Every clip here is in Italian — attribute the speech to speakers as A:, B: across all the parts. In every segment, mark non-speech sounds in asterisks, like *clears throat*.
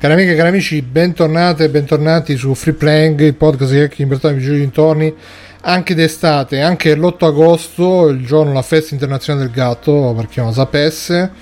A: Cari amiche e cari amici, bentornate e bentornati su Free Playing, il podcast di Hacking Libertà di Giulio Dintorni, anche d'estate, anche l'8 agosto, il giorno della festa internazionale del gatto, per chi non lo sapesse.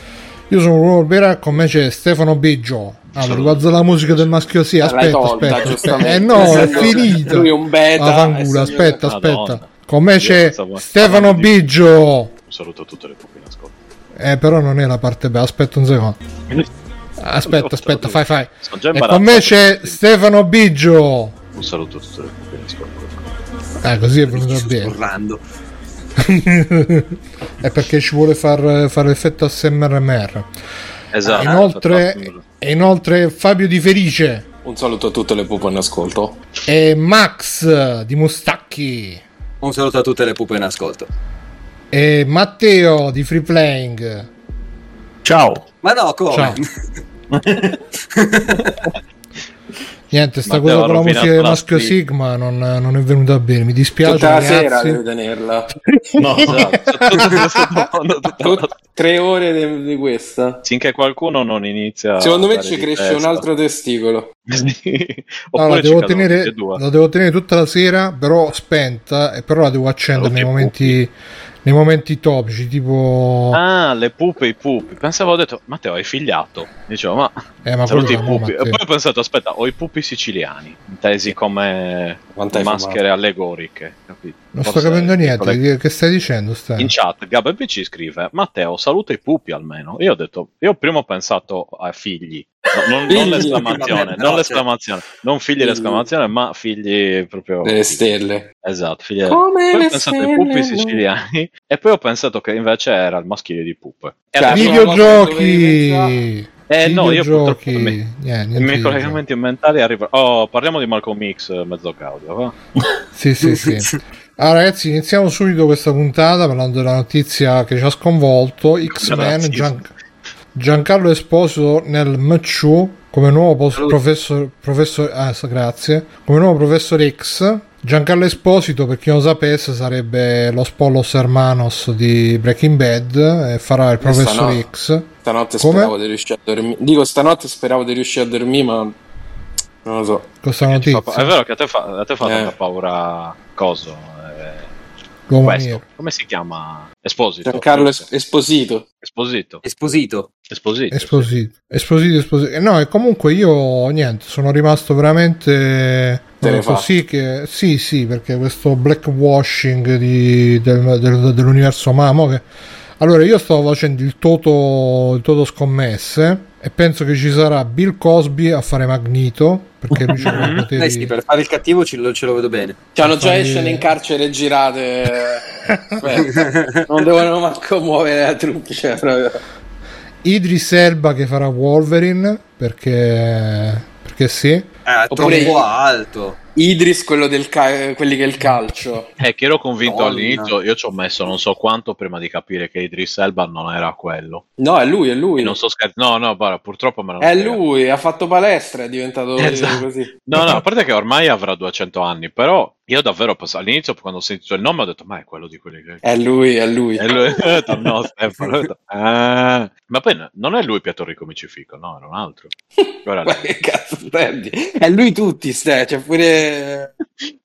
A: Io sono Bruno Olbera, con me c'è Stefano Biggio. Ah, per guarda la musica del maschio, sì, aspetta,
B: tolta,
A: aspetta, aspetta.
B: giustamente.
A: Eh no, è
B: Lui-
A: finito.
B: lui è un beta,
A: La fangula,
B: eh, signore.
A: aspetta, aspetta.
C: Madonna.
A: Con me
C: Io
A: c'è
C: pensavo-
A: Stefano
C: di-
A: Biggio.
C: Un saluto a tutte le pupe in ascolto.
A: Eh, però non è la parte bella, aspetta un secondo. Aspetta, aspetta, fai, fai.
C: Sono già
A: E con me c'è Stefano Biggio.
C: Un saluto a tutte le pupe in ascolto.
A: Ah, così è venuto
B: Sto
A: bene.
B: scorrando.
A: È perché ci vuole far, fare l'effetto SMRMR.
C: Esatto.
A: Inoltre, e inoltre Fabio Di Felice
B: Un saluto a tutte le pupe in ascolto.
A: e Max di Mustacchi
D: Un saluto a tutte le pupe in ascolto.
A: e Matteo di Free Playing.
E: Ciao.
D: Ma no, come?
C: *laughs*
A: Ciao. Niente, sta
C: Matteo
A: cosa
C: ha
A: con la
C: rovinato
A: musica del
C: la
A: maschio
C: split.
A: Sigma non, non è venuta bene. Mi dispiace,
B: Tutta la
A: ragazzi.
B: sera devi *laughs* tenerla.
A: *laughs*
C: *laughs*
E: No,
C: esatto.
B: Tut- tre ore de- di questa. Ah,
C: Finché qualcuno non inizia.
B: Secondo
C: a
B: me
C: dare
B: ci
C: di
B: cresce
C: testa.
B: un altro testicolo.
C: *laughs* Sì.
A: No, la
C: Oppure ci
A: devo
C: cadono
A: tenere,
C: tutti e due.
A: la devo tenere tutta la sera, però spenta, e però la devo accendere
C: Ok,
A: nei momenti, nei momenti topici, tipo...
C: Ah, le pupe, i pupi. Pensavo, ho detto, Matteo, hai figliato. Dicevo, ma
A: eh, ma
C: saluti i
A: quello no,
C: pupi. E
A: Mattesi.
C: poi ho pensato, aspetta, ho i pupi siciliani, intesi come
B: Quanto hai
C: maschere allegoriche. Capito?
A: Non sto
C: Forse
A: capendo
C: con le-
A: niente, che- che stai dicendo? Stai?
C: In chat Gabeb ci scrive Matteo saluta i pupi almeno Io ho detto Io prima ho pensato a figli No, Non, non
B: Figli,
C: l'esclamazione
D: vabbè,
C: Non
D: no,
C: l'esclamazione Non figli
B: Figli.
C: l'esclamazione Ma figli proprio
B: Delle stelle.
C: Esatto figli
B: Come
C: Poi
B: le
C: ho pensato ai
B: stelle.
C: pupi siciliani *laughs* E poi ho pensato che invece era il maschile di pupe E
B: Cioè,
C: adesso-
B: video-
A: Videogiochi!
C: Eh no io
A: Videogiochi!
C: purtroppo mi-
A: Niente,
C: I miei
A: niente
C: collegamenti mentali arrivano. Oh, parliamo di Malcolm X, eh, mezzo caudio. va?
A: Sì, sì, sì. Allora, Ah, ragazzi, iniziamo subito questa puntata parlando della notizia che ci ha sconvolto: X-Men
C: Razzismo.
A: Gian- Giancarlo Esposito nel MCU come nuovo pos-
D: Salute.
A: professor, professor- ah, sa- grazie. Come nuovo professor X. Giancarlo Esposito, per chi non lo sapesse, sarebbe lo Spollos Hermanos di Breaking Bad e farà il
B: Questa
A: professor
B: no.
A: X.
B: *laughs* Stanotte
A: Come?
B: speravo di riuscire a dormire. Dico, stanotte speravo di riuscire a dormire, ma non lo so.
A: Questa
C: Ti fa pa- È
A: notizia,
C: vero che a te fa, a te fa
B: Eh.
C: tanta paura. Coso. eh,
A: l'uomo
C: Questo.
A: nero.
C: Come si chiama? Esposito.
B: Giancarlo Es- Esposito.
C: Esposito.
D: Esposito.
C: Esposito.
A: Esposito, esposito, esposito. Eh, No, e comunque io niente, sono rimasto veramente
B: Te ne
A: eh,
B: fa.
A: così che sì, sì, perché questo blackwashing di, del- del- dell'universo Mamo che allora io stavo facendo il toto, il toto scommesse e penso che ci sarà Bill Cosby a fare Magneto perché
D: *laughs*
A: lui c'ha i poteri.
D: Eh sì, per fare il cattivo ce lo, ce lo vedo bene.
B: Ci hanno già
A: Fammi-
B: esce in
A: *laughs*
B: carcere girate. Aspetta, non devono manco muovere la truccia. proprio.
A: Idris Elba che farà Wolverine perché perché sì.
D: Eh,
B: Oppure-
D: troppo alto.
B: Idris, quello del ca- quelli che è il calcio.
C: Eh, che ero convinto
D: Madonna.
C: all'inizio, io ci ho messo non so quanto prima di capire che Idris Elba non era quello.
B: No, è lui, è
C: E
B: lui.
C: non sto scherzando. No, no, guarda, purtroppo me l'hanno
B: È
C: spiegato.
B: lui, ha fatto palestra, è
C: *laughs*
B: diventato
C: Esatto.
B: così.
C: No, no, a parte che ormai avrà 200 anni, però io davvero pens- all'inizio quando ho sentito il nome ho detto "Ma è quello di quelli che
B: È lui, è lui. *laughs*
C: E lui- *laughs* ho detto, "No, Stefano", ho detto, "Ah". Ma poi no- non è lui Piatorico Micifico, no, era un
D: *laughs*
C: altro. Guarda
B: Ma
C: lì.
B: che cazzo intendi? È lui tutti, stai, c'è pure...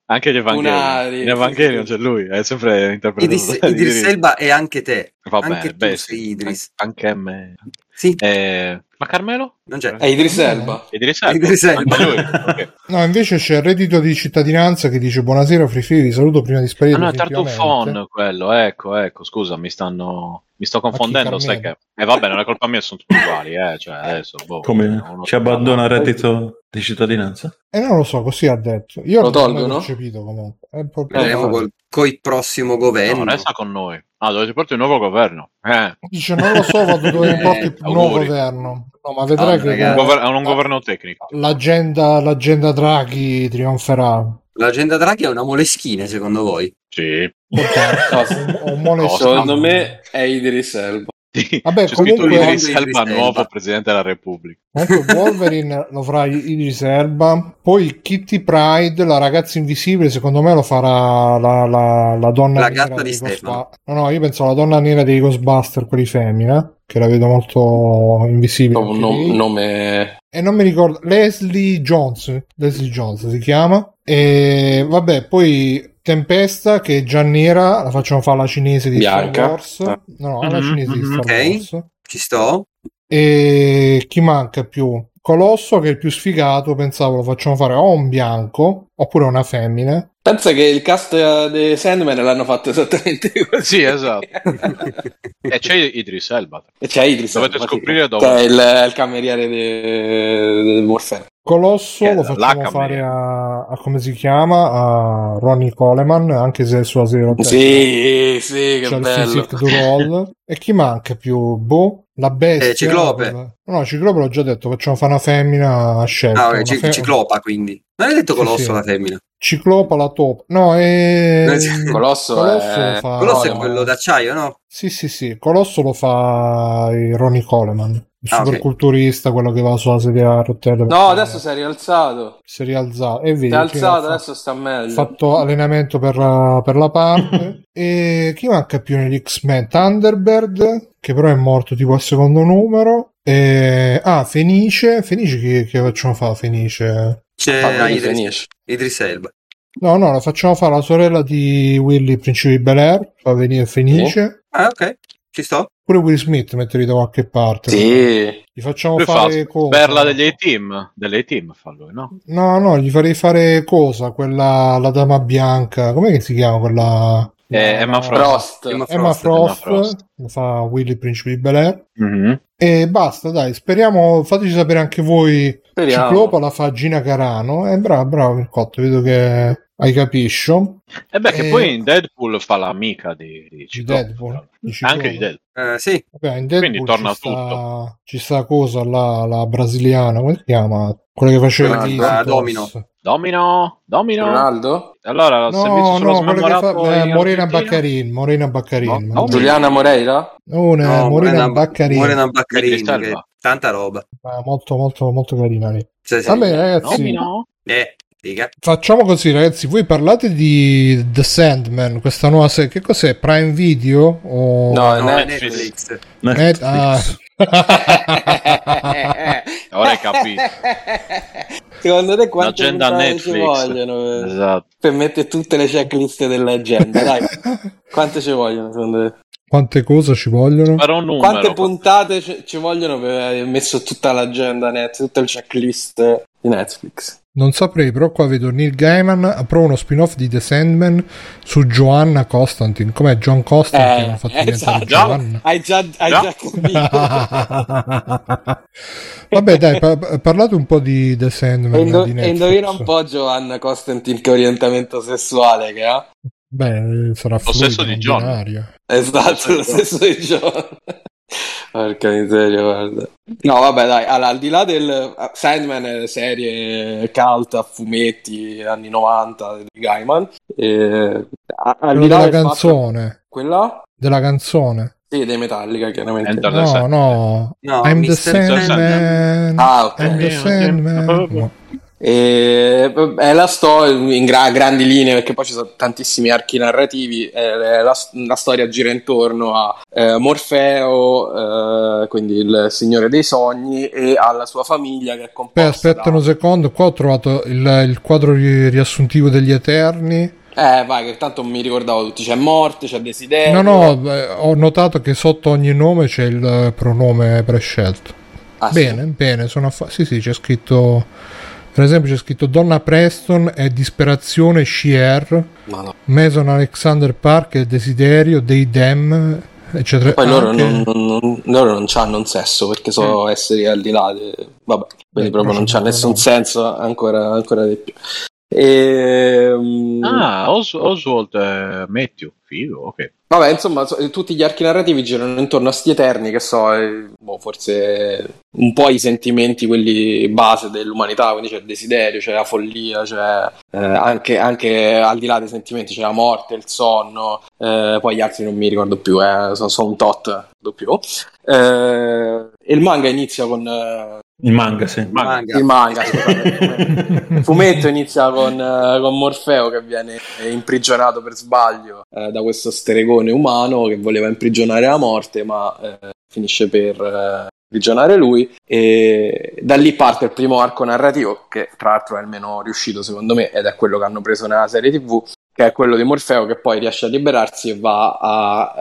C: Anche gli Evangelion.
B: Funari.
C: In Evangelion c'è lui, è sempre interpretato *laughs*
D: Idris,
C: da
D: Idris Elba e anche te.
C: Va
D: anche
C: bene,
D: tu
C: beh,
D: sei
C: sì,
D: Idris.
C: Anche a me.
D: Sì,
C: Eh, ma Carmelo?
D: non c'è.
B: È Idris Elba.
C: Idris Elba.
D: Idris Elba. *laughs*
C: Anche lui. ok.
A: No, invece c'è il reddito di cittadinanza che dice buonasera Free Free, vi saluto prima di
C: Ah,
A: sparire.
C: no, è
A: definitivamente."
C: Tartufon quello, ecco, ecco, scusa, mi stanno... Mi sto confondendo, sai
A: Carmelo?
C: che... E vabbè, non è colpa mia, sono tutti uguali, eh, cioè, adesso, boh,
E: Come
C: uno-
E: ci abbandona il reddito di cittadinanza?
A: E Eh, non lo so, così ha detto. Io
B: Lo
A: non l'ho
B: tolgo,
A: mai
B: no?
A: percepito comunque. È un po'
D: Vedremo
B: guarda.
D: Eh, col, col prossimo
C: No,
D: governo.
C: resta con noi. Ah, dovete portare un nuovo governo. Eh,
A: Dice non lo so, vado dove
D: Eh,
A: importi il nuovo
C: auguri.
A: governo. No, ma vedrai
D: Ah,
A: che
D: ragazzi. Ah.
C: un,
A: la-
C: gover- un governo tecnico.
A: l'agenda, l'agenda Draghi trionferà.
D: L'agenda Draghi è una moleschina, secondo voi?
C: Sì. *laughs*
A: Ho *laughs* un mole
C: Costa.
A: strano.
B: Secondo me è Idris Elba.
A: Vabbè,
C: C'è scritto
A: comunque-
C: Idris Elba,
D: Idris Elba.
C: nuovo presidente della Repubblica.
A: Comunque Wolverine lo farà Idris Elba. Poi Kitty Pride, la ragazza invisibile, secondo me lo farà la, la- la donna
D: La
A: nera
D: gatta di
A: dei
D: Stefano.
A: Ghostba- No, no, io penso alla donna nera dei Ghostbuster, quelli femmina, che la vedo molto invisibile.
B: Proprio un
A: anche
B: nom-
A: lei.
B: nome
A: e non mi ricordo Leslie Jones Leslie Jones si chiama e vabbè poi Tempesta che è già nera la facciamo fare alla cinese di
B: Bianca.
A: Star Wars no no, alla
C: Mhm,
A: cinese di
C: mhm,
A: Star
D: Mm-hmm, ok.
A: Wars
D: Ci sto?
A: e chi manca più Colosso che è il più sfigato pensavo lo facciamo fare o un bianco oppure una femmina
B: Pensa che il cast eh, di Sandman l'hanno fatto esattamente *laughs* così.
C: Sì,
D: *laughs*
C: esatto. e c'è Idris Elba.
B: E c'è Idris.
C: Dovete
B: infatti,
C: scoprire dove-
B: Che è il, il cameriere di di Warfare.
A: Colosso
C: Che è
A: lo
C: la
A: facciamo
C: Lacam-
A: fare a, a come si chiama a Ronnie Coleman anche se è sulla serie
B: Cioè, Sì, sì, che
A: c'è il
B: bello.
A: physique du roll e chi manca più boh la bestia
D: Eh, Ciclope.
A: no Ciclope l'ho già detto facciamo fare una femmina a scelta
D: *laughs* Ah,
A: una
D: ok, ci-
A: fe-
D: ciclopa quindi. Non hai detto
A: Sì,
D: colosso
A: sì.
D: la femmina.
A: Ciclopa la top no
D: *laughs*
A: è
D: No, sì.
B: Colosso,
A: Colosso
B: è...
A: lo fa-
D: Colosso
A: no,
D: è
A: no.
D: quello d'acciaio, no?
A: sì sì sì Colosso lo fa il Ronnie Coleman il
D: Ah, ok.
A: superculturista quello che va sulla sedia a rotelle
B: No, adesso si è rialzato.
A: si è rialzato e vedi
B: Si è alzato,
A: ha
B: adesso sta meglio.
A: fatto allenamento per, la- per la
B: *laughs*
A: parte e chi manca più negli X-Men? Thunderbird che però è morto tipo al secondo numero e... ah Fenice Fenice che, che facciamo fare Fenice?
D: C'è
B: Ah, quindi
D: Idris,
B: finisce.
D: Idris Elba.
A: no no la facciamo fare la sorella di Willy Principe di Bel Air fa venire Fenice
D: Ah, ok. Ci sto?
A: pure Will Smith metterli da qualche parte
B: Sì.
A: gli facciamo
C: Lui fa
A: fare cosa?
C: perla degli A-Team. Delle A-Team fa lui, no?
A: no no gli farei fare cosa? quella la dama bianca com'è che si chiama quella
C: Eh, Emma Frost.
B: Prost.
D: Emma
A: Emma
C: Emma
A: Frost,
C: Frost.
A: lo fa Willy Principe di Bel Air
B: Mm-hmm.
C: Mhm.
A: E basta, dai, speriamo, fateci sapere anche voi.
B: Speriamo.
A: Ciclopa la fa Gina Carano. E bravo, bravo Mircotto, vedo che hai capiscio.
C: E beh, che
A: Eh,
C: poi in Deadpool fa l'amica di, di
A: Di
C: Ciclope.
A: Deadpool. Di Ciclope.
C: Anche di Deadpool.
D: Eh, sì,
A: Vabbè, in Deadpool
C: Quindi torna
A: ci sta, ci sta cosa là, la brasiliana, come si chiama? Quella che faceva
C: Ah,
B: Quella-
A: i
D: la
A: Visitors.
D: Domino.
C: Domino, Domino.
B: Ronaldo?
C: Allora,
A: No,
C: se mi
A: no,
C: sono
A: quella che
C: smemorato
A: fa eh,
C: in
A: Morena
C: Argentina-
A: Baccarin, Morena Baccarin.
C: No, no.
B: Giuliana Moreira?
A: Una Morena
D: no, Morena,
A: Baccarin,
D: Morena Baccarin,
C: Idris Elba.
D: che- tanta roba.
A: Ah, molto molto molto carina lì.
D: Sì, sì.
A: Va bene, ragazzi.
C: Domino.
D: Eh, figa.
A: Facciamo così, ragazzi. Voi parlate di The Sandman, questa nuova serie. Che cos'è? Prime Video? O...
B: No, è
D: No,
B: Netflix. *laughs*
D: Netflix.
A: Net-
E: Eh.
A: ah. *laughs*
C: Ora hai capito.
B: Secondo te quante
C: L'agenda
B: puntate ci
C: Netflix.
B: vogliono eh,
C: Esatto.
B: per mettere tutte le checklist dell'agenda? *laughs* Dai, quante ci vogliono secondo te?
A: Quante cose ci vogliono?
C: Farò un numero.
B: Quante puntate ci, ci vogliono per aver messo tutta l'agenda Netflix, tutte le checklist di Netflix?
A: Non saprei, però qua vedo Neil Gaiman apro uno spin-off di The Sandman su Joanna Constantine. Com'è John Constantine?
B: Eh,
A: ha fatto
B: esatto.
A: diventare Joanna.
B: Hai già, hai
C: Già.
B: già capito.
A: *laughs* Vabbè, dai, pa- parlate un po' di The Sandman.
B: E indo-
A: di
B: e
A: Netflix.
B: indovina un po' Giovanna Constantine che orientamento sessuale che ha.
A: Beh, sarà fluido,
C: stesso di
A: non
C: John.
A: binario.
B: Esatto, lo stesso di John. Porca miseria, guarda. No, vabbè, dai, allora, al di là del ah, Sandman, è serie cult a fumetti anni 90 di Gaiman, eh, a- al
A: Quello
B: di là
A: della
B: del fatto-
A: canzone.
B: quella?
A: Della canzone.
B: Sì, dei Metallica, chiaramente.
C: Enter- Guarda,
A: No,
C: sai-
A: no,
D: No,
A: I'm the
D: Mr.
A: Sandman.
B: Ah, ok.
A: I'm the Sandman. No.
B: E, eh, è la storia in gra- grandi linee, perché poi ci sono tantissimi archi narrativi. eh, la, la storia gira intorno a eh, Morfeo, eh, quindi il signore dei sogni, e alla sua famiglia che è
A: Beh,
B: composta.
A: aspetta
B: da-
A: un secondo, qua ho trovato il, il quadro ri- riassuntivo degli Eterni.
B: Eh, vai, che tanto mi ricordavo tutti. C'è morte, c'è desiderio.
A: No, no, beh, ho notato che sotto ogni nome c'è il eh, pronome prescelto.
B: Ah, sì.
A: Bene, bene, sono affa- Sì, sì, c'è scritto... Per esempio c'è scritto Donna Preston e Disperazione Sheer,
B: Madonna.
A: Mason Alexander Park e Desiderio, Dei Dem, eccetera.
B: Poi loro
A: Anche-
B: non, non- non- loro non c'hanno un sesso perché sono esseri al di là. de- Vabbè,
A: Beh,
B: quindi proprio non c'ha
A: Eh, però
B: nessun
A: no.
B: senso ancora, ancora di più. Ehm,
C: Ah, Os- Oswald eh, Matthew, figo, ok.
B: Vabbè, insomma, so- eh, tutti gli archi narrativi girano intorno a sti eterni che so, eh, boh, forse un po' i sentimenti, quelli base dell'umanità, quindi c'è il desiderio, c'è la follia, c'è eh, anche, anche al di là dei sentimenti, c'è la morte, il sonno, eh, poi gli altri non mi ricordo più, eh, sono, sono un tot, do più. Eh, e il manga inizia con... eh,
E: Il manga, sì.
C: Ma-
D: Manga.
B: il manga, scusate. Il fumetto inizia con, eh, con Morfeo che viene eh, imprigionato per sbaglio eh, da questo stregone umano che voleva imprigionare la morte, ma eh, finisce per eh, imprigionare lui e da lì parte il primo arco narrativo che tra l'altro è il meno riuscito secondo me ed è quello che hanno preso nella serie tv che è quello di Morfeo che poi riesce a liberarsi e va a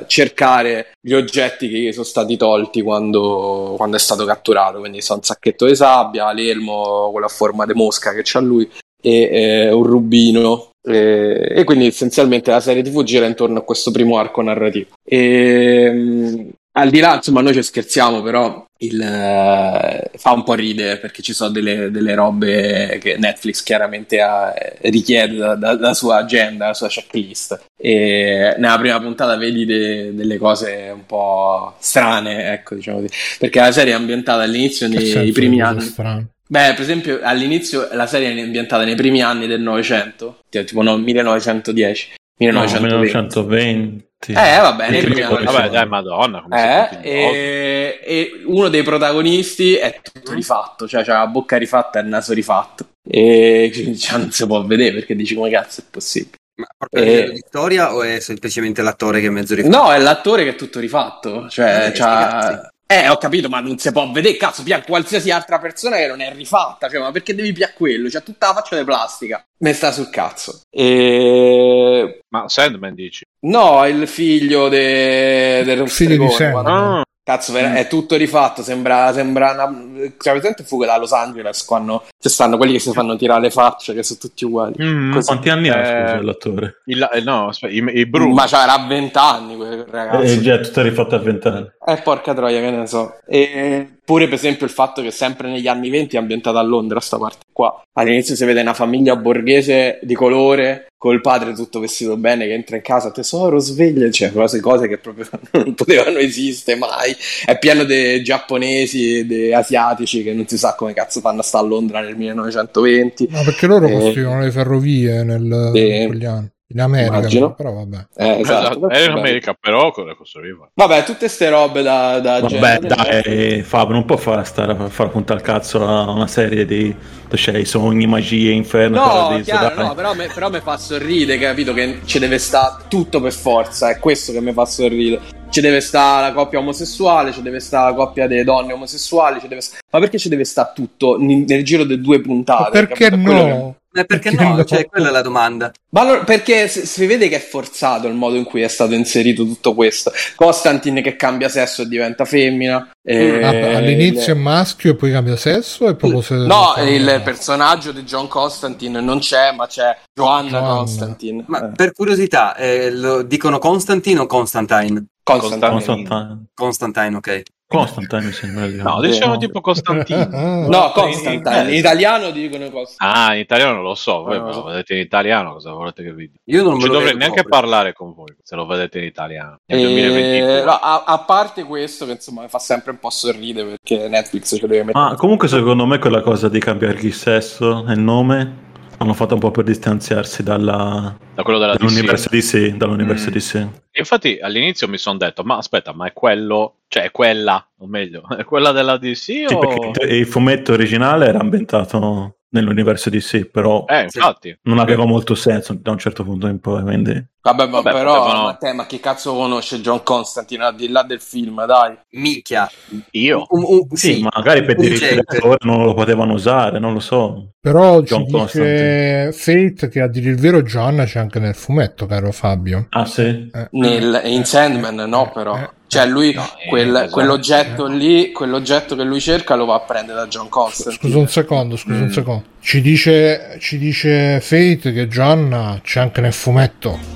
B: eh, cercare gli oggetti che gli sono stati tolti quando, quando è stato catturato, quindi sono un sacchetto di sabbia, l'elmo, quella a forma di mosca che c'ha lui e eh, un rubino. eh, e quindi essenzialmente la serie TV gira intorno a questo primo arco narrativo. E, mm, al di là, insomma, noi ci scherziamo, però il, eh, fa un po' ridere perché ci sono delle, delle robe che Netflix chiaramente ha- eh, richiede da- da- dalla sua agenda, dalla sua checklist. E nella prima puntata vedi de- delle cose un po' strane, ecco, diciamo così. Perché la serie è ambientata all'inizio
A: Che
B: nei
A: senso,
B: primi
A: cosa
B: anni.
A: strana.
B: Beh, per esempio, all'inizio la serie è ambientata nei primi anni del Novecento, cioè, tipo no, 1910, 1920.
E: 1920.
B: Eh, va bene,
E: Il
B: prima-
E: primo
B: vabbè,
E: episodio.
C: Vabbè, dai, madonna, come si
B: Eh,
C: continua?
B: e, e uno dei protagonisti è tutto rifatto, cioè c'ha la bocca rifatta e il naso rifatto. E quindi, cioè, non si può vedere perché dici come cazzo è possibile.
D: Ma proprio
B: Eh.
D: a livello di storia o è semplicemente l'attore che è mezzo rifatto?
B: No, è l'attore che è tutto rifatto. Cioè, c'ha-
D: Eh, sti cazzi.
B: Eh, ho capito, ma non si può vedere, cazzo, pia qualsiasi altra persona che non è rifatta, cioè, ma perché devi pia quello? C'ha tutta la faccia di plastica. Me sta sul cazzo. E...
C: Ma Sandman dici?
B: No, il figlio de... del
A: Figlio di
B: Stregone,
A: Sam. Ah.
B: guarda.
C: Ah,
B: Cazzo, ver- è tutto rifatto, sembra, sembra una... Cioè, presente fuga da Los Angeles quando ci stanno quelli che si fanno tirare le facce, che sono tutti uguali.
C: Mm,
B: Così.
E: Quanti anni ha,
C: Eh,
E: scusa, l'attore?
C: Il- eh, no, aspetta, i, i Bruno.
B: Ma c'era 20 anni quel ragazzo.
E: È Eh, già tutta rifatta a vent'anni.
B: Eh, porca troia, che ne so. E pure, per esempio, il fatto che sempre negli anni 20 è ambientata a Londra, sta parte qua. All'inizio si vede una famiglia borghese di colore, col padre tutto vestito bene, che entra in casa, tesoro, sveglia, cioè, cose, cose che proprio *laughs* non potevano esistere mai. È pieno di giapponesi, e di asiatici, che non si sa come cazzo fanno a stare a Londra nel 1920.
A: No, perché loro
B: Eh.
A: costruivano le ferrovie nel,
B: Sì.
A: in quegli anni. In America,
B: Immagino.
A: però vabbè.
B: Eh, esatto.
C: Era in America, però, cosa costruiva?
B: Vabbè, tutte queste robe da, da
E: Vabbè,
B: gente-
E: dai, Fabio, non può fare, stare a far puntare il cazzo a una serie di cioè, sogni, magie, inferno,
B: No,
E: paradiso,
B: chiaro,
E: dai.
B: no, però me, però me fa sorridere, capito? Che ci deve stare tutto per forza, è questo che mi fa sorridere. Ci deve stare la coppia omosessuale, ci deve stare la coppia delle donne omosessuali, ci deve sta- ma perché ci deve stare tutto in- nel giro di due
A: Ma
B: puntate?
A: perché
B: capito? È quello che-
A: no?
D: Eh, perché,
A: Perché *laughs*
D: no?
A: no?
D: Cioè, quella è la domanda.
B: Ma allora, perché si, si vede che è forzato il modo in cui è stato inserito tutto questo. Constantine che cambia sesso e diventa femmina. eh,
A: Ah, beh, all'inizio
B: il-
A: è maschio e poi cambia sesso e poi lo se-
B: No,
A: lo-
B: il personaggio di John Constantine non c'è, ma c'è Joanna
A: Joanna.
B: Constantine.
D: Ma per curiosità, eh, lo dicono Constantino o Constantine?
B: Constantine.
E: Constantine.
D: Constantine, ok.
E: Constantine mi sembra. di-
C: No, dicevano tipo Costantino.
B: No, Constantine. In
C: Eh.
B: italiano dicono Constantine.
C: Ah, in italiano non lo so, voi
B: Ah.
C: me lo vedete in italiano, cosa volete che vi dica?
D: Io non
C: Non
D: me
C: ci
D: lo
C: dovrei
D: vedo
C: neanche
D: proprio.
C: parlare con voi se lo vedete in italiano. Nel
B: Eh,
C: 2022.
B: no, a, a parte questo, che insomma mi fa sempre un po' sorridere perché Netflix ce lo deve mettere.
E: Ma comunque secondo me quella cosa di cambiargli il sesso e il nome l'hanno fatta un po' per distanziarsi dalla-
C: da quello della
E: dall'universo
C: DC.
E: di sé, dall'universo
C: Mm.
E: di sé.
C: Infatti all'inizio mi sono detto, ma aspetta, ma è quello, cioè è quella, o meglio, *laughs* è quella della DC
E: Sì,
C: o... Eh,
E: perché il fumetto originale era ambientato nell'universo di sé, però
C: Eh, infatti.
E: non aveva molto senso da un certo punto in poi, quindi
B: Vabbè, ma
C: vabbè,
B: però,
C: potevano-
B: ma, te, ma chi cazzo conosce John Constantine al di là del film, dai?
D: Micchia.
C: Io?
D: Un- un-
E: sì,
D: sì,
E: magari per
D: un
E: diritti
D: gente.
E: d'autore non lo potevano usare, non lo so.
A: Però ci
E: John
A: dice
E: Constantine.
A: Fate che a dire il vero Joanna c'è anche nel fumetto, caro Fabio.
E: Ah sì?
A: Eh,
B: Nel-
A: eh,
B: in Sandman,
A: eh,
B: no,
A: eh,
B: però.
A: eh,
B: Cioè, lui,
C: No, eh,
B: quel-
C: esatto.
B: quell'oggetto lì, quell'oggetto che lui cerca lo va a prendere da John Constantine.
A: Scusa un secondo, scusa
B: Mm.
A: un secondo. Ci dice, ci dice Fate che Joanna c'è anche nel fumetto.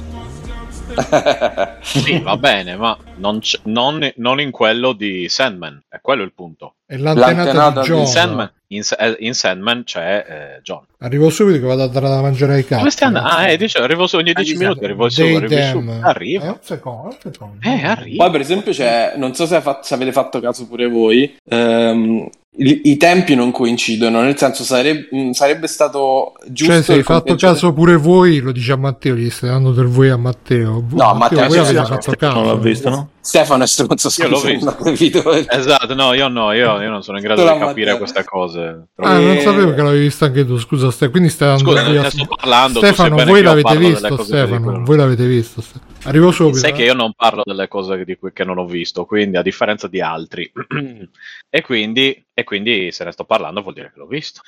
C: Sì, va bene, ma non, c- non- non in quello di Sandman, è quello il punto.
A: È l'antenata,
B: L'antenata
A: di
B: di
A: John.
C: In Sandman, in, S- eh, in Sandman c'è eh, John.
A: Arrivo subito che vado a dare da mangiare ai cani.
C: Dove stai andando? Ah, eh, dice, arrivo su ogni 10
D: Ah,
C: minuti, arrivo su,
A: Dei
C: arrivo su.
A: dem. Eh,
C: Arriva.
A: un secondo, un secondo.
C: Eh, arriva.
B: Poi, per esempio, c'è, non so se, ha fatto- se avete fatto caso pure voi, ehm, i, i tempi non coincidono, nel senso sareb- mh, sarebbe stato giusto...
A: Cioè, se hai
B: il
A: fatto
B: conteggio-
A: caso pure voi, lo dice a Matteo, gli stai dando del voi a Matteo.
B: Matteo,
A: voi
B: sì,
A: avete
B: sì,
A: fatto
E: Non
A: caso.
E: l'ho visto, no?
B: Stefano è stronzo,
C: Io l'ho
B: scusa, eh.
C: visto.
B: non ho *laughs* capito.
C: Esatto, no, io no, io, io non sono in grado
B: Tu
C: di
B: la
C: capire
B: Matteo.
C: queste cose.
A: Ah,
C: Troppo-
A: non
B: Eh,
A: sapevo che l'avevi vista anche tu. Scusa, Ste- quindi stai andando
C: Eh. Scusa,
A: via-
C: ne sto parlando. tu sai
A: Stefano,
C: bene
A: voi
C: che io
A: l'avete
C: parlo delle
A: visto,
C: cose di cui
A: Stefano.
C: non-
A: Voi l'avete visto. Ste- Arrivo subito.
C: Sai che
A: eh.
C: io non parlo delle cose di cui, che non ho visto, quindi a differenza di altri. *clears throat* e, quindi, e quindi se ne sto parlando vuol dire che l'ho visto.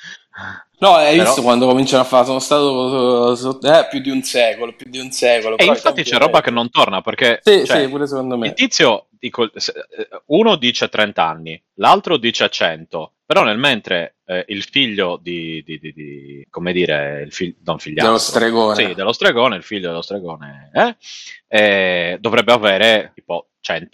B: No, hai
C: Però-
B: visto quando cominciano a fare? Sono stato so- eh, più di un secolo, più di un secolo.
C: E
B: però i
C: Eh, infatti
B: tempi
C: c'è
B: erano-
C: roba che non torna perché
B: Sì,
C: cioè,
B: sì, pure secondo me.
C: il tizio, dico, se- eh, uno dice 30 anni, l'altro dice 100, però nel mentre eh, il figlio di, di- di- di- come dire, il figlio, non figliastro,
B: Dello stregone.
C: Sì, dello stregone, il figlio dello stregone, eh? Eh, dovrebbe avere tipo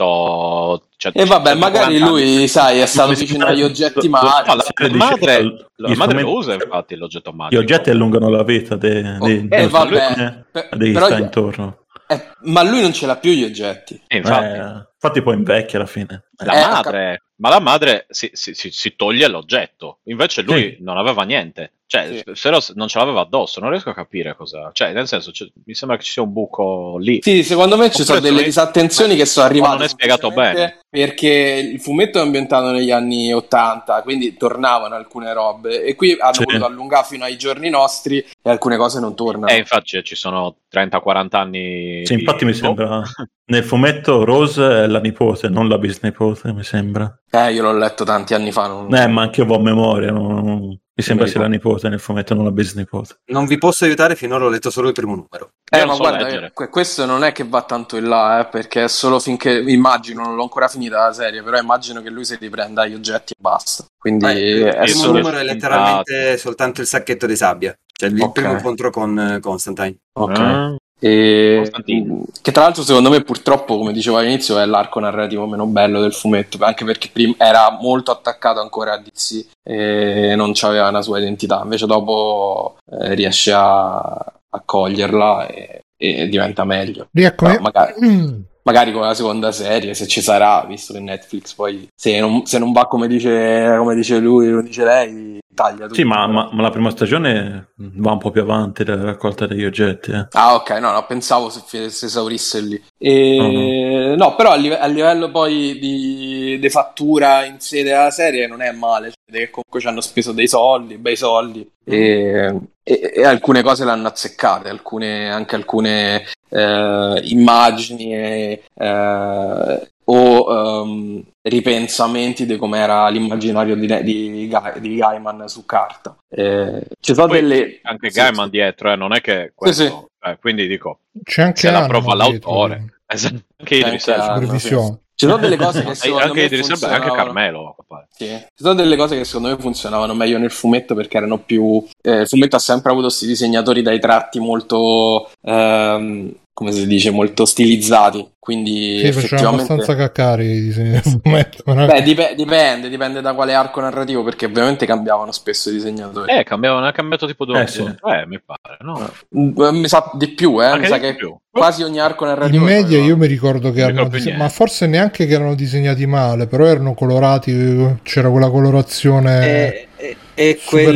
C: 100...
B: E
C: Cioè,
B: vabbè, magari lui, sai, è stato vicino agli oggetti magici.
C: No, la, la madre,
E: Dice-
C: la
E: gli
C: madre lo
E: strumenti-
C: usa infatti l'oggetto magico.
E: Gli oggetti allungano la vita dei,
B: Oh,
E: dei,
B: eh,
E: dello
B: vabbè,
E: stregone
B: pe-
E: a dei
B: però-
E: sta intorno.
B: Eh, ma lui non ce l'ha più gli oggetti.
C: Eh,
E: Eh,
C: infatti,
E: infatti. poi invecchia alla fine. Eh,
C: la
B: Eh, ho
C: madre, ma la madre si, si- si- si toglie l'oggetto, invece lui
E: Sì.
C: non aveva niente, cioè
B: Sì.
C: se no s- non ce l'aveva addosso, non riesco a capire cosa, cioè nel senso c'è- mi sembra che ci sia un buco lì.
B: Sì, secondo me ci sono
C: Oppure
B: delle
C: lui-
B: disattenzioni che sono arrivate.
C: non è spiegato
B: semplicemente Perché il fumetto è ambientato negli anni 80, quindi tornavano alcune robe. E qui hanno
E: Sì.
B: voluto allungare fino ai giorni nostri e alcune cose non tornano.
C: E Eh, infatti ci sono 30-40 anni.
E: Sì,
C: di-
E: cioè, infatti mi
C: boh. *laughs*
E: sembra nel fumetto Rose è la nipote, non la bisnipote, mi sembra.
B: Eh, io l'ho letto tanti anni fa. Non...
E: Eh, ma anche io ho a memoria, non- non- mi sembra sia la nipote nel fumetto, non la bisnipote.
D: Non vi posso aiutare, finora ho letto solo il primo numero.
C: Io
B: Eh,
C: non
B: ma
C: so
B: guarda,
C: leggere.
B: que- questo non è che va tanto in là, eh, perché è solo finché immagino, non l'ho ancora finita la serie, però immagino che lui si riprenda gli oggetti e basta. Quindi
D: Eh, il
B: è
D: primo
C: solo-
D: numero è letteralmente soltanto il sacchetto di sabbia. Cioè il
B: Ok.
D: primo incontro con eh, Constantine.
B: Ok.
C: Ah.
B: E- mm,
C: Costantino.
B: che tra l'altro secondo me purtroppo come dicevo all'inizio è l'arco narrativo meno bello del fumetto anche perché prima era molto attaccato ancora a DC e non aveva una sua identità invece dopo eh, riesce a, a coglierla e, e diventa meglio
A: Rieccomi.
B: Però magari,
A: Mm.
B: magari con la seconda serie se ci sarà visto che Netflix poi se non, se non va come dice, come dice lui lo dice lei taglia tutto
E: Sì, ma, ma- ma la prima stagione va un po' più avanti della raccolta degli oggetti. eh.
B: Ah,
C: Esatto.
B: ok, no, no, pensavo se fi- si esaurisse lì.
C: Mhm.
B: E- No, però a, live- a livello poi di, di fattura in sede alla serie non è male, cioè, vede che comunque ci hanno speso dei soldi, bei soldi, e, e- e alcune cose l'hanno azzeccate, alcune, anche alcune eh, immagini e, eh, o ehm, ripensamenti di com'era l'immaginario di, di, Ga- di Gaiman su carta. Eh, ci sono
C: Poi
B: delle...
C: Anche
B: sì,
C: Gaiman
B: sì.
C: dietro, eh, non è che questo...
B: sì.
C: eh, quindi dico,
A: *clears throat*
C: *laughs*
A: C'è anche
C: se la
A: Anno
C: prova
A: dietro,
C: l'autore. esatto, anche Idris
B: Anche
A: la
C: Elba.
B: Anno.
A: supervisione.
B: Ci sono delle cose che
E: Anche-
B: secondo
C: anche
B: me
C: Idris Elba e anche
B: funzionavano-
C: Carmelo. papà.
B: Sì. Ci sono delle cose che secondo me funzionavano meglio nel fumetto perché erano più. eh, il fumetto ha sempre avuto questi disegnatori dai tratti molto. ehm, come si dice, molto stilizzati. Quindi
A: Sì, facevano
B: effettivamente.
A: abbastanza caccare i disegni del fumetto. però-
B: Beh, dip- dipende, dipende da quale arco narrativo, perché ovviamente cambiavano spesso i disegnatori.
C: Eh, cambiavano- ha cambiato tipo due
E: Eh,
C: o
E: sì.
C: tre, mi pare, no?
B: Mm, eh, Mi sa di più, eh.
C: Anche
B: mi sa
C: di
B: che
C: più.
B: quasi ogni arco
A: In
B: narrativo.
A: media io mi ricordo che erano
C: Non ricordo più
A: dise- ma
C: niente.
A: forse neanche che erano disegnati male, però erano colorati, c'era quella colorazione
C: Eh,
F: è, è- è
A: Eh, super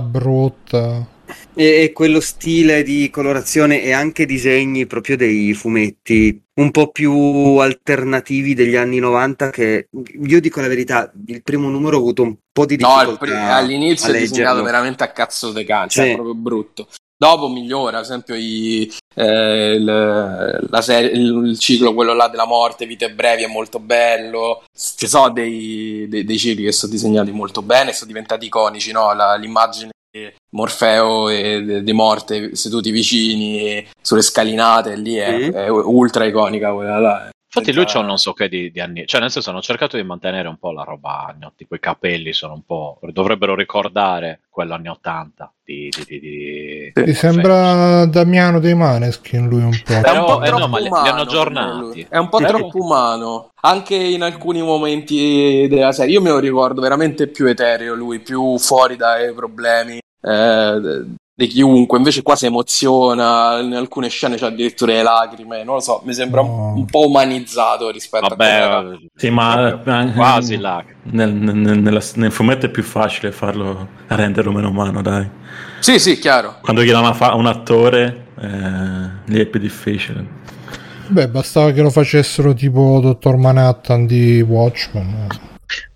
F: quello,
A: brutta.
F: è- è quello stile di colorazione e anche disegni proprio dei fumetti un po' più alternativi degli anni 90 che io dico la verità, il primo numero ho avuto un po' di
B: No,
F: difficoltà
B: al pri- all'inizio
F: a
B: è disegnato
F: leggerlo.
B: veramente a cazzo de cane, cioè
F: Sì.
B: è proprio brutto. Dopo migliora, ad esempio, i- eh, il, la serie- il- il ciclo, quello là della morte, vite brevi, è molto bello. Ci sono dei, dei, dei cicli che sono disegnati molto bene, sono diventati iconici, no? La- l'immagine di Morfeo e de- di morte seduti vicini e sulle scalinate, lì è,
F: Mm.
B: è ultra iconica quella là. eh.
C: Infatti lui c'ha un
B: Senza-
C: non so che di, di anni, cioè nel senso hanno cercato di mantenere un po' la roba anni 80, tipo i capelli sono un po', dovrebbero ricordare quello anni 80 di... di, di, di-
A: Mi sembra Damiano dei Maneskin lui un po'.
B: È un
C: Però-
B: po'
C: eh no,
B: troppo
C: ma li- li
B: umano
C: hanno aggiornati.
B: per me lui. È un po'
C: Però-
B: troppo umano. Anche in alcuni momenti della serie. Io me lo ricordo veramente più etereo lui, più fuori dai problemi eh, di chiunque. Invece qua si emoziona, in alcune scene c'ha addirittura le lacrime. Non lo so, mi sembra un,
A: No.
B: un po' umanizzato rispetto a come era.
C: Vabbè, eh,
E: Sì, ma
C: proprio quasi là.
E: Nel, nel- nella- nel fumetto è più facile farlo, renderlo meno umano, dai.
B: Sì, sì, chiaro.
E: Quando gliela fa un attore, eh, lì è più difficile.
A: Beh, bastava che lo facessero tipo Dottor Manhattan di Watchmen.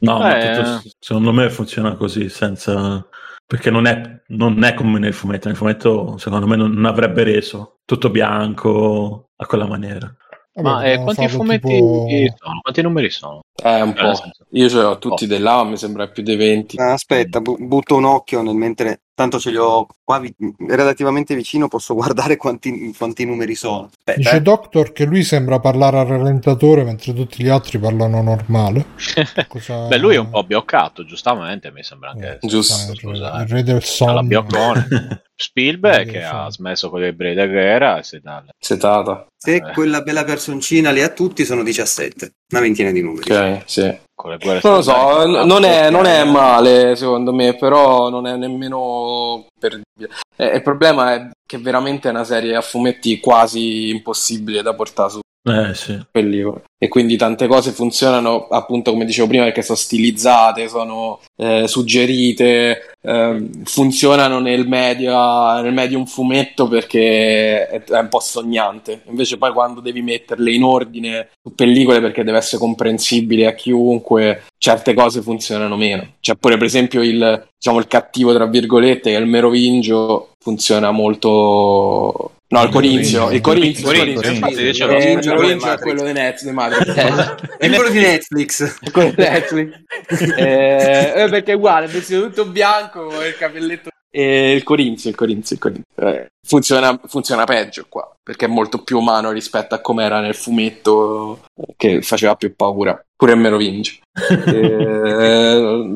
E: No,
C: Eh.
E: ma tutto- secondo me funziona così, senza... perché non è, non è come nel fumetto. Nel fumetto, secondo me, non, non avrebbe reso tutto bianco a quella maniera.
A: Vabbè,
C: Ma eh,
A: potevano
C: quanti
A: farlo
C: fumetti
A: tipo-
C: sono? Quanti numeri sono? *laughs*
B: Eh, un
C: Cioè, nel
B: po'.
C: senso- Oh.
B: Io ce l'ho tutti dell'A, mi sembra più dei 20.
D: Eh.
F: Ah, aspetta, bu- butto un occhio nel mentre tanto ce li ho qua vi- relativamente vicino, posso guardare quanti, quanti numeri sono. Aspetta,
A: Dice
F: eh.
A: Doctor che lui sembra parlare al rallentatore mentre tutti gli altri parlano normale. Cosa-
C: Beh, lui è un po' bioccato, giustamente, mi sembra anche.
A: Eh,
B: Giusto,
A: il
C: scusate.
A: re del
C: Alla
A: sonno.
C: bioccone. Spielberg che
A: Bellissimo.
C: ha smesso con le ebrei da guerra e si dà le-
B: Setata.
F: Se quella bella personcina li ha tutti, sono 17, una ventina di numeri.
B: Ok, sì.
C: con le guerre
B: Non lo
C: stellari,
B: so,
C: con la-
B: n- non è, non
C: eh,
B: è male secondo me, però non è nemmeno per... eh, il problema è che veramente è una serie a fumetti quasi impossibile da portare su
E: Eh sì.
B: pellicola e quindi tante cose funzionano appunto come dicevo prima perché sono stilizzate, sono eh, suggerite, ehm, funzionano nel media, nel medium fumetto perché è, è un po' sognante. Invece poi quando devi metterle in ordine su pellicole perché deve essere comprensibile a chiunque, certe cose funzionano meno. C'è pure per esempio il, diciamo, il cattivo tra virgolette che è il Merovingio funziona molto... No, il Corinzio, il
E: Corinzio,
B: Corinzio, il
C: Corinzio, infatti
B: Corinzio.
C: dicevo,
B: Eh, il
F: aspetta,
B: Merovingio è
F: Matrix.
B: quello di Netz, di *laughs* Matrix.
F: È quello di Netflix.
B: Quello di Netflix. *laughs* Eh, eh, perché è uguale, è vestito tutto bianco e il capelletto. E il Corinzio, il Corinzio, il Corinzio. Eh, funziona, funziona peggio qua, perché è molto più umano rispetto a com'era nel fumetto che faceva più paura, pure il *laughs* Merovingio. Eh,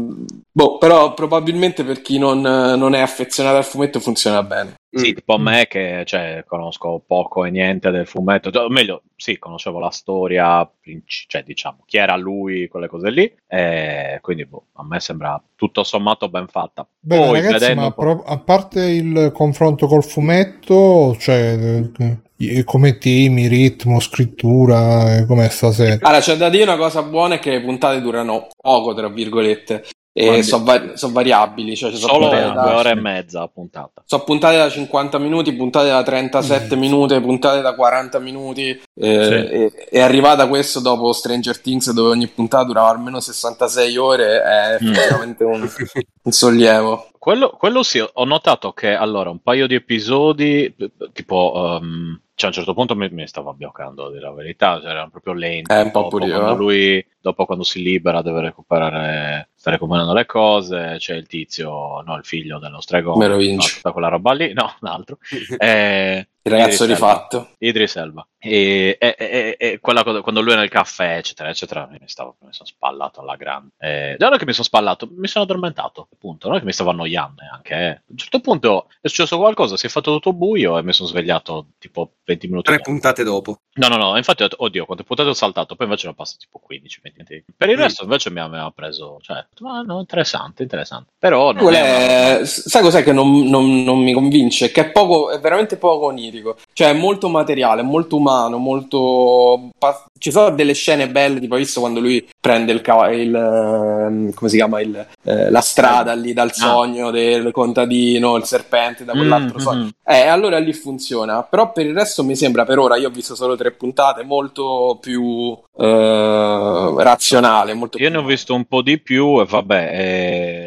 B: boh, però probabilmente per chi non, non è affezionato al fumetto funziona bene.
F: Mm.
C: Sì, tipo me che cioè, conosco poco e niente del fumetto, cioè, o meglio, sì, conoscevo la storia, princi- cioè diciamo chi era lui, quelle cose lì, e quindi boh, a me sembra tutto sommato ben fatta.
A: Beh,
C: Poi
A: ragazzi,
C: vedendo
A: ma
C: un po'-
A: pro- a parte il confronto col fumetto, cioè eh, i- come temi, ritmo, scrittura, eh, com'è stasera?
B: Allora, c'è da dire una cosa buona è che le puntate durano poco, tra virgolette, e
C: Quante?
B: sono variabili. Cioè, ci sono
C: solo
B: puntate da-
C: due ore e mezza a puntata.
B: Sono puntate da 50 minuti, puntate da
C: Mm.
B: 37 minuti, puntate da 40 minuti. eh,
E: Sì.
B: e- è arrivata questo dopo Stranger Things, dove ogni puntata durava almeno 66 ore. È
C: Mm.
B: veramente un,
C: *laughs*
B: un sollievo.
C: Quello, quello sì, ho notato che allora un paio di episodi, tipo, ehm, cioè, a un certo punto mi, mi stavo abbioccando, a dire la verità, cioè, erano proprio lenti.
B: Eh, un po'
C: dopo,
B: pure io,
C: quando
B: eh.
C: lui, dopo quando si libera deve recuperare, sta recuperando le cose, c'è il tizio, no, il figlio dello stregone,
B: Merovingi.
C: no, tutta quella roba lì, no, un
B: *laughs*
C: altro. Eh,
B: Il ragazzo
C: Idris Elba.
B: rifatto.
C: Idris Elba. E, e- e- e- e quella cosa- quando lui è nel caffè, eccetera, eccetera, mi, stavo, mi sono spallato alla grande. Eh, non è che mi sono spallato, mi sono addormentato, appunto. Non è che mi stavo annoiando neanche. eh. A un certo punto è successo qualcosa, si è fatto tutto buio e mi sono svegliato tipo 20 minuti
F: Tre
C: dopo.
F: puntate dopo.
C: No, no, no, infatti ho detto, oddio, quante puntate ho saltato, poi invece ne ho passato tipo 15, 20. Per il
F: Mm.
C: resto invece mi aveva preso, cioè, ho detto, ma no, interessante, interessante. Però non
B: Quello
C: è una-
B: è- sai cos'è che non, non- non mi convince? Che è, poco, è veramente poco onirico. Cioè, è molto materiale, molto umano, molto. pa- Ci sono delle scene belle, tipo hai visto quando lui prende il. cava- il, ehm, come si chiama? Il, eh, la strada lì
C: Ah.
B: dal sogno del contadino, il serpente da quell'altro
C: Mm,
B: sogno.
C: mm,
B: Eh, allora lì funziona, però per il resto mi sembra per ora, io ho visto solo tre puntate, molto più eh, razionale. Molto
C: Io ne ho
B: più-
C: visto un po' di più e vabbè,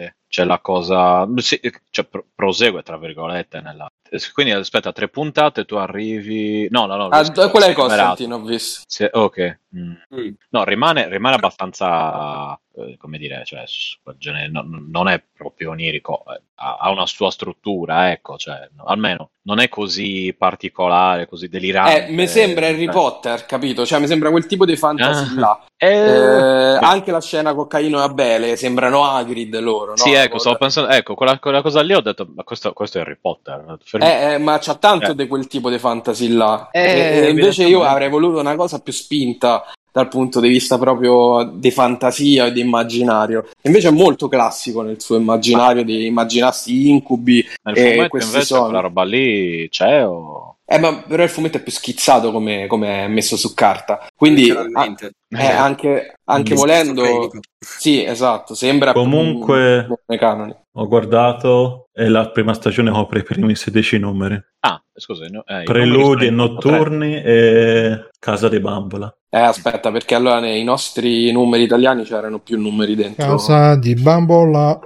C: eh, c'è la cosa, sì, cioè, pro- prosegue tra virgolette. Nella... Quindi aspetta, tre puntate, tu arrivi... No, no, no.
B: Ah,
C: questo-
B: quella di
C: superato.
B: Costantino ho visto.
C: Sì, ok. Mm.
F: Mm.
C: No, rimane, rimane abbastanza, eh, come dire, cioè, su quel genere, no- non è proprio onirico, eh, ha, ha una sua struttura, ecco, cioè, no- almeno non è così particolare, così delirante.
B: Eh, mi sembra Harry
C: Ah, Eh,
B: Potter, capito? Cioè, mi sembra quel tipo di fantasy
C: Ah.
B: là. Eh,
C: eh,
B: anche la scena con Caino e Abele sembrano Hagrid loro, no?
C: Sì, ecco,
B: Con-
C: stavo pensando, ecco, quella, quella cosa lì ho detto, ma questo, questo è Harry Potter. fermi.
B: Eh, eh, ma c'ha tanto
C: Eh.
B: di quel tipo di fantasy là.
C: Eh,
B: E- e invece io
C: evidentemente.
B: avrei voluto una cosa più spinta dal punto di vista proprio di fantasia e di immaginario. Invece è molto classico nel suo immaginario di immaginarsi incubi.
C: Nel
B: eh,
C: fumetto
B: questi
C: invece
B: sono-
C: quella roba lì c'è o...
B: Eh, ma però il fumetto è più schizzato come, come è messo su carta. Quindi
F: ah,
B: a-
F: Letteralmente.
B: eh, anche, anche
E: Mm.
B: volendo, sì, esatto, sembra più-
E: Comunque-
B: nei canoni.
E: Ho guardato e la prima stagione copre i primi 16 numeri.
C: Ah, scusa. no- eh, i
E: Preludi
C: numeri
E: e
C: sono-
E: notturni e Casa di Bambola.
B: Eh, aspetta, perché allora nei nostri numeri italiani c'erano più numeri dentro.
A: Casa di bambola.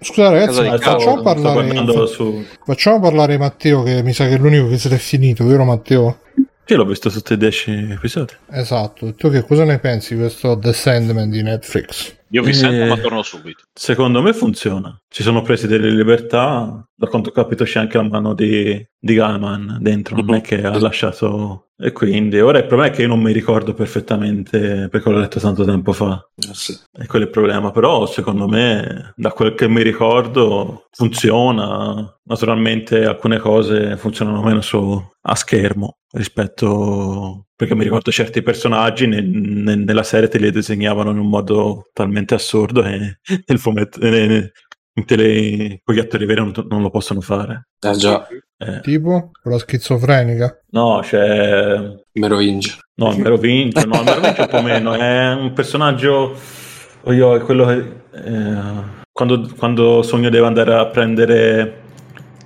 A: Scusate ragazzi,
C: Casa di
A: ma
C: cavolo,
A: Eh, facciamo
E: Sto
A: parlare,
E: guardando su...
A: facciamo parlare Matteo, che mi sa che è l'unico che se l'è finito, vero Matteo?
E: Sì, l'ho visto tutti e 10 episodi.
A: Esatto. Tu che cosa ne pensi di questo The Sandman di Netflix?
C: Io vi
E: Eh.
C: sento, ma torno subito.
E: Secondo me funziona. Ci sono presi delle libertà. Da quanto ho capito c'è anche la mano di, di Gaiman dentro, non
B: Mhm.
E: è che ha lasciato... E quindi, ora il problema è che io non mi ricordo perfettamente perché l'ho letto tanto tempo fa.
B: Eh, sì.
E: E quello è il problema, però secondo me, da quel che mi ricordo, funziona. Naturalmente alcune cose funzionano meno su, a schermo rispetto... Perché mi ricordo certi personaggi ne- ne- nella serie te li disegnavano in un modo talmente assurdo e *laughs* nel fumetto... ne- ne- in tele- con gli attori veri non, non lo possono fare.
B: Eh, già,
E: Eh,
A: Tipo quella schizofrenica?
E: no, cioè, c'è
B: Merovingia.
E: No, il Merovingio, no, il Merovingio un po' meno, è un personaggio, oddio, è quello che, eh, quando, quando Sogno deve andare a prendere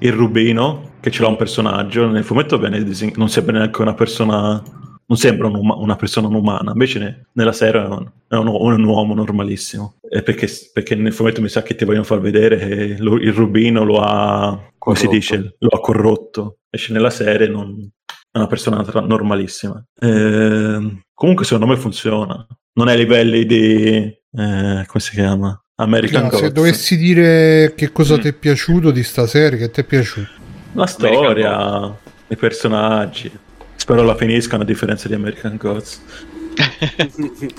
E: il rubino, che ce l'ha un personaggio, nel fumetto viene disegn- non sembra neanche una persona, non sembra un uma- una persona umana, invece ne- nella serie è un, è un u- un uomo normalissimo, È perché, perché nel fumetto mi sa che ti vogliono far vedere che lo- il rubino lo ha, come si
B: Corrotto.
E: dice, lo ha corrotto, invece nella serie non, è una persona tra- normalissima. Ehm, comunque, secondo me funziona. Non è ai livelli di. eh, come si chiama? American
A: No, Cioè, se
E: Gods.
A: dovessi dire che cosa
C: Mm.
A: ti è piaciuto di sta serie, che ti è piaciuto?
E: La storia, i personaggi. Spero la finiscano a differenza di American
C: Cioè,
E: Gods.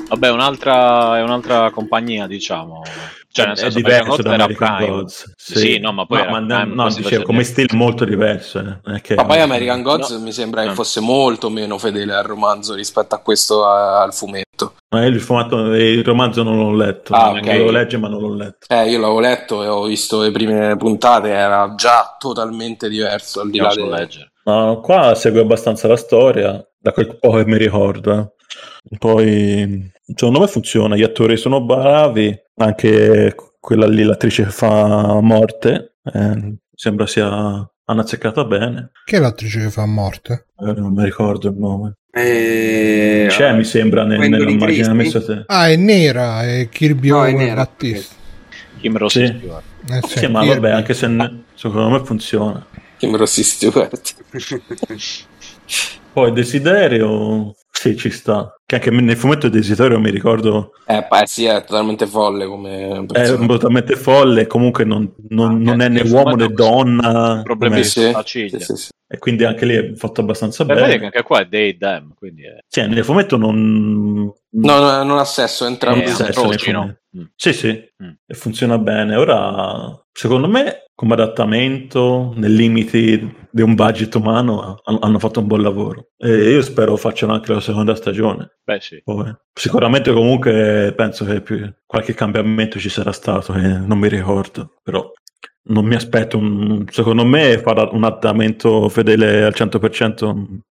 C: Vabbè, un'altra, è un'altra compagnia, diciamo. Cioè, nel
E: Eh, è
C: senso,
E: diverso
C: American Gods
E: da
C: era
E: American
C: Prime.
E: Gods.
C: Sì, no, ma poi era
E: no,
C: Prime,
E: no,
C: poi si
E: dicevo,
C: faceva
E: come
C: niente.
E: stile molto diverso. eh. Non è che-
B: Ma poi American Gods mi sembra che
C: Eh.
B: fosse molto meno fedele al romanzo rispetto a questo a- al fumetto.
E: Ma io il, fumato- il romanzo non l'ho letto.
B: Ah,
E: Non
B: ok.
E: Lo legge, ma non l'ho letto.
B: Eh, io l'avevo letto e ho visto le prime puntate, era già totalmente diverso al di
C: Io
B: là
C: non so
B: del...
C: leggere.
E: No, qua segue abbastanza la storia, da quel po' che mi ricordo. eh. Poi, secondo me funziona, gli attori sono bravi, anche quella lì, l'attrice che fa morte, eh, sembra sia azzeccata bene,
A: Che è l'attrice che fa a morte?
E: Eh, non mi ricordo il nome.
F: Eh,
E: C'è, mi sembra, nel,
F: Gwendoline
E: nell'immagine che ha
F: Christie?
E: messo te.
A: Ah, è nera, è Kirby
F: No, è
A: Owen
F: nera.
A: Battista.
C: Kim Rossi
E: Sì.
C: Stewart.
A: Eh,
E: Sì, ma
A: Kirby.
E: vabbè, anche se ne- secondo me funziona.
B: Kim Rossi Stewart.
E: Poi Desiderio, sì, ci sta. Che anche nel fumetto Desiderio mi ricordo
B: Eh, pa- sì, è totalmente folle come
E: è
B: personaggio.
E: totalmente folle, comunque non, non-
C: Ah,
E: non è
C: eh,
E: né
C: il
E: uomo
C: fumetto
E: né donna,
C: problemi
E: com'è?
C: sì.
B: Sì,
C: la
B: sì,
C: ciglia.
B: sì, sì.
E: e quindi anche lì è fatto abbastanza
C: Per me
E: bene.
C: anche qua è Day Dam, quindi è...
E: Sì, nel fumetto non...
B: No, no, non ha sesso, entrambi
E: Eh,
C: è
E: sì,
B: sono
E: se
C: atroci,
E: ne
C: no? Mm.
E: Sì, sì,
C: Mm.
E: e funziona bene. Ora, secondo me, come adattamento, nei limiti di un budget umano, ha- hanno fatto un buon lavoro. E io spero facciano anche la seconda stagione.
C: Beh, sì.
E: poi. Sicuramente comunque penso che più- qualche cambiamento ci sarà stato, che non mi ricordo, però non mi aspetto, un- secondo me fare un adattamento fedele al 100%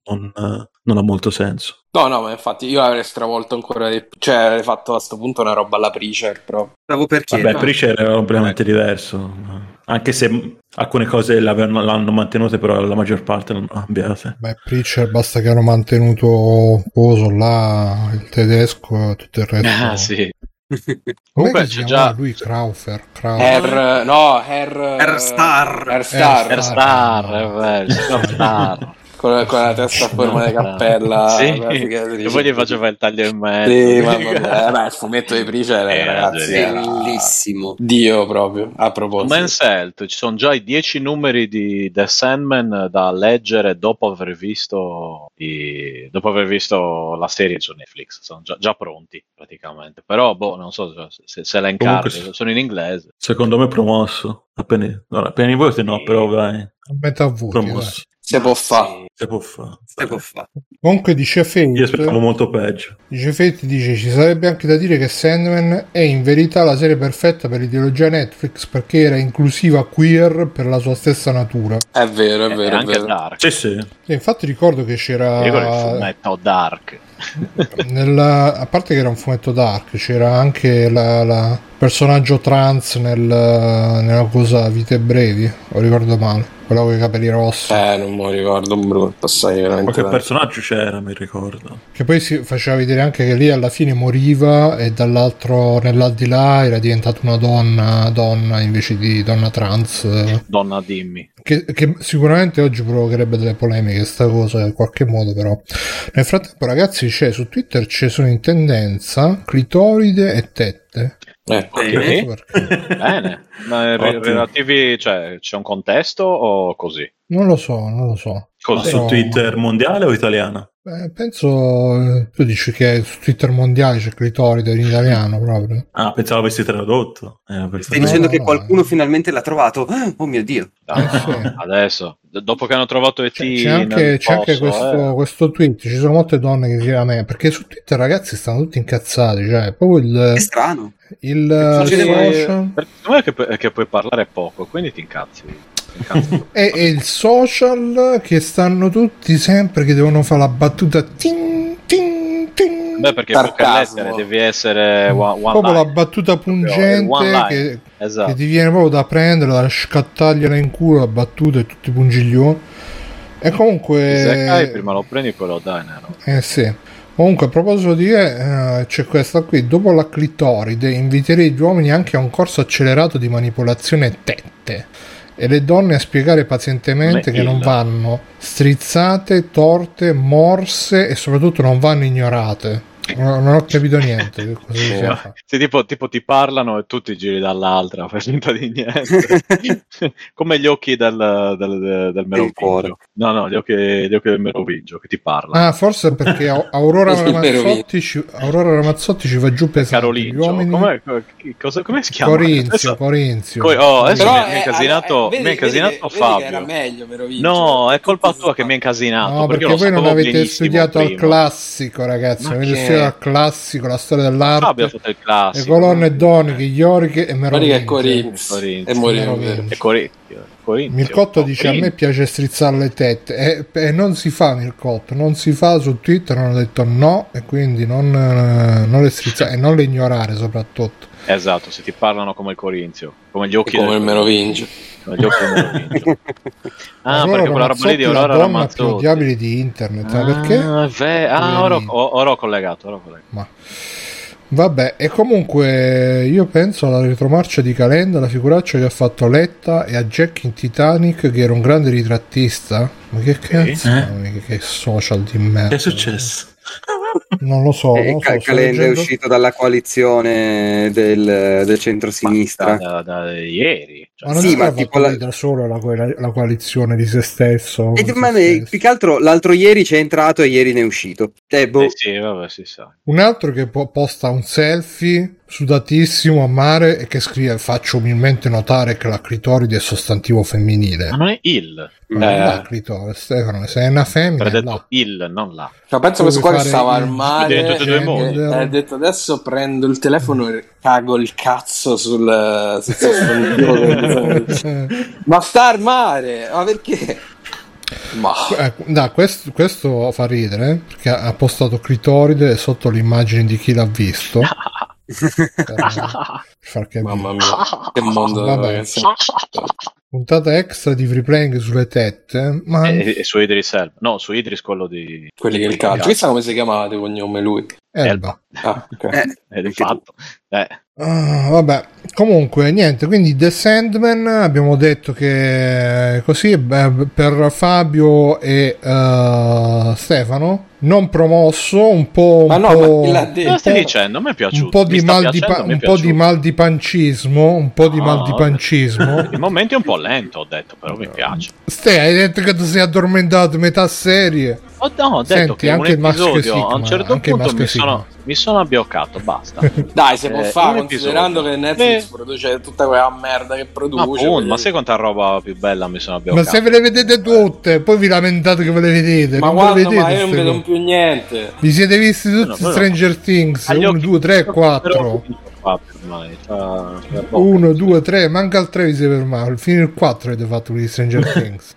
E: non, eh, non ha molto senso.
B: No, no, ma infatti io avrei stravolto ancora di più. Cioè, avrei fatto a sto punto una roba alla Preacher, però.
F: Stavo per
E: Vabbè,
F: chiedere. *laughs*
E: *laughs* Preacher era
F: Ecco.
E: completamente diverso, anche se alcune cose l'avevano- l'hanno mantenute, però la maggior parte non l'hanno cambiate.
A: Beh, Preacher basta che hanno mantenuto Coso là, il tedesco e tutto il resto.
C: Ah, sì.
A: Comunque
C: Comunque
A: si
C: c'è
A: chiamava
C: già-
A: lui Kraufer.
C: Ah.
F: Eh,
A: Kraufer.
B: Her, no, Her...
F: Her Star.
B: Her Star.
A: Her
C: Star, è vero,
E: *laughs*
C: Star.
B: Con, con la testa a forma di cappella.
C: *laughs* Sì.
B: la cicatrice.
C: E poi gli faceva il taglio in mezzo.
B: Sì,
C: *laughs*
B: mamma mia. Eh, beh, il fumetto di Preacher,
C: Eh,
B: ragazzi, era
F: Bellissimo.
B: Dio proprio, a proposito.
C: Man's Health, ci sono già i 10 numeri di The Sandman da leggere dopo aver visto, i- dopo aver visto la serie su Netflix, sono già, già pronti praticamente, però boh, non so se- se, se la incarni,
E: Comunque-
C: sono in inglese.
E: Secondo me promosso, appena, no, appena in voto no, però vai,
A: A metà voti,
E: promosso.
A: dai.
B: Se può fare.
F: Eh,
E: Se può fare.
F: Se può fare.
A: Comunque dice Fate,
E: Io aspettavo molto peggio.
A: dice Fate dice ci sarebbe anche da dire che Sandman è in verità la serie perfetta per l'ideologia Netflix perché era inclusiva queer per la sua stessa natura.
B: È vero, è
C: Eh,
B: vero, è
C: anche
B: vero.
C: Dark.
E: Sì, sì.
A: E infatti ricordo che c'era
C: Mi ricordo il fumetto Dark.
A: nella- a parte che era un fumetto dark, c'era anche la, la- il personaggio trans nel, nella cosa Vite Brevi, o ricordo male, quello con i capelli rossi,
B: Eh, non me lo ricordo, brutto, passai veramente.
E: Qualche
B: tanto.
E: personaggio c'era, mi ricordo.
A: che poi si faceva vedere anche che lì alla fine moriva e dall'altro nell'aldilà era diventata una donna, donna invece di donna trans, eh,
C: *laughs* Donna
A: *laughs*
C: dimmi.
A: che, che sicuramente oggi provocherebbe delle polemiche sta cosa in qualche modo però. Nel frattempo ragazzi c'è su Twitter ci sono in tendenza clitoride e tette.
B: Ecco.
F: Bene.
A: Non so
C: Sì.
A: perché.
C: Bene. Ma re-
E: Ottimo.
C: relativi, cioè, c'è un contesto o così?
A: Non lo so, non lo so.
E: Ma
C: Così.
E: su
A: Però-
E: Twitter mondiale o italiana?
A: Beh, penso. eh, Tu dici che su Twitter mondiale c'è clitoride in italiano proprio.
E: Ah, pensavo avessi tradotto. Eh, per
F: Stai
A: No,
E: favore.
F: dicendo
A: no,
F: che
A: no,
F: qualcuno
A: eh.
F: finalmente l'ha trovato? *gasps* Ah, Oh mio dio.
C: Dai,
A: Eh, sì.
C: Adesso, d- dopo che hanno trovato ET,
A: C'è, Cioè, c'è anche,
C: nel
A: c'è anche
C: posto,
A: questo,
C: eh.
A: questo tweet. Ci sono molte donne che dicono a me. Perché su Twitter, ragazzi, stanno tutti incazzati. Cioè, è proprio
D: Eh
F: È
A: il.
F: strano.
A: il
C: Non ci devo-
A: social.
C: perché secondo me è che, pu- è che puoi parlare poco, quindi ti incazzi. Ti incazzi.
A: È, è il social che stanno tutti sempre che devono fare la battuta. Tin, tin, tin.
C: Beh, perché poche
B: Sarcasmo.
C: lettere devi essere one, one
A: proprio Mm, la
C: line.
A: battuta
C: one
A: pungente
C: line.
A: che, che
C: Esatto.
A: ti viene proprio da prendere, da scattagliela in culo la battuta e tutti i pungiglioni. E
C: Ti seccai,
A: comunque,
C: prima lo prendi, poi lo dai. Nero.
A: eh sì. Comunque, a proposito di che eh, c'è questa qui. Dopo la clitoride, inviterei gli uomini anche a un corso accelerato di manipolazione tette e le donne a spiegare pazientemente
C: Ma
A: che non
C: il-
A: vanno strizzate, torte, morse e soprattutto non vanno ignorate. Non, non ho capito niente. che
C: Boh.
A: cosa ah, si sia fatto.
C: Sì, tipo, tipo ti parlano e tu ti giri dall'altra, fai finta di niente. Come gli occhi del, del, del
F: cuore.
C: Merovingio. No, no, gli occhi, gli occhi del Merovingio che ti parla.
A: Ah, forse perché
B: *laughs*
A: Au- Aurora
B: Sì, vero,
A: Ramazzotti ci, Aurora Ramazzotti ci va giù pesante. Gli
C: Carolingio.
A: uomini-
C: Com'è- co- chi- cosa- Come si chiama?
A: Corinzio,
C: Adesso-
A: Corinzio.
C: Poi- oh, adesso
B: Però
C: mi mi ha incasinato,
B: vedi-
C: mi ha incasinato
B: vedi che- vedi che
C: Fabio.
B: era meglio, Meroviglio.
C: no, è colpa tua che mi ha incasinato.
A: No, perché
C: lo
A: voi non
C: sapevo
A: avete
C: benissimo
A: studiato al
C: prima.
A: classico, ragazzi.
C: Ma
A: Non avete
B: che-
A: studiato al classico, la storia
C: Fabio ha
A: dell'arte,
C: fatto il
A: le
C: classico. Eh,
A: colonne doniche, ioriche e
B: Guarda che è
A: meraviglie.
B: Corinzi.
C: Corinzi.
B: E Mourinho,
A: Meraviglia.
B: vero.
C: È Corinzio. Corinzio.
A: Mircotto
C: No,
A: dice a me
C: Corinzio.
A: piace strizzare le tette e, e non si fa Mircotto, non si fa su Twitter, hanno detto no e quindi non, eh, non le strizzare e non le ignorare soprattutto.
C: Esatto, se ti parlano come il Corinzio, come gli occhi
B: Come
C: del-
B: il Merovingio.
C: come gli occhi del
A: *laughs*
C: Merovingio. Ah,
A: Aurora
C: perché quella roba
A: Ramazzotti
C: lì di
A: è la
C: Aurora
A: Eh, donna più
C: Ramazzotti.
A: odiabile di internet, sai
C: Ah,
A: perché?
C: ve- ah, ora, ho, ora ho collegato, ora ho collegato.
A: Ma- Vabbè, e comunque io penso alla retromarcia di Calenda, alla figuraccia che ha fatto Letta e a Jack in Titanic che era un grande ritrattista. Ma che cazzo,
E: Eh?
A: mamma mia, che, che social di merda.
E: Che è successo?
A: Non
F: *laughs*
A: lo so, non
F: E
A: lo so,
F: Cal-
A: Oh, sto
F: Eh, Calenda è
A: leggendo-
F: uscito dalla coalizione del, del centro-sinistra.
C: Da, da- da ieri. Cioè,
A: Ma non
F: Sì,
A: è
F: ma
A: che
F: tipo
A: la...
F: la-
A: da solo la, la- la coalizione di se stesso.
F: E
A: con se
F: ma eh,
A: stesso.
F: più che altro l'altro ieri c'è entrato e ieri ne è uscito. Eh, boh,
C: eh sì, vabbè, si sa.
A: Un altro che po- posta un selfie sudatissimo a mare e che scrive faccio umilmente notare che la clitoride è sostantivo femminile.
C: Ma non è il,
A: Ma non
B: Eh.
A: la clitoride, Stefano, se è una femmina
C: avrei
A: è
C: detto
A: là.
C: il, non la.
B: Ma cioè,
A: Come
B: penso questo qua che
A: fare Esatto.
B: stava
A: il-
B: al mare
C: Diventa tutti e due i modi.
B: e ha detto adesso prendo il telefono e cago il cazzo sul sul
A: *laughs*
B: sospendione. Ma sta al mare, ma perché? Ma
A: Eh, no, questo, questo fa ridere eh, perché ha ha postato clitoride sotto l'immagine di chi l'ha visto per, per far capire.
B: mamma mia, che mondo
A: Vabbè.
B: ragazzi.
A: puntata extra di free playing sulle tette ma
C: E, e su Idris Elba. No, su Idris quello di...
B: Quelli che il calcio. Chissà come si chiamava di cognome lui.
A: Elba.
B: Ah, ok.
F: *laughs* eh,
C: Eh, di fatto. Eh,
A: Ah, vabbè comunque niente quindi The Sandman abbiamo detto che eh, così beh, per Fabio e eh, Stefano non promosso un po', un
B: Ma no,
A: po'-
B: ma chi l'ha
C: cosa
B: detto?
C: stai
A: po'-
C: dicendo? A me è piaciuto.
A: eh, un po'
C: Mi
A: di
C: sta
A: mal di,
C: piacendo,
A: pa-
C: mi è
A: un po' di
C: piaciuto.
A: mal di pancismo un po' di
C: No,
A: mal di
C: vabbè. *laughs*
A: pancismo
C: I
A: Eh.
C: momenti un po' lento, ho detto, però mi piace.
A: Ste, hai detto che ti sei addormentato metà serie.
C: Ho, no, ho detto
A: Senti,
C: che
A: anche il
C: un
A: maschio
C: episodio
A: Sigma,
C: a un certo
A: anche il
C: punto
A: maschio
C: mi sono, mi sono abbioccato, basta.
A: *laughs*
B: Dai, si può
C: Eh,
B: fare
C: un episodio.
B: considerando che Netflix
C: Eh.
B: produce tutta quella merda che
C: Ma,
B: produce.
C: appunto,
B: quindi-
C: ma sai quanta roba più bella mi sono
A: Ma
C: abbioccato? Eh.
A: se ve le vedete tutte, poi vi lamentate che ve le vedete.
B: Ma
A: non ve le
B: guarda,
A: vedete
B: ma io non
A: ste
B: vedo
A: cose.
B: più niente.
A: Vi siete visti tutti
C: No, Ah, no,
A: Stranger Things?
C: Agli
A: 1,
C: occhi-
A: 2, 3, 4.
C: Quattro ormai, tra- tra cioè, poco.
A: 1, 2, 3, manca il 3 vi siete fermati. Fino il 4 avete fatto di
C: *laughs*
A: Stranger Things.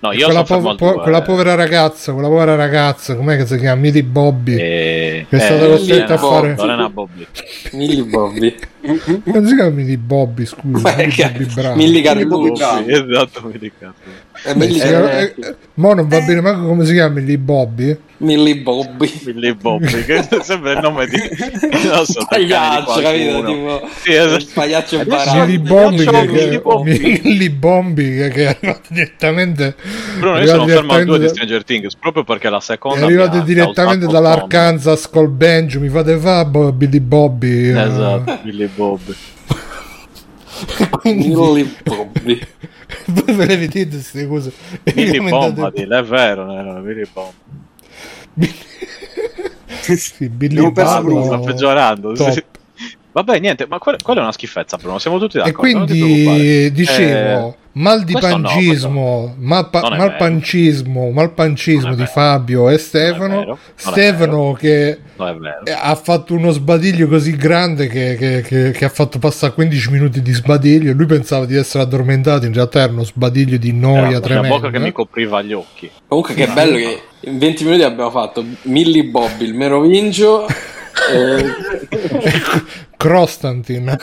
C: No, io
A: quella,
C: sono fermo
A: po-
C: al
A: po-
C: due,
A: quella
C: eh.
A: povera ragazza, quella povera ragazza, com'è che si chiama? Midi Bobby.
C: Eh,
A: È stata
C: eh,
A: costretta
B: a fare-
C: Lorena Bobby.
B: Milli Bobby.
A: *laughs* Non si chiama Midi Bobby, scusa. Millie Bobby Brown.
B: Milli
F: Bobby
B: Carlucci.
F: Brown.
C: Sì, esatto, mi dica.
B: Eh,
A: Beh, si
B: Milli
A: chiama- eh,
B: Carlucci.
A: eh, mo non va bene manco come si chiama Millie Bobby.
B: Milli Bobby.
C: Millie Bobby, che sembra il
B: *laughs*
C: nome di... *laughs* Non so, del cane di
B: Pagliaccio, capito?
C: qualcuno.
B: Tipo,
C: Sì, esatto.
B: un pagliaccio
C: Adesso
B: imbarazzo.
A: Millie Bobby
C: Ciao,
A: che,
C: Millie
A: che,
C: Bobby.
A: Millie Bobby che, che è arrivata direttamente
C: Bruno, io
A: arrivata
C: sono fermo al 2
A: direttamente
C: di
A: da-
C: Stranger Things proprio perché la
A: è
C: seconda. mi
A: arrivata
C: ha
A: direttamente
C: causato
A: dall'Arkansas col Benji mi fate fa bo- Billy Bobby
C: sonno.
A: eh.
B: *laughs*
C: Esatto, Millie Bobby.
A: quindi
B: Milli Bobby.
A: voi ve le vedete queste cose E vi
C: Millie
A: commentate-
C: Bomba, dillo, è vero, era una Millie Bomba.
A: sì, Billy
F: Abbiamo perso
A: Bobby
F: Bruno,
C: Sta peggiorando. sì.
A: top.
C: Vabbè, niente, ma que- quella è una schifezza, Bruno. Siamo tutti
A: e
C: d'accordo. non ti
A: quindi
C: preoccupare.
A: dicevo
C: Eh,
A: mal di
C: questo no,
A: pancismo mal, pa-
C: Non è vero.
A: malpancismo malpancismo
C: Non è
A: di
C: vero.
A: Fabio e
C: Non è
A: Stefano
C: vero, non è
A: Stefano che
C: no, è vero.
A: Eh, ha fatto uno sbadiglio così grande che, che- che- che ha fatto passare 15 minuti di sbadiglio. Lui pensava di essere addormentato, in realtà era uno sbadiglio di noia
C: Era una
A: tremenda.
C: bocca che mi copriva gli occhi.
B: Comunque, che bello che in 20 minuti abbiamo fatto Milli Bobby, il Merovingio. eh,
A: Crostantin.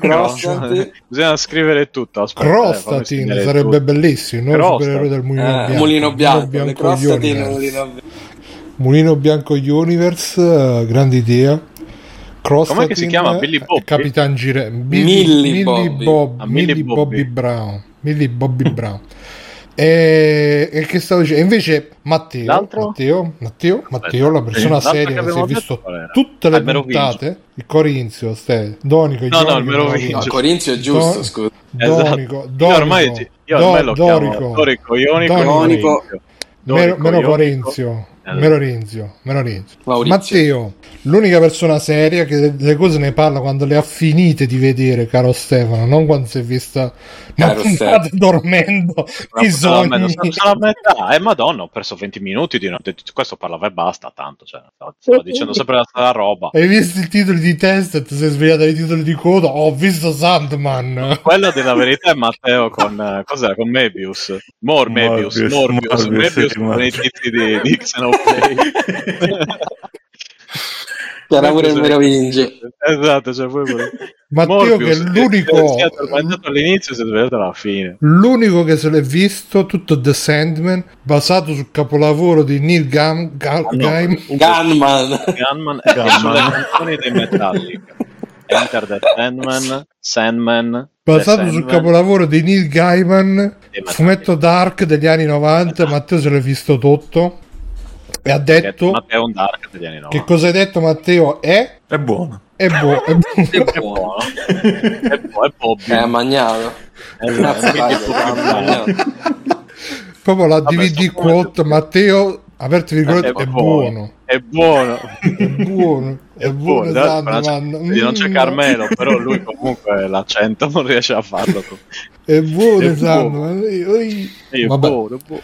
B: Crostati.
C: Bisogna scrivere tutto. aspetta, eh, fammi
A: Crostatin
C: scrivere
A: sarebbe
C: tutto.
A: bellissimo, no?
C: Crostatin.
A: supereroe del Mulino
B: eh,
A: Bianco.
B: Mulino Bianco, le crostate in
A: Universe.
B: Mulino Bianco.
A: Mulino Bianco Universe, eh, grande idea. Crostatin,
C: Com'è che si chiama?
A: eh,
C: Billy Bobby?
A: Capitan Gire...
B: Millie
A: Millie
B: Bobby.
A: Bob-
C: Ah,
A: Millie
C: Millie
A: Bobby.
C: Bobby.
A: Brown. Millie
C: *laughs*
A: Bobby Brown. E, e che stavo dicendo? Invece Matteo,
C: L'altro?
A: Matteo, Matteo, Matteo, la persona
C: L'altro
A: seria che
C: che
A: si è
C: avevamo detto
A: visto
C: qual era?
A: tutte
C: Ah,
A: le
C: il Merovingio.
A: puntate, il Corinzio, Ste, Donico, i
C: No, no,
A: giorni
C: il
A: che
C: Merovingio.
A: Merovingio.
B: No, Corinzio è giusto,
A: Do-
B: scusa.
A: Donico,
C: Esatto.
A: Donico,
C: Io ormai, ti- io ormai lo
A: Do-
C: chiamo Dorico, Ionico,
A: Donico.
C: Ionico.
A: Mero,
C: Dorico, Eh.
A: mero
C: Ionico.
A: Corenzio,
C: Allora.
A: mero Rinzio, mero Rinzio.
B: Maurizio.
A: Matteo, l'unica persona seria che le- le cose ne parla quando le ha finite di vedere, caro Stefano, non quando si è vista una
B: Caro
A: puntata dormendo
C: No,
A: i
C: sono a metà,
A: sogni.
C: sono- sono a metà. Eh, madonna, ho perso 20 minuti di notte. Questo parlava e basta, tanto. Cioè, stavo- stavo dicendo sempre la stessa roba.
A: Hai visto i titoli di testa e ti sei svegliato ai titoli di coda? Ho visto Sandman.
C: Quella della verità è Matteo con, eh, cos'era? con Mebius. More Mebius, Morbius,
E: Morbius, Morbius,
C: Mebius
E: sì,
C: con i
E: Morbius.
C: tizi di, di Xenoblade.
B: C'era pure il Merovingio.
C: Esatto, cioè poi quello-
A: Matteo
C: Morbius,
A: che è l'unico-
C: che Si è addormentato all'inizio e si è svegliato alla fine.
A: L'unico che se l'è visto, tutto The Sandman, basato sul capolavoro di Neil Gaiman.
C: Ah,
A: Ga- Gaiman.
B: Gunman. *laughs*
C: Gunman e
E: Gunman.
C: sulle canzoni dei Metallica. Enter the Sandman, Sandman. The
A: Basato sul
C: Sandman.
A: capolavoro di Neil Gaiman,
C: Sì, ma- Esatto.
A: fumetto dark degli anni 90, Matteo se l'è visto tutto e ha
C: Che-
A: detto
C: Matteo è un dark degli anni 90.
A: che cosa hai detto Matteo è
E: *laughs* È buono.
A: è buono è buono.
C: *laughs*
A: *laughs*
C: è buono. è buono, è Bobby.
B: Eh, magnato. Eh,
C: È
B: Una
C: esatto, quindi è
B: faglia,
C: Bobby
B: mamma
C: Brown.
B: mia.
A: proprio la
C: Vabbè,
A: DVD
C: sto buono.
A: quote Matteo aperte virgolette Eh, è buono
C: È buono.
A: è
C: *laughs*
A: buono è buono
C: Dai,
A: Sandman.
C: non c'è- di esatto, non c'è
A: Mm,
C: Carmelo, però lui comunque l'accento non riesce
A: *laughs*
C: a farlo. tu.
A: è buono
C: È buono.
A: Sandman. Oi, oi.
C: Sì, è
A: Vabbè.
C: buono, è buono.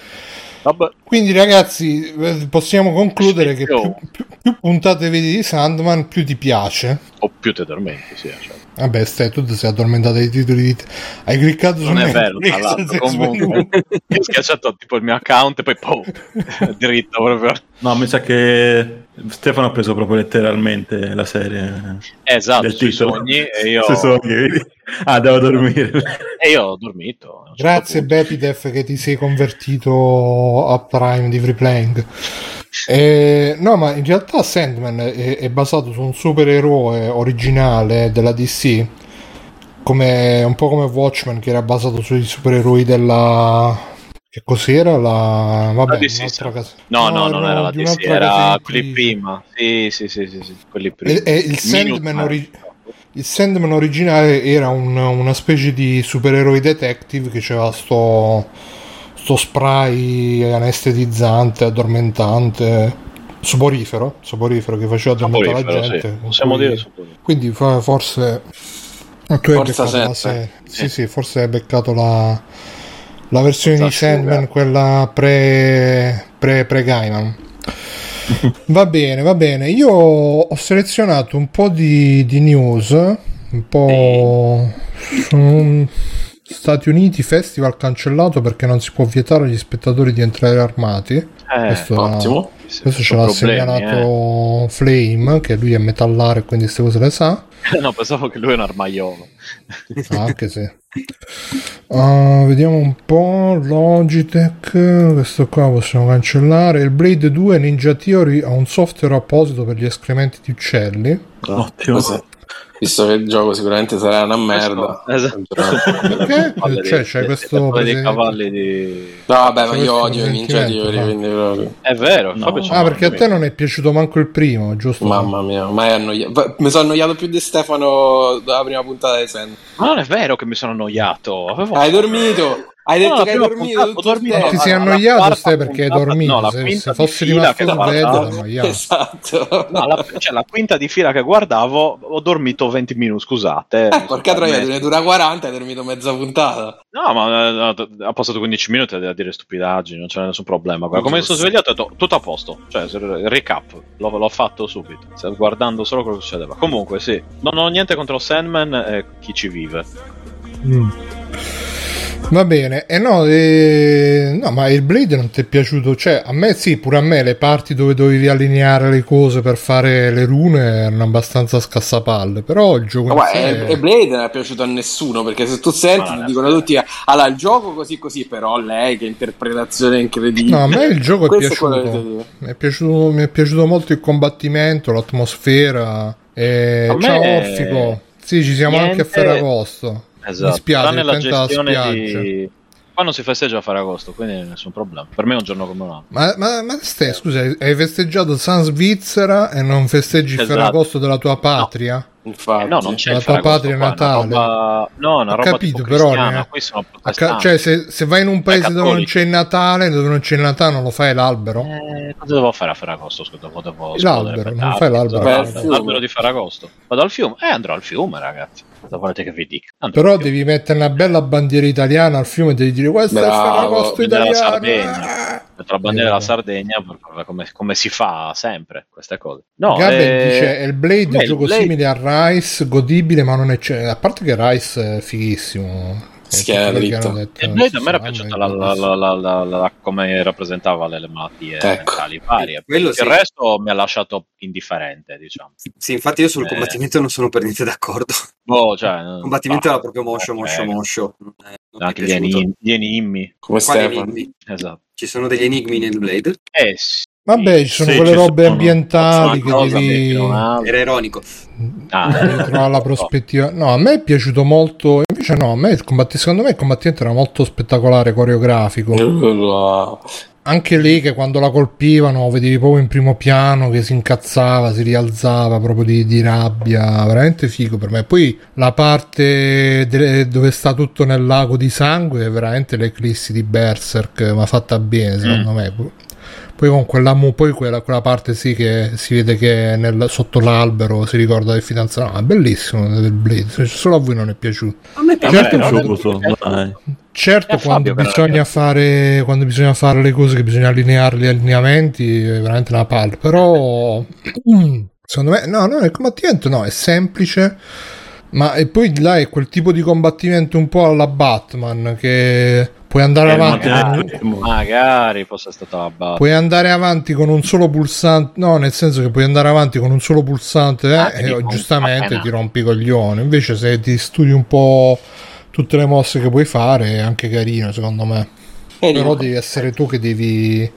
C: Vabbè,
A: Quindi ragazzi eh, possiamo concludere che più, più- più puntate vedi di Sandman più ti piace
C: o più te dormenti, sì. cioè.
A: Vabbè, stai, tu ti sei addormentato ai titoli di... Hai cliccato su
C: Non è vero,
A: *laughs* Netflix,
C: tra l'altro,
A: sei
C: comunque.
A: svenuto.
C: Io ho schiacciato tipo il mio account e poi
E: *laughs*
C: pum, dritto proprio.
E: No, mi sa che Stefano ha preso proprio letteralmente la serie
C: Eh, Esatto,
E: del
C: sui
E: titolo.
C: sogni e io,
E: Sui sogni, vedi? Ah, devo dormire.
C: e io ho dormito. a un certo
A: Grazie
C: punto.
A: Bepidef che ti sei convertito a Prime di Free Playing. Eh, no, ma in realtà Sandman è, è basato su un supereroe originale della DC, come, un po' come Watchmen che era basato sui supereroi della... Che cos'era? La... Vabbè,
C: La DC,
A: un'altra casa-
C: No, no, non era la
A: di
C: DC,
A: un'altra
C: era
A: casa
C: quelli
A: editrice.
C: prima. Sì, sì, sì, sì, sì, quelli prima.
A: E- e il
C: Minuteman.
A: Sandman ori- Il Sandman originale era un- una specie di supereroi detective che c'era sto, sto spray anestetizzante, addormentante, soporifero, soporifero che faceva addormentare la
C: Soporifero, sì.
A: gente.
C: Possiamo
A: Quindi-
C: dire soporifero.
A: Quindi fa- forse Ah, tu hai
B: Forza
A: beccato la
B: sette.
A: se- Sì, sì, forse hai beccato la, la versione di
C: Forza asciuga.
A: Sandman, quella pre, pre, pre Gaiman. Va bene, va bene. Io ho selezionato un po' di, di news, un po' su- Stati Uniti Festival cancellato perché non si può vietare agli spettatori di entrare armati.
C: Eh,
A: questo-
B: Ottimo.
C: sì,
A: Questo ce
C: sono
A: l'ha
C: problemi,
A: segnalato Flame, che lui è metallare, quindi queste cose le sa.
C: eh. *laughs* No, pensavo che lui è un armaiolo.
A: Ah, anche se Ah, vediamo un po' Logitech questo qua possiamo cancellare il Blade 2 Ninja Theory ha un software apposito per gli escrementi di uccelli
E: Ottimo.
B: Questo- Visto che il gioco sicuramente sarà una merda.
C: Esatto.
A: Perché?
C: Palle di-
A: Cioè, c'è
C: le-
A: questo
C: le palle dei
A: presente-
C: cavalli di...
B: No, vabbè, ma
A: Cioè,
B: io
A: questo
B: odio i ninja
A: sentimento,
B: Theory,
A: no?
B: quindi proprio.
C: È vero,
E: No.
C: Fabio c'ha
A: ah
C: un
A: perché a te non è piaciuto manco il primo giusto?
B: Mamma mia, mai annoiato. Va- Mi sono annoiato più di Stefano dalla prima puntata di Sand.
C: Ma non è vero che mi sono annoiato. Avevo...
B: Hai dormito! Hai detto
C: Oh. No, la
B: che hai
C: prima
B: dormito
C: puntata,
B: tutto il
C: dormivo.
B: tempo.
A: ti sei
C: alla- alla
A: annoiato
C: quarta
A: stai perché hai
C: puntata-
A: dormito
C: no, la
A: se,
C: quinta
A: se
C: di
A: fossi
C: fila
A: rimasto
C: che
A: sveglio
C: guardavo.
A: eri annoiato
B: Ah. Esatto.
C: No, la, cioè, la quinta di fila che guardavo, ho dormito 20 minuti, scusate.
B: Eh, *laughs* porca troia, ne dura 40, hai dormito mezza puntata.
C: No, ma eh, no, ha passato 15 minuti a dire stupidaggini, non c'era nessun problema. Guarda, come mi sono
B: Giusto.
C: svegliato, ho detto tutto a posto. Cioè, se- recap, l'ho, l'ho fatto subito. Stavo guardando solo cosa succedeva. Comunque, sì, non ho niente contro Sandman e chi ci vive.
A: Mm. Va bene, e no, eh, no, ma il Blade non ti è piaciuto? Cioè, a me sì, pure a me le parti dove dovevi allineare le cose per fare le rune erano abbastanza scassapalle, però il gioco
B: Ma
A: in
B: guarda,
A: sé-
B: e, e Blade non è piaciuto a nessuno perché se tu senti
C: Ma
B: ti
C: no,
B: dicono
C: no.
B: tutti allora il gioco così così però lei che interpretazione incredibile
A: No, a me il gioco è
B: Questo è quello che
A: piaciuto.
B: devo dire.
A: Mi è piaciuto, mi è piaciuto molto il combattimento, l'atmosfera. E...
C: A me-
A: Ciao Orfico. Sì, ci siamo anche
C: Niente-
A: a Ferragosto.
C: Esatto.
A: Mi spiace,
C: Tranne la
A: diventa
C: gestione
A: spiaggia.
C: di... Qua non si festeggia a Ferragosto, quindi nessun problema. Per me è un giorno come un altro.
A: Ma, ma, ma Ste, scusa, hai festeggiato San Svizzera e non festeggi il
C: Esatto.
A: Ferragosto della tua patria?
B: infatti
C: Eh, no, non c'è
A: La
C: il
A: tua patria
C: Ferragosto qua, è una
A: natale.
C: roba- No, è una
A: Ho
C: roba
A: capito,
C: tipo
A: però,
C: cristiana,
A: ne-
C: qui sono
A: A ca-
C: protestanti. Eh,
A: cioè, se, se vai in un paese dove non
C: cattolici.
A: c'è il Natale, dove non c'è il Natale, non lo fai l'albero.
C: Eh, cosa devo fare a Ferragosto? Scusa, devo, devo
A: L'albero,
C: scuotere
A: non
C: petardi,
A: fai l'albero.
C: cosa
B: Vai al
C: faccio?
B: fiume.
C: L'albero di Ferragosto. Vado al fiume? Eh, andrò al fiume, ragazzi. Cosa volete che vi dica? Andrò
A: Però
C: al fiume.
A: devi mettere una bella bandiera italiana al fiume e devi dire questo è il
B: Bravo,
A: Ferragosto
C: quindi della
A: italiano.
C: Sardegna. Metto la bandiera della
A: Eh,
C: Sardegna, per- per- come, come si fa sempre, queste cose. No,
A: Gaben
C: eh,
A: dice è il Blade,
C: beh,
A: un gioco
C: Blade-
A: simile a Rice, godibile ma non eccellente. A parte che Rice è fighissimo. È
B: Schiena
A: tutto quello che
B: dritta.
A: hanno detto,
C: E Blade a me era
A: mamma mia,
C: piaciuta la- la- la- la- la- la- come rappresentava le, le malattie
B: Ecco.
C: mentali varie.
F: Eh, Quello
C: Il
F: sì.
C: resto mi ha lasciato indifferente, diciamo.
F: *laughs* Sì, infatti io sul
C: Eh.
F: combattimento non sono per niente d'accordo.
C: Boh, cioè,
F: Il combattimento
C: ah,
F: era proprio moscio,
C: ok.
F: moscio, moscio. Eh, Non mi è
C: Anche gli,
F: piaciuto.
C: enim- gli enigmi.
B: come
F: Quali
B: Stefano
F: enigmi?
C: Esatto.
F: Ci sono degli enigmi nel Blade.
C: Eh, sì.
A: Vabbè, ci sono
E: Sì,
A: quelle
E: ci
A: robe
E: sono.
A: ambientali che
C: Una cosa
A: devi...
C: metti in un'altra.
F: Era ironico.
C: Ah,
A: devi trovare la prospettiva. No, a me è piaciuto molto. Invece, no, a me il combatti- secondo me il combattimento era molto spettacolare, coreografico.
B: Urla.
A: Anche lì che quando la colpivano vedevi proprio in primo piano che si incazzava, si rialzava proprio di, di rabbia. Veramente figo per me. Poi la parte delle- dove sta tutto nel lago di sangue è veramente l'eclissi di Berserk, ma fatta bene, secondo me. Poi con quella, mu- poi quella, quella parte sì che si vede che nel- sotto l'albero si ricorda del fidanzato. No, è bellissimo del Blade. se- Solo a voi non è piaciuto.
F: A me piace.
A: Certo,
E: Vabbè,
A: certo.
E: giusto, dai.
A: Certo,
C: Eh,
A: quando,
C: Fabio, però,
A: bisogna
C: certo.
A: fare, quando bisogna fare le cose, che bisogna allineare gli allineamenti, è veramente una palla. Però, *clears throat* mm, secondo me, no, no, il combattimento no, è semplice. Ma e poi là è quel tipo di combattimento un po' alla Batman, che puoi andare
E: Eh,
A: avanti.
E: ma-
A: con-
C: magari fosse stata la base.
A: Puoi andare avanti con un solo pulsante, no, nel senso che puoi andare avanti con un solo pulsante eh,
C: Ah, quindi
A: e
C: con-
A: giustamente
C: appena-
A: ti rompi i coglioni. Invece, se ti studi un po' tutte le mosse che puoi fare, è anche carino, secondo me.
B: Eh,
A: Però
B: dico,
A: devi essere tu che devi.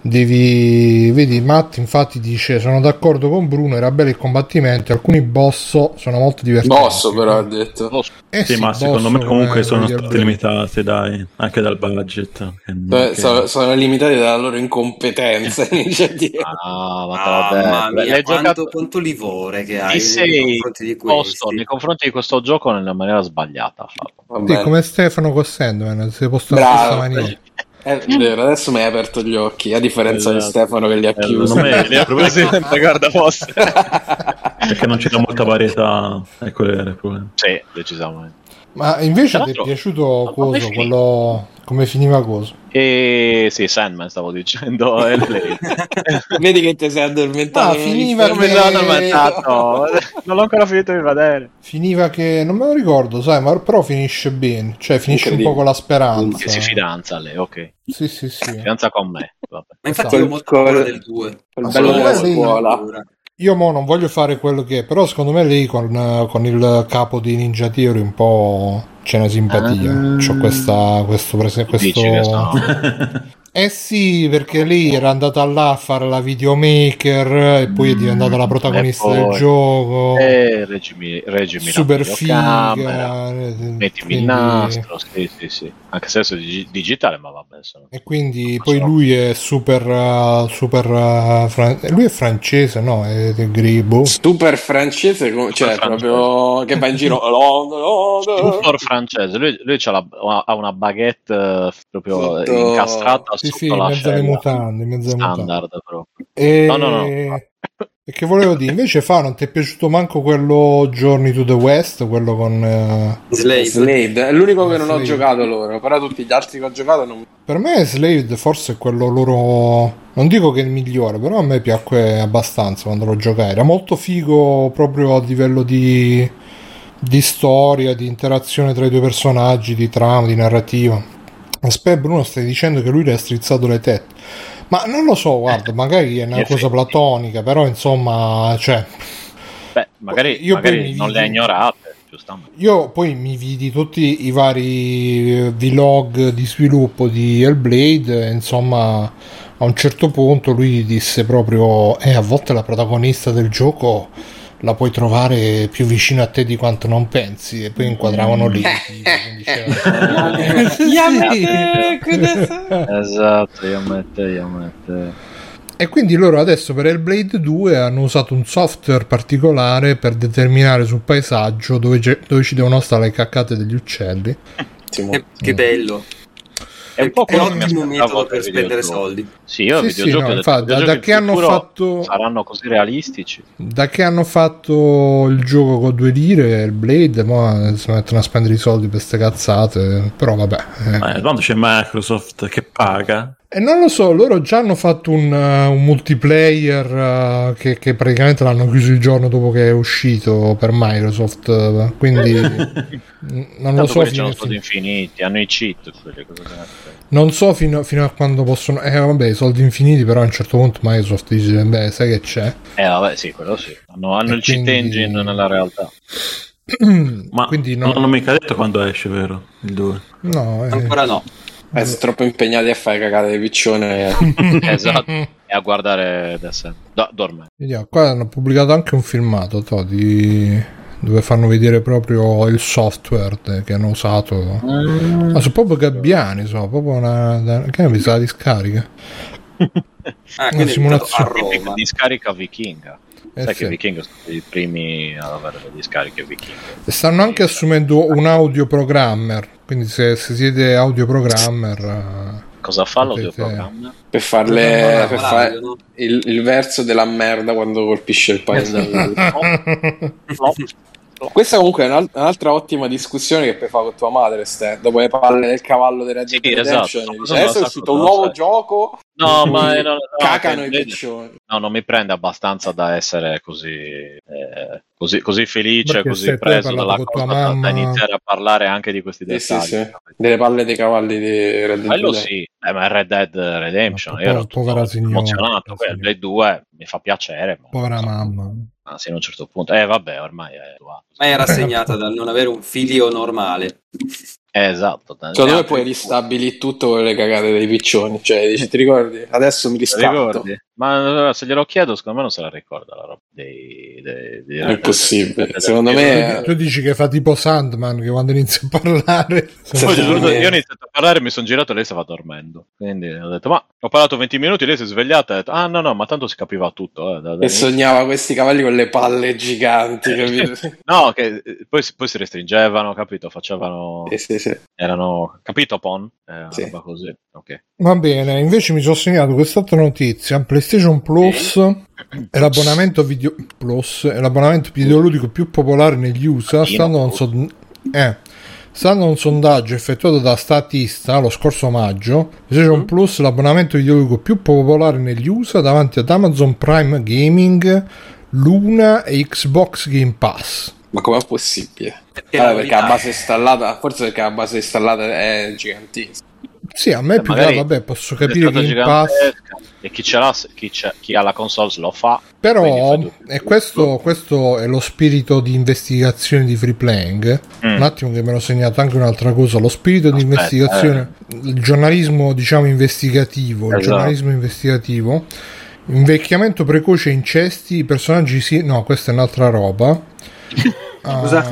A: Devi. Vedi, Matt infatti dice: Sono d'accordo con Bruno, era bello il combattimento. Alcuni bosso sono molto divertenti.
B: bosso però ha detto
A: Eh
E: Sì,
A: sì,
E: ma secondo
A: boss,
E: me comunque
A: come
E: sono
A: voglio
E: state
A: dire.
E: limitate, dai, anche dal budget. che-
B: Cioè,
E: che-
B: so- sono limitati dalla loro incompetenza *laughs* Ninja Theory.
C: Ah, ma te l'ho
F: Ah,
C: detto.
F: Mamma mia,
C: L'hai
F: quanto,
C: giocato-
F: quanto livore che hai
C: Ti
F: nei
C: sei
F: confronti di
C: posto
F: questi.
C: nei confronti di questo gioco nella maniera sbagliata. Fabio.
B: Va
A: Sì,
B: bene.
A: come Stefano con Sandman, si è posto nella
B: Bravo. Eh,
A: stessa maniera.
B: È vero, adesso mi hai aperto gli occhi, a differenza di
E: Esatto.
B: Stefano che li ha
E: Eh,
B: chiusi.
E: non me-
C: Le apro sempre, guarda vostra.
E: perché non c'era molta varietà, ecco era il problema.
C: *laughs* sì, decisamente.
A: Ma invece
C: Tra
A: ti è
C: l'altro-
A: piaciuto
C: Ma come
A: Coso,
C: finiva?
A: quello come finiva Coso?
C: E sì, Sandman stavo dicendo. *laughs* e lei.
B: *laughs* Vedi che ti sei addormentato.
A: Ah,
B: non
A: finiva
B: mi-
A: che-
C: Come sono tormentato? Non l'ho ancora finito di vedere.
A: Finiva che non me lo ricordo, sai, ma però finisce bene, cioè finisce un
B: Incredibile.
A: po' con la speranza.
C: Che si fidanza lei, ok.
A: Sì, sì, sì.
C: Fidanza con me. Vabbè.
D: Ma infatti
A: Esatto.
D: io ho molto paura del 2.
B: Il bello
A: secondo
B: della
A: me lì-
B: scuola.
A: Io mo non voglio fare quello che è, però secondo me lì con, eh, con il capo di Ninja Theory un po' c'è una simpatia.
C: Ah.
A: C'ho questa, questo prese-
C: Dici
A: questo...
C: che sono-
A: Eh sì, perché lei era andata là a fare la videomaker e poi è diventata la protagonista
C: Mm, E
A: del
C: poi-
A: gioco.
C: Eh, regimi, regimi
A: super
C: la videocamera,
A: figa. eh,
C: Mettimi
A: quindi-
C: il nastro, sì, sì, sì. Anche se adesso è digi- digitale, ma vabbè. Sono...
A: E quindi
C: Non
A: poi
C: so.
A: lui è super. uh, super uh, fran- lui è francese, no? È del Gribo.
B: Super francese, come- cioè
C: Super francese.
B: proprio che va in giro.
C: Stupor francese, lui, lui c'ha la- ha una baguette eh, proprio
B: Sotto-
C: incastrata
A: Sì,
C: sotto
A: sì, in
C: la
A: mezzo alle
C: scella.
A: mutande. In mezzo alle mutande.
C: Standard, però.
A: E...
C: No, no, no.
A: e che volevo dire, invece, fa, non ti è piaciuto manco quello Journey to the West, quello con. uh,
D: Slave.
B: Slade. È l'unico che non ho
A: Slade.
B: giocato loro, però tutti gli altri che ho giocato non
A: Per me, Slade forse è quello loro. Non dico che è il migliore, però a me piacque abbastanza quando lo giocai. Era molto figo proprio a livello di. di storia, di interazione tra i due personaggi, di trama, di narrativa. Aspetta, Bruno, stai dicendo che lui le ha strizzato le tette. Ma non lo so,
C: Eh,
A: guarda, magari è una
C: In
A: cosa
C: effetti.
A: platonica, però insomma, cioè,
C: Beh, magari,
A: Io
C: magari
A: poi mi
C: non le ha
A: vidi-
C: ignorate, giustamente.
A: Io poi mi vidi tutti i vari eh, vlog di sviluppo di Hellblade, e, insomma, a un certo punto lui disse proprio: Eh, a volte la protagonista del gioco la puoi trovare più vicino a te di quanto non pensi, e poi inquadravano lì. tipo, quindi c'era- Sì.
C: Esatto, io metto, io metto.
A: E quindi loro adesso per Hellblade 2 hanno usato un software particolare per determinare sul paesaggio dove, ge- dove ci devono stare le caccate degli uccelli.
B: ottimo.
D: Che, che bello.
C: È un po'
D: È
C: quello
D: un
C: che mi
D: ottimo
C: aspettavo
D: metodo per
C: dai
D: spendere
C: videogiochi.
D: soldi.
C: Sì, io
A: Sì,
C: i
A: sì,
C: videogiochi
A: no,
C: del-
A: infatti, da-
C: videogiochi
A: da che
C: del
A: hanno
C: futuro
A: fatto-
C: saranno così realistici.
A: Da che hanno fatto il gioco con due lire, il Blade, mo eh, si mettono a spendere i soldi per ste cazzate, però vabbè. eh.
E: Eh, tanto c'è Microsoft che paga.
A: E non lo so, loro già hanno fatto un, uh, un multiplayer uh, che, che praticamente l'hanno chiuso il giorno dopo che è uscito per Microsoft, eh, quindi mm, non lo
C: Tanto
A: so
C: quelli
A: fino,
C: sono stati infiniti, hanno i cheat, quelle cose che hanno fatto.
A: non so fino, fino a quando possono... Eh vabbè, i soldi infiniti, però a un certo punto Microsoft dice, beh, sai che c'è? *clears throat*
C: Eh vabbè, sì, quello sì. Hanno, hanno
A: E
C: il cheat
A: quindi-
C: engine nella realtà.
E: Ma
A: quindi no,
E: non hanno mica detto quando esce, vero? Il 2.
A: no eh.
D: Ancora no.
B: Eh, sono troppo impegnati a fare cagate di piccione. eh,
C: esatto. E a guardare da sempre. Do- dorme.
A: Vediamo, qua hanno pubblicato anche un filmato to, di- dove fanno vedere proprio il software de- che hanno usato. Ma sono proprio gabbiani, sono proprio una... da- che ne pensi, la discarica?
D: Ah, quindi è andato a
A: simulazione.
D: Roma.
C: Discarica vichinga.
A: Eh
C: Sai
A: sì.
C: che vichingo sono stati i primi ad avere le discariche vichinghe.
A: E Stanno anche assumendo un audioprogrammer, quindi se, se siete audioprogrammer... eh,
C: Cosa fa
A: Potete-
C: l'audioprogramma?
B: per
C: Eh,
B: farle per
D: Bravo,
B: fare
D: no?
B: il, il verso della merda quando colpisce il paese.
A: eh,
B: Questa comunque è un'al- un'altra ottima discussione che puoi fare con tua madre, Ste, dopo le palle del cavallo della
C: Sì,
B: Red Dead Redemption,
C: esatto.
B: dice, adesso è uscito un nuovo
C: Sai.
B: gioco,
C: No,
B: *laughs*
C: ma eh, no, no, no,
B: cacano i
C: prende-
B: piccioni.
C: no, non mi prende abbastanza da essere così, eh, così, così felice,
A: Perché se
C: così
A: tu
C: preso
A: hai
C: dalla
A: parlato
C: cosa
A: con tua
C: da-
A: mamma-
C: da iniziare a parlare anche di questi
B: Sì, sì,
C: dettagli.
B: sì. Delle palle dei cavalli di Red Dead
C: Quello
B: Redemption.
C: sì, eh, ma il Red Dead Redemption,
A: Ma
C: io ero
A: po- povera
C: tutto
A: signora,
C: emozionato,
A: povera
C: poi il
A: signora.
C: Blade 2 mi fa piacere, ma
A: Povera
C: insomma,
A: mamma.
C: ah, sì, a un certo punto, eh vabbè, ormai è abituato.
B: *laughs*
D: Ma è rassegnata dal non avere un figlio normale.
C: Eh, esatto. te-
B: Secondo
C: eh,
B: me Cioè, puoi ristabili tutto con le cagate dei piccioni, cioè dici, ti ricordi? Adesso mi
C: te
B: riscatto.
C: la ricordi? Ma allora, se glielo chiedo, secondo me non se la ricorda la roba dei... dei, dei-
B: È impossibile.
C: dei-
B: Secondo
C: dei-
B: me-
A: Tu dici che fa tipo Sandman che quando inizia a parlare...
C: Poi,
B: Secondo
C: giuro,
B: me-
C: io ho iniziato a parlare, mi sono girato e lei stava dormendo. Quindi ho detto, ma Ho parlato 20 minuti, lei si è svegliata e ha detto, ah no no, ma tanto si capiva tutto. eh, da- da-
B: E sognava questi cavalli con le palle
C: Eh,
B: giganti, capito?
C: No, che eh, poi, si- poi si restringevano, capito? Facevano...
B: *laughs* Sì, sì, sì.
C: Erano... Capito, Pon? Era una
B: Sì.
C: roba così. Ok.
A: Va bene, invece mi sono segnato quest'altra notizia. PlayStation Plus è l'abbonamento, video... Plus, è l'abbonamento videoludico più popolare negli USA,
C: Mattino,
A: stando a, un son- eh, stando a un sondaggio effettuato da Statista lo scorso maggio.
C: Mm.
A: PlayStation Plus è l'abbonamento videoludico più popolare negli USA davanti ad Amazon Prime Gaming, Luna e Xbox Game Pass.
B: Ma com'è possibile?
D: Perché
B: Vabbè, perché la base installata, forse perché la base installata è gigantesca.
A: Sì, a me
C: Eh,
A: più che
C: magari
A: altro, vabbè, posso
C: È
A: capire
C: stata
A: che in
C: gigantesca.
A: Pass
C: E chi, ce l'ha, chi, c'ha- chi ha la console lo fa. Boh.
A: Però,
C: Quindi fai due.
A: e questo, questo è lo spirito di investigazione di Free Playing.
C: Mm.
A: Un attimo che me l'ho segnato anche un'altra cosa, lo spirito di
C: Aspetta, eh.
A: investigazione, il giornalismo diciamo investigativo, il
C: Esatto.
A: giornalismo investigativo, invecchiamento precoce, incesti, i personaggi sì, no, questa è un'altra
C: *laughs*
A: roba. Ah,
F: Scusa.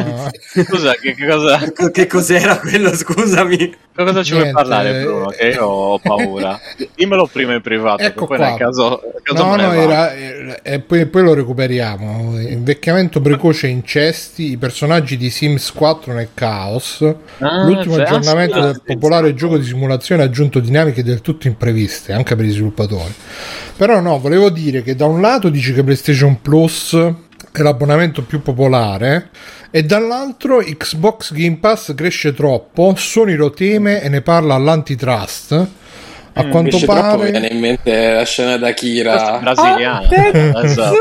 C: Scusa, che, che cosa, che
F: Che cos'era quello? Scusami.
C: cosa ci vuoi
A: Niente.
C: parlare, Bruno? Che io ho paura. Dimmelo prima in privato, che
A: Ecco
C: poi
A: qua.
C: nel caso, nel caso
A: No,
C: me ne
A: no,
C: vado.
A: era, era- e poi, poi lo recuperiamo. Invecchiamento precoce, incesti, i personaggi di Sims 4 nel caos.
C: Ah,
A: L'ultimo
C: cioè- ah,
A: aggiornamento
C: sì,
A: del
C: sì,
A: popolare
C: sì.
A: gioco di simulazione ha aggiunto dinamiche del tutto impreviste, anche per i sviluppatori. Però no, volevo dire che da un lato dici che PlayStation Plus è l'abbonamento più popolare e dall'altro Xbox Game Pass cresce troppo, Sony lo teme e ne parla all'antitrust. A
C: Mm,
A: quanto
B: Invece troppo mi viene
A: pare...
B: in mente la scena
C: Questa
B: da
C: è
B: Kira.
C: brasiliana. Esatto.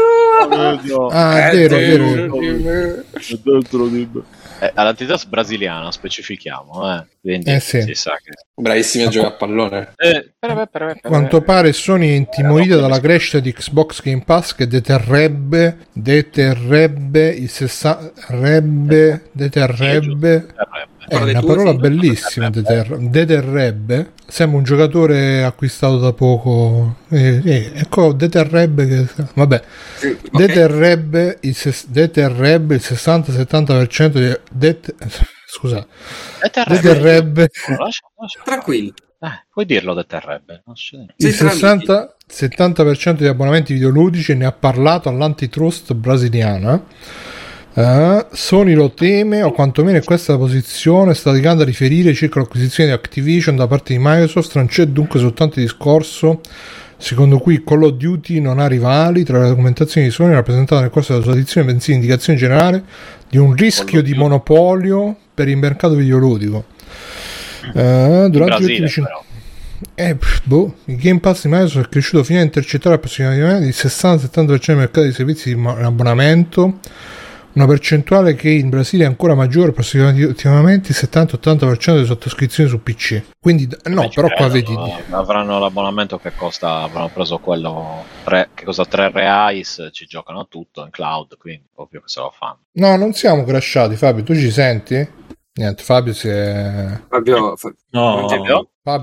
A: Ah, è
B: Eh,
A: vero, è
B: sì,
A: vero.
B: sì, sì.
C: Eh, all'antitrust brasiliana, specifichiamo. Eh. Quindi
A: Eh, sì.
C: si sa che...
B: Bravissimi a giocare a pallone.
C: Eh, però, però, però,
A: A quanto pare Sony è intimorita
C: Eh, no,
A: dalla
C: sì.
A: crescita di Xbox Game Pass che deterrebbe, deterrebbe il 60, rebbe, deterrebbe,
C: Terrebbe.
A: è una parola bellissima, deter- deterrebbe, sembra un giocatore acquistato da poco, Eh, eh, ecco deterrebbe, che- vabbè, deterrebbe il, ses- deterrebbe il 60-70% di... Det- scusa,
C: Eh, terrebbe.
A: deterrebbe
C: Lascia- lascia-
D: Tranquillo.
C: Eh, puoi dirlo deterrebbe. Non c'è niente.
A: Il
D: Sì, tra amici.
A: 60-70% di abbonamenti videoludici ne ha parlato all'antitrust brasiliana. Eh, Sony lo teme, o quantomeno è questa la posizione, sta dedicando a riferire circa l'acquisizione di Activision da parte di Microsoft. Non c'è dunque soltanto il discorso secondo cui Call of Duty non ha rivali tra le documentazioni di Sony rappresentate nel corso della sua edizione, bensì indicazione generale di un rischio di monopolio per il mercato videoludico. Eh,
C: In
A: durante gli
C: Brasile,
A: ultimi cin-
C: però.
A: eh, pff, boh, il Game Pass di Microsoft è cresciuto fino a intercettare approssimativamente il 60-70% del mercato dei servizi di ma- abbonamento, una percentuale che in Brasile è ancora maggiore, approssimativamente il 70-80% delle sottoscrizioni su PC. Quindi, d- no,
C: Beh, ci
A: però qua vedi...
C: credo, no? avranno l'abbonamento che costa avranno preso quello tre- che costa 3 reais ci giocano tutto in cloud quindi ovvio che se lo fanno
A: No, non siamo crashati, Fabio, tu ci senti? Niente, Fabio si è...
D: Oh. Fabio, fa-
E: No,
C: Fabio?
A: Fabio?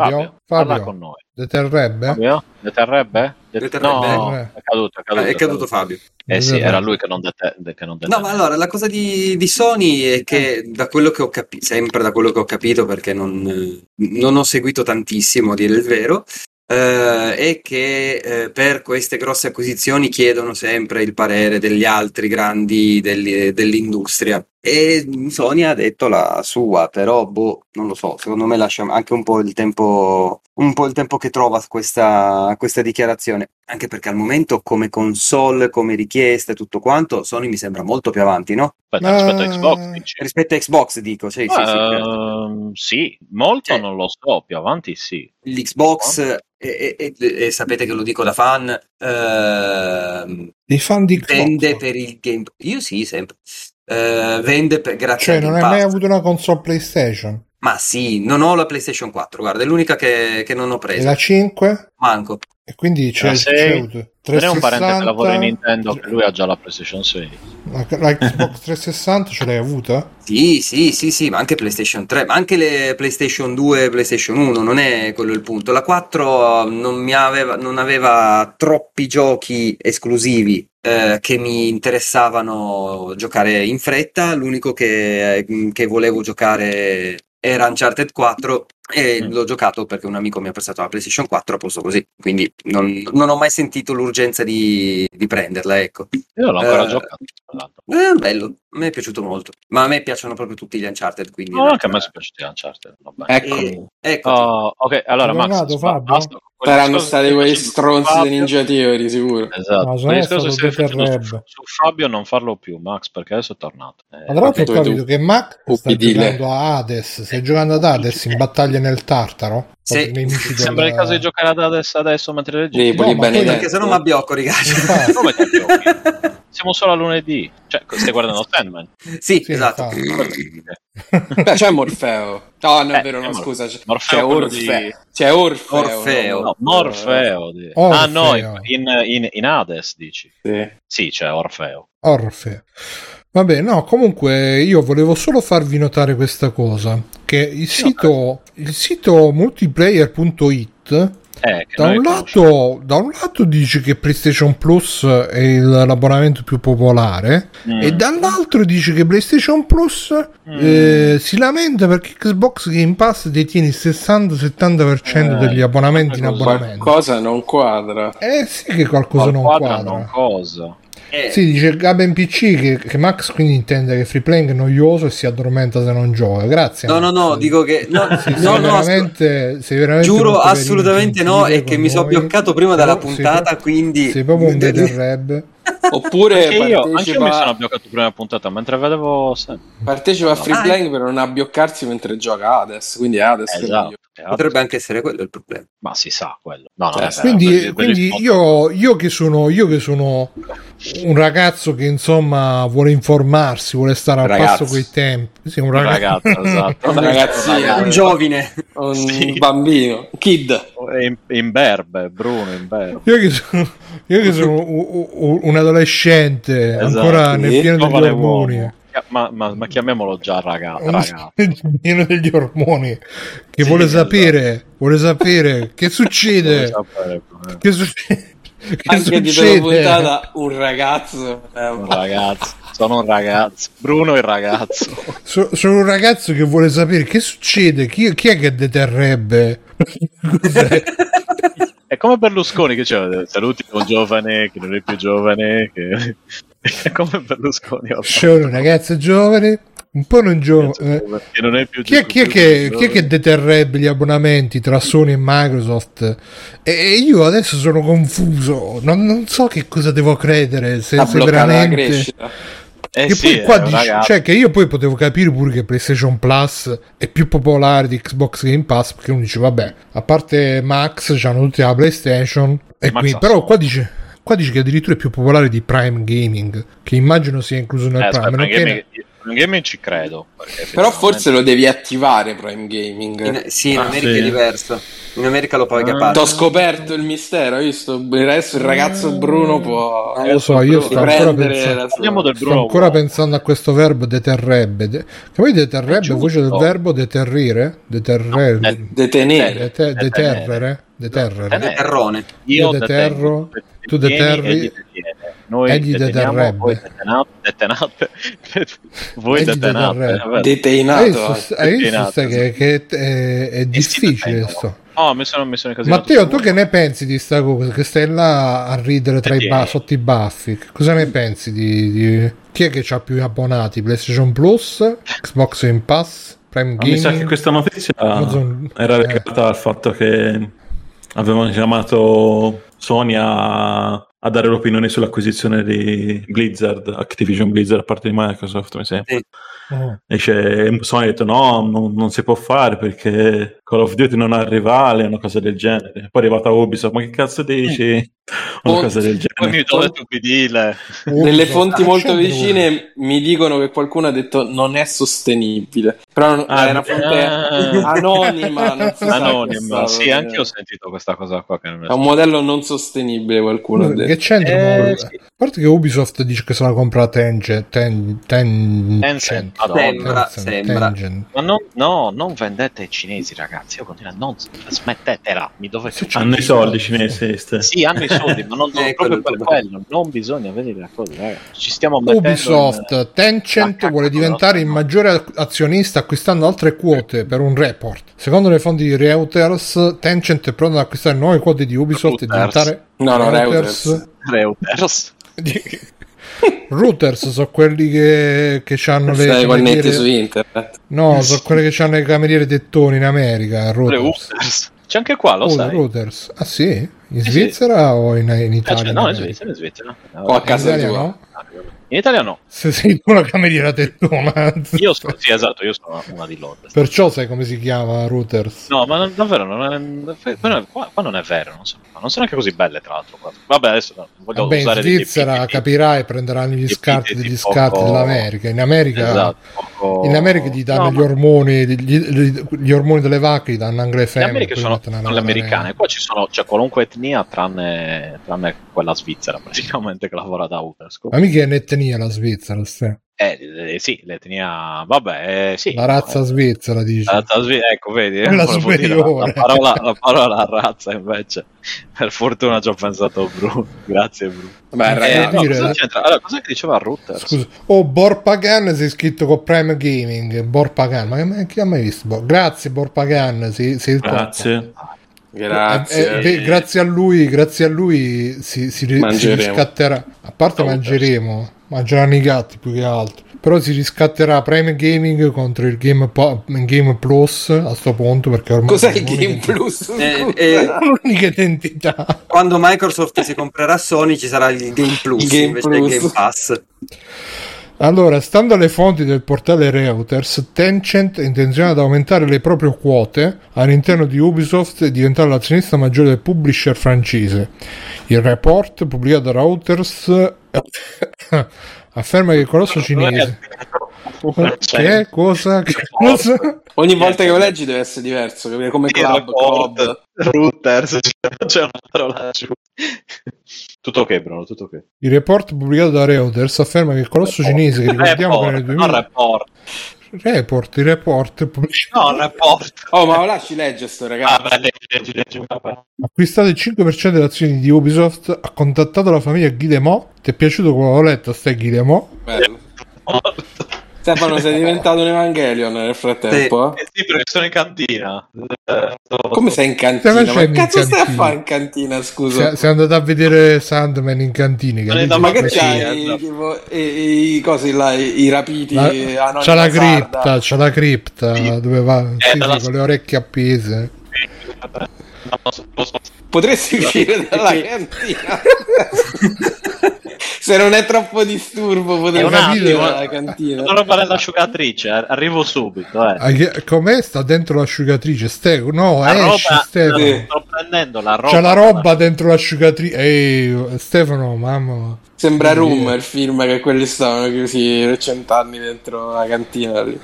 C: parla
A: Fabio?
C: con noi
A: Deterrebbe?
C: Fabio? deterrebbe? Det-
D: Deterrebbe?
C: no
A: Eh.
C: è caduto è caduto,
D: Ah, è caduto Fabio.
C: eh sì
A: Deterrebbe.
C: era lui che non deterrebbe che non
D: No,
C: deterrebbe.
D: ma allora la cosa di, di Sony è che da quello che ho capito, sempre da quello che ho capito, perché non, eh, non ho seguito tantissimo, a dire il vero, eh, è che eh, per queste grosse acquisizioni chiedono sempre il parere degli altri grandi degli- eh, dell'industria. E Sony ha detto la sua, però boh, non lo so, secondo me lascia anche un po' il tempo, un po' il tempo che trova questa, questa dichiarazione, anche perché al momento come console, come richieste, tutto quanto, Sony mi sembra molto più avanti, no?
C: aspetta
A: Ma-
C: aspetta Xbox dici?
D: Rispetto a Xbox, dico, sì,
C: Eh,
D: sì, sì, certo.
C: Ehm, sì, molto
D: Cioè-
C: non lo so più avanti sì
D: L'Xbox, e, e- e- e sapete che lo dico da fan, ehm,
A: Dei fan di Xbox.
D: vende per il Game Io sì, sempre. Eh, vende per, grazie
A: Cioè,
D: al
A: non
D: Game
A: hai
D: Pass.
A: mai avuto una console PlayStation?
D: Ma sì, non ho la PlayStation 4, guarda, è l'unica che, che non ho
A: E
D: presa.
A: la 5?
D: Manco.
A: E quindi c'è,
C: La
A: c'è
C: sei?
A: avuto
C: Avrei un parente che lavora in
A: 360,
C: Nintendo che lui ha già la PlayStation 6
A: la, la Xbox 360 ce l'hai avuta?
D: Sì, sì, sì, sì, ma anche PlayStation 3, ma anche le PlayStation 2 e PlayStation 1, non è quello il punto. La 4 non, mi aveva, non aveva troppi giochi esclusivi eh, che mi interessavano giocare in fretta, l'unico che, che volevo giocare era Uncharted 4 e l'ho giocato perché un amico mi ha prestato la PlayStation 4 a posto così, quindi non, non ho mai sentito l'urgenza di, di prenderla, ecco.
C: Io non l'ho ancora
D: Eh,
C: giocato. tra l'altro.
D: Eh, bello, a me è piaciuto molto, ma a me piacciono proprio tutti gli Uncharted, quindi...
C: No, anche a me sono piaciuti Uncharted. Vabbè.
B: Eccomi.
D: Ecco,
C: Oh, ok, allora Max,
A: Tornato,
C: spa-
A: Fabio?
C: basta con quel
B: Saranno
C: discorso
B: stati
C: che
B: quei
C: facevi su
B: stronzi
C: Fabio.
B: di Ninja Theory, sicuro.
C: Esatto,
A: No, se no
C: quel
A: è
C: discorso
A: stato
C: che stavi facendo
A: Peter
C: su,
A: Webb.
C: su Fabio non farlo più, Max, perché adesso è tornato. Eh,
A: Ma tra l'altro
B: tu
A: ho
B: e tu.
A: capito che Mac sta
B: Ubbidile.
A: giocando a Hades, stai giocando ad Hades in battaglia nel Tartaro?
D: Sì,
A: Con i nemici
C: mi sembra il caso di giocare ad adesso, adesso mentre leggi.
B: Dei
A: No, ma
B: polibeni
A: poi-
D: perché sennò mi abbiocco, ragazzi.
A: Infatti.
C: Come ti giochi? Siamo solo a lunedì. Cioè, stai
B: *laughs*
C: guardando Sandman.
D: *laughs* Sì,
A: Sì,
D: esatto.
A: infatti.
B: Beh, *laughs* c'è Morfeo. No, no, è
C: Eh,
B: vero,
C: è
B: no,
C: Morfeo.
B: scusa. C'è
C: Morfeo,
B: c'è
C: quello
B: Orfe-
C: di-
B: c'è Orfeo.
D: Orfeo.
B: no?
C: No, Morfeo. di-
A: Eh. Orfeo.
C: Ah, no, in, in, in Hades dici.
B: Eh, Sì.
C: Sì, c'è Orfeo.
A: Orfe. Vabbè, no, comunque io volevo solo farvi notare questa cosa, che il sito, il sito multiplayer.it
C: Eh, che
A: da
C: noi
A: un,
C: conosciamo.
A: lato, da un lato dice che PlayStation Plus è il- l'abbonamento più popolare
C: Mm.
A: e dall'altro dice che PlayStation Plus
C: Mm.
A: eh, si lamenta perché Xbox Game Pass detiene il 60-70%
C: Eh,
A: degli abbonamenti in
C: qualcosa-
A: abbonamento.
B: Qualcosa non quadra.
A: Eh sì che qualcosa
C: Al
A: non
C: quadra
A: quadra.
C: non cosa.
D: Eh,
A: Sì, dice Gaben PC che, che Max quindi intende che free playing è noioso e si addormenta se non gioca. Grazie.
D: No,
A: Max.
D: no, no, dico che... No,
A: Sì, sei
D: no, no, ascol-
A: veramente, sei veramente
D: Giuro
A: molto
D: assolutamente
A: gentile
D: no, e
A: con
D: che mi sono
A: noi.
D: bloccato prima dalla
A: Però sei
D: puntata,
A: pro-
D: quindi- Eh,
A: Sei proprio un Beterreb.
B: Oppure
A: Eh,
C: Anche io, anche io mi
B: partecipa,
C: sono bloccato prima puntata mentre vedevo Sandman.
B: partecipa a Free
C: ecco.
D: Ah,
B: Playing per non abbioccarsi mentre gioca Hades. Quindi è Hades. che è
C: Esatto.
B: meglio.
D: potrebbe anche essere quello il problema.
C: Ma si sa quello. No, no,
B: Cioè,
C: vabbè,
A: Quindi,
C: quelli- quelli
A: quindi
C: spot-
A: io, io che sono, io che sono un ragazzo che insomma vuole informarsi, vuole stare al passo
B: Ragazzo.
A: coi tempi. Sì, un
C: Un
A: ragazzo.
C: ragazzo,
A: *laughs*
C: esatto.
B: Un ragazzino.
D: Un
B: Eh,
D: giovane.
C: *laughs*
B: Un
C: Sì.
B: bambino, kid.
C: in, imberbe, Bruno imberbe.
A: Io che sono, io che sono u- u- un adolescente
C: Esatto.
A: ancora nel
B: Sì,
A: pieno degli
C: Giovane
A: ormoni.
C: uomo. Chia- Ma, ma- ma chiamiamolo già ragazzo.
A: uno *laughs*
C: ragazzo.
A: pieno degli ormoni che
C: Sì,
A: vuole
C: esatto.
A: sapere vuole
C: *laughs*
A: sapere che succede
C: Non sapere com'è.
A: che succede che
B: Anche di
A: succede?
B: titolo puntata, un ragazzo. È un
C: Un ragazzo. Sono un ragazzo. Bruno
A: *laughs*
C: il ragazzo.
A: So- sono un ragazzo che vuole sapere che succede chi, chi è che deterrebbe *laughs* Cos'è?
C: È come Berlusconi che diceva saluti un giovane che non è più giovane. Che... *laughs* È come Berlusconi. ormai.
A: sono un ragazzo giovane un po' non giovane eh.
C: Che non è più
A: chi è, chi è che, chi è che
C: giovane.
A: deterrebbe gli abbonamenti tra Sony e Microsoft? E, e io adesso sono confuso, non, non so che cosa devo credere. Se,
B: *laughs* ha
A: se
B: bloccato la
A: veramente...
B: crescita.
C: Eh
A: che
C: sì,
A: poi qua
C: è un
A: dici-
C: ragazzo.
A: cioè che io poi potevo capire pure che PlayStation Plus è più popolare di Xbox Game Pass perché uno dice vabbè a parte Max c'hanno tutti la PlayStation e
C: Max
A: quindi-
C: ha
A: però
C: solo.
A: qua dice, qua dice che addirittura è più popolare di Prime Gaming che immagino sia incluso nel
C: Eh,
A: Prime
C: aspetta,
A: a meno che-
C: Gaming, Gaming ci credo. perché
B: Però forse
C: effettivamente-
B: lo devi attivare Prime Gaming.
D: In- sì, in
E: Ah,
D: America
E: sì.
D: è diverso. In America lo puoi
C: Ah.
D: capare.
B: T'ho scoperto il mistero, hai visto? Adesso il ragazzo Bruno può
A: Non lo so, io sto ancora
B: riprendere
A: pensando-
B: la sua-
C: Parliamo del
A: Sto
C: Bruno
A: ancora
C: Uomo.
A: pensando a questo verbo deterrebbe, de- che poi deterrebbe è
C: Eh, giusto.
A: voce del verbo deterrire, deterrere,
C: No, det- Eh,
B: detenere.
A: dete-
C: detenere.
A: deterrere, deterrere.
C: Detenere.
D: Terrone.
A: Io
C: detengo,
A: deterro, tu
C: detieni,
A: deterri,
C: egli detiene. Noi
A: egli
C: deteniamo,
A: deterrebbe.
C: voi detenate, detenate, voi
A: Egli
C: detenate.
A: deterrebbe.
C: vabbè.
A: Hai
B: Detenato.
A: visto,
B: anche.
A: hai visto,
C: Determinato,
A: sai che, che è, è
C: E si
A: difficile
C: detengono.
A: sto.
C: No, mi sono, mi sono incasinato
A: Matteo, tu
C: tutto.
A: che ne pensi di sta cosa? Che stai là a ridere tra i ba-
C: Detieni.
A: sotto i baffi. Che Cosa ne pensi di, di- chi è che ha più abbonati? PlayStation Plus, Xbox Game Pass, Prime
E: Ma mi sa che
A: Gaming?
E: questa notizia
A: Amazon-
E: era
A: eh.
E: legata al fatto che avevano chiamato Sony a, a dare l'opinione sull'acquisizione di Blizzard, Activision Blizzard da parte di Microsoft, mi sembra.
D: Sì.
A: Mm.
E: E c'è- Sony ha detto no, non, non si può fare perché Call of Duty non ha rivale, una cosa del genere. Poi è arrivata Ubisoft, ma che cazzo dici?
A: Eh.
E: Una
B: Oh,
E: cosa del
C: Poi
E: genere.
C: mi ho detto ubidile.
B: Delle
A: Ubisoft.
B: fonti
A: Ah,
B: molto
A: c'entra
B: vicine mi dicono che qualcuno ha detto non è sostenibile. Però non-
E: Ah,
B: è una fonte
C: ah.
B: anonima. Non si sa
C: Anonima.
B: che
C: Sì,
B: sta-
C: anche io ho sentito questa cosa qua che non mi
B: È un modello non sostenibile, qualcuno ha
A: quello. Che
B: detto.
A: c'entrano?
C: Eh,
A: A
C: sì.
A: parte che Ubisoft dice che se la compra Tencent, Ten- Ten-
C: Tencent,
A: Tencent,
C: madonna.
D: Sembra,
A: Tencent,
D: sembra.
A: Tencent.
C: Ma non, no, non vendete ai cinesi, ragazzi. ragazzi, io continuo a non smettetela, mi dovete Ah,
E: Hanno i Ah, soldi cinesi. ste.
C: Sì, hanno i soldi, ma non
D: Eh,
C: non-
D: quello è
C: proprio
D: il
C: per quello, non bisogna vedere la cosa, ragazzi. Ci stiamo mettendo in-
A: Ubisoft, Tencent
C: Ah,
A: vuole
C: cacca,
A: diventare il
C: no.
A: maggiore ac- azionista acquistando altre quote per un report. Secondo le fonti di Reuters, Tencent è pronto ad acquistare nuove quote di Ubisoft e
C: Reuters.
A: diventare
B: No,
A: *laughs*
B: no, Reuters.
C: Reuters.
A: Routers sono quelli che, che hanno le
B: Stai
A: cameriere-
B: connetti su internet.
A: no, sono quelli che hanno le cameriere tettoni in America. Routers.
C: Reuters. C'è anche qua, lo
A: Oh,
C: sai.
A: Routers. Ah sì? In
C: sì.
A: Svizzera o in, in
C: Eh,
A: Italia?
C: cioè, no, in
A: magari?
C: Svizzera, in Svizzera. No,
B: Qua a
C: in
B: casa
A: Italia
B: tua.
A: no?
C: Italia- In Italia no.
A: Se sei tu una cameriera tettona. *laughs*
C: Io sono, sì, esatto, io sono una di loro.
A: Perciò sai come si chiama Routers.
C: No, ma non- davvero, non è, fe- però qua, qua non è vero, non sono, non sono neanche così belle tra l'altro. qua. Vabbè, adesso non voglio
A: Vabbè, Eh, in
C: usare degli
A: Svizzera
C: epiteti-
A: capirai, prenderanno gli
C: gli
A: scarti
C: epiteti
A: degli
C: poco-
A: scarti dell'America. In America,
C: Esatto, poco-
A: in America gli danno
C: No,
A: gli
C: ma-
A: ormoni, gli, gli- gli ormoni delle vacche, gli danno Angle
C: Le
A: Family.
C: Americhe
A: poi
C: sono,
A: mettono una
C: sono le
A: roba
C: americane, qua ci sono cioè, qualunque etnia tranne, tranne quella svizzera *laughs* praticamente che lavora da Ubersco.
A: Ma mica è un'etnia la Svizzera, ste.
C: Eh, eh, sì, l'etnia, vabbè, eh, sì.
A: la razza
C: Eh,
A: svizzera dici.
C: la razza svi- ecco, vedi, eh,
A: Quella
C: volevo dire, la,
A: superiore.
C: la parola, la parola razza invece, per fortuna ci ho pensato Bru, *laughs* grazie Bru.
B: Beh,
A: Eh,
B: ragazzi,
C: no,
A: dire-
C: cosa c'entra? Allora, cos'è che diceva Reuters?
A: Scusa. Oh, Borpagan si è iscritto con Prime Gaming. Borpagan, ma che- ma chi ha mai visto? Bo- Grazie Borpagan, si, si è il top.
E: Grazie.
A: Eh,
B: grazie.
A: eh, beh, grazie a lui, grazie a lui si, si, ri- si
B: Mangeremo.
A: riscatterà. A parte
C: Reuters.
A: mangeremo, mangeranno i gatti più che altro. Però si riscatterà Prime Gaming contro il Game, Po- Game Plus a sto punto perché ormai
B: Cos'è
A: è
B: il Game Plus?
D: Eh,
B: Scusa.
D: eh,
A: *laughs* L'unica identità.
D: Quando Microsoft si comprerà Sony ci sarà il Game Plus
B: Il Game
D: invece
B: Plus.
D: del Game Pass.
A: Allora, stando alle fonti del portale Reuters, Tencent è intenzionato ad aumentare le proprie quote all'interno di Ubisoft e diventare l'azionista maggiore del publisher francese. Il report pubblicato da Reuters *coughs* afferma che il colosso cinese. Che cosa? Che cosa?
B: Ogni volta che lo leggi deve essere diverso, capire? come club, club.
C: Cioè, Reuters, *laughs* c'è una parola Tutto ok, Bruno, tutto ok.
A: Il report pubblicato da Reuters afferma che il colosso cinese che ricordiamo che nel
C: Report, non
A: 2000
C: report.
A: report, il report pubblicato
C: No, report.
B: Oh, ma lo lasci leggere sto
C: Ah,
B: ragazzo.
C: beh, leggi, leggi, leggi, vabbè.
A: acquistato il 5% delle azioni di Ubisoft, ha contattato la famiglia Guillemot. Ti è piaciuto quello che ho letto, stai Guillemot?
B: Bello. Stefano, sei diventato un Evangelion nel frattempo? eh?
C: Eh sì, perché sono in cantina. Eh, sto-
B: Come sei in
A: Stai
B: cantina? Ma che
A: facendo in
B: cazzo stai a
A: cantina?
B: fare in cantina, scusa?
A: Sei, sei andato a vedere Sandman in cantina.
C: Non è
A: che
C: da
A: lui
B: ma
A: dice
B: che
C: Sì,
A: così.
B: c'hai
C: esatto.
B: tipo, i, i cosi là, i, i rapiti
C: eh,
A: La-
B: anonima
A: c'ha la
B: sarda.
A: cripta, c'ha la cripta dove va sì, sì,
C: Eh, dalla-
A: con le orecchie appese.
C: Non lo so, non lo so.
B: Potresti uscire dalla cantina. *laughs* Se non è troppo disturbo,
C: È un
B: potresti
A: attimo,
B: uscire
A: eh.
B: dalla
C: Devo
B: cantina.
C: rubare l'asciugatrice, ar- arrivo subito. Eh.
A: Ah, che- Com'è? Sta dentro l'asciugatrice, Stefano. No,
C: La roba,
A: esci, Stefano.
B: sì.
C: sto prendendo la roba.
A: C'è la roba dentro l'asciugatrice. Ehi, Stefano, mamma.
B: Sembra
A: Sì.
B: Room il film che quelli stavano chiusi per cent'anni dentro la cantina. lì.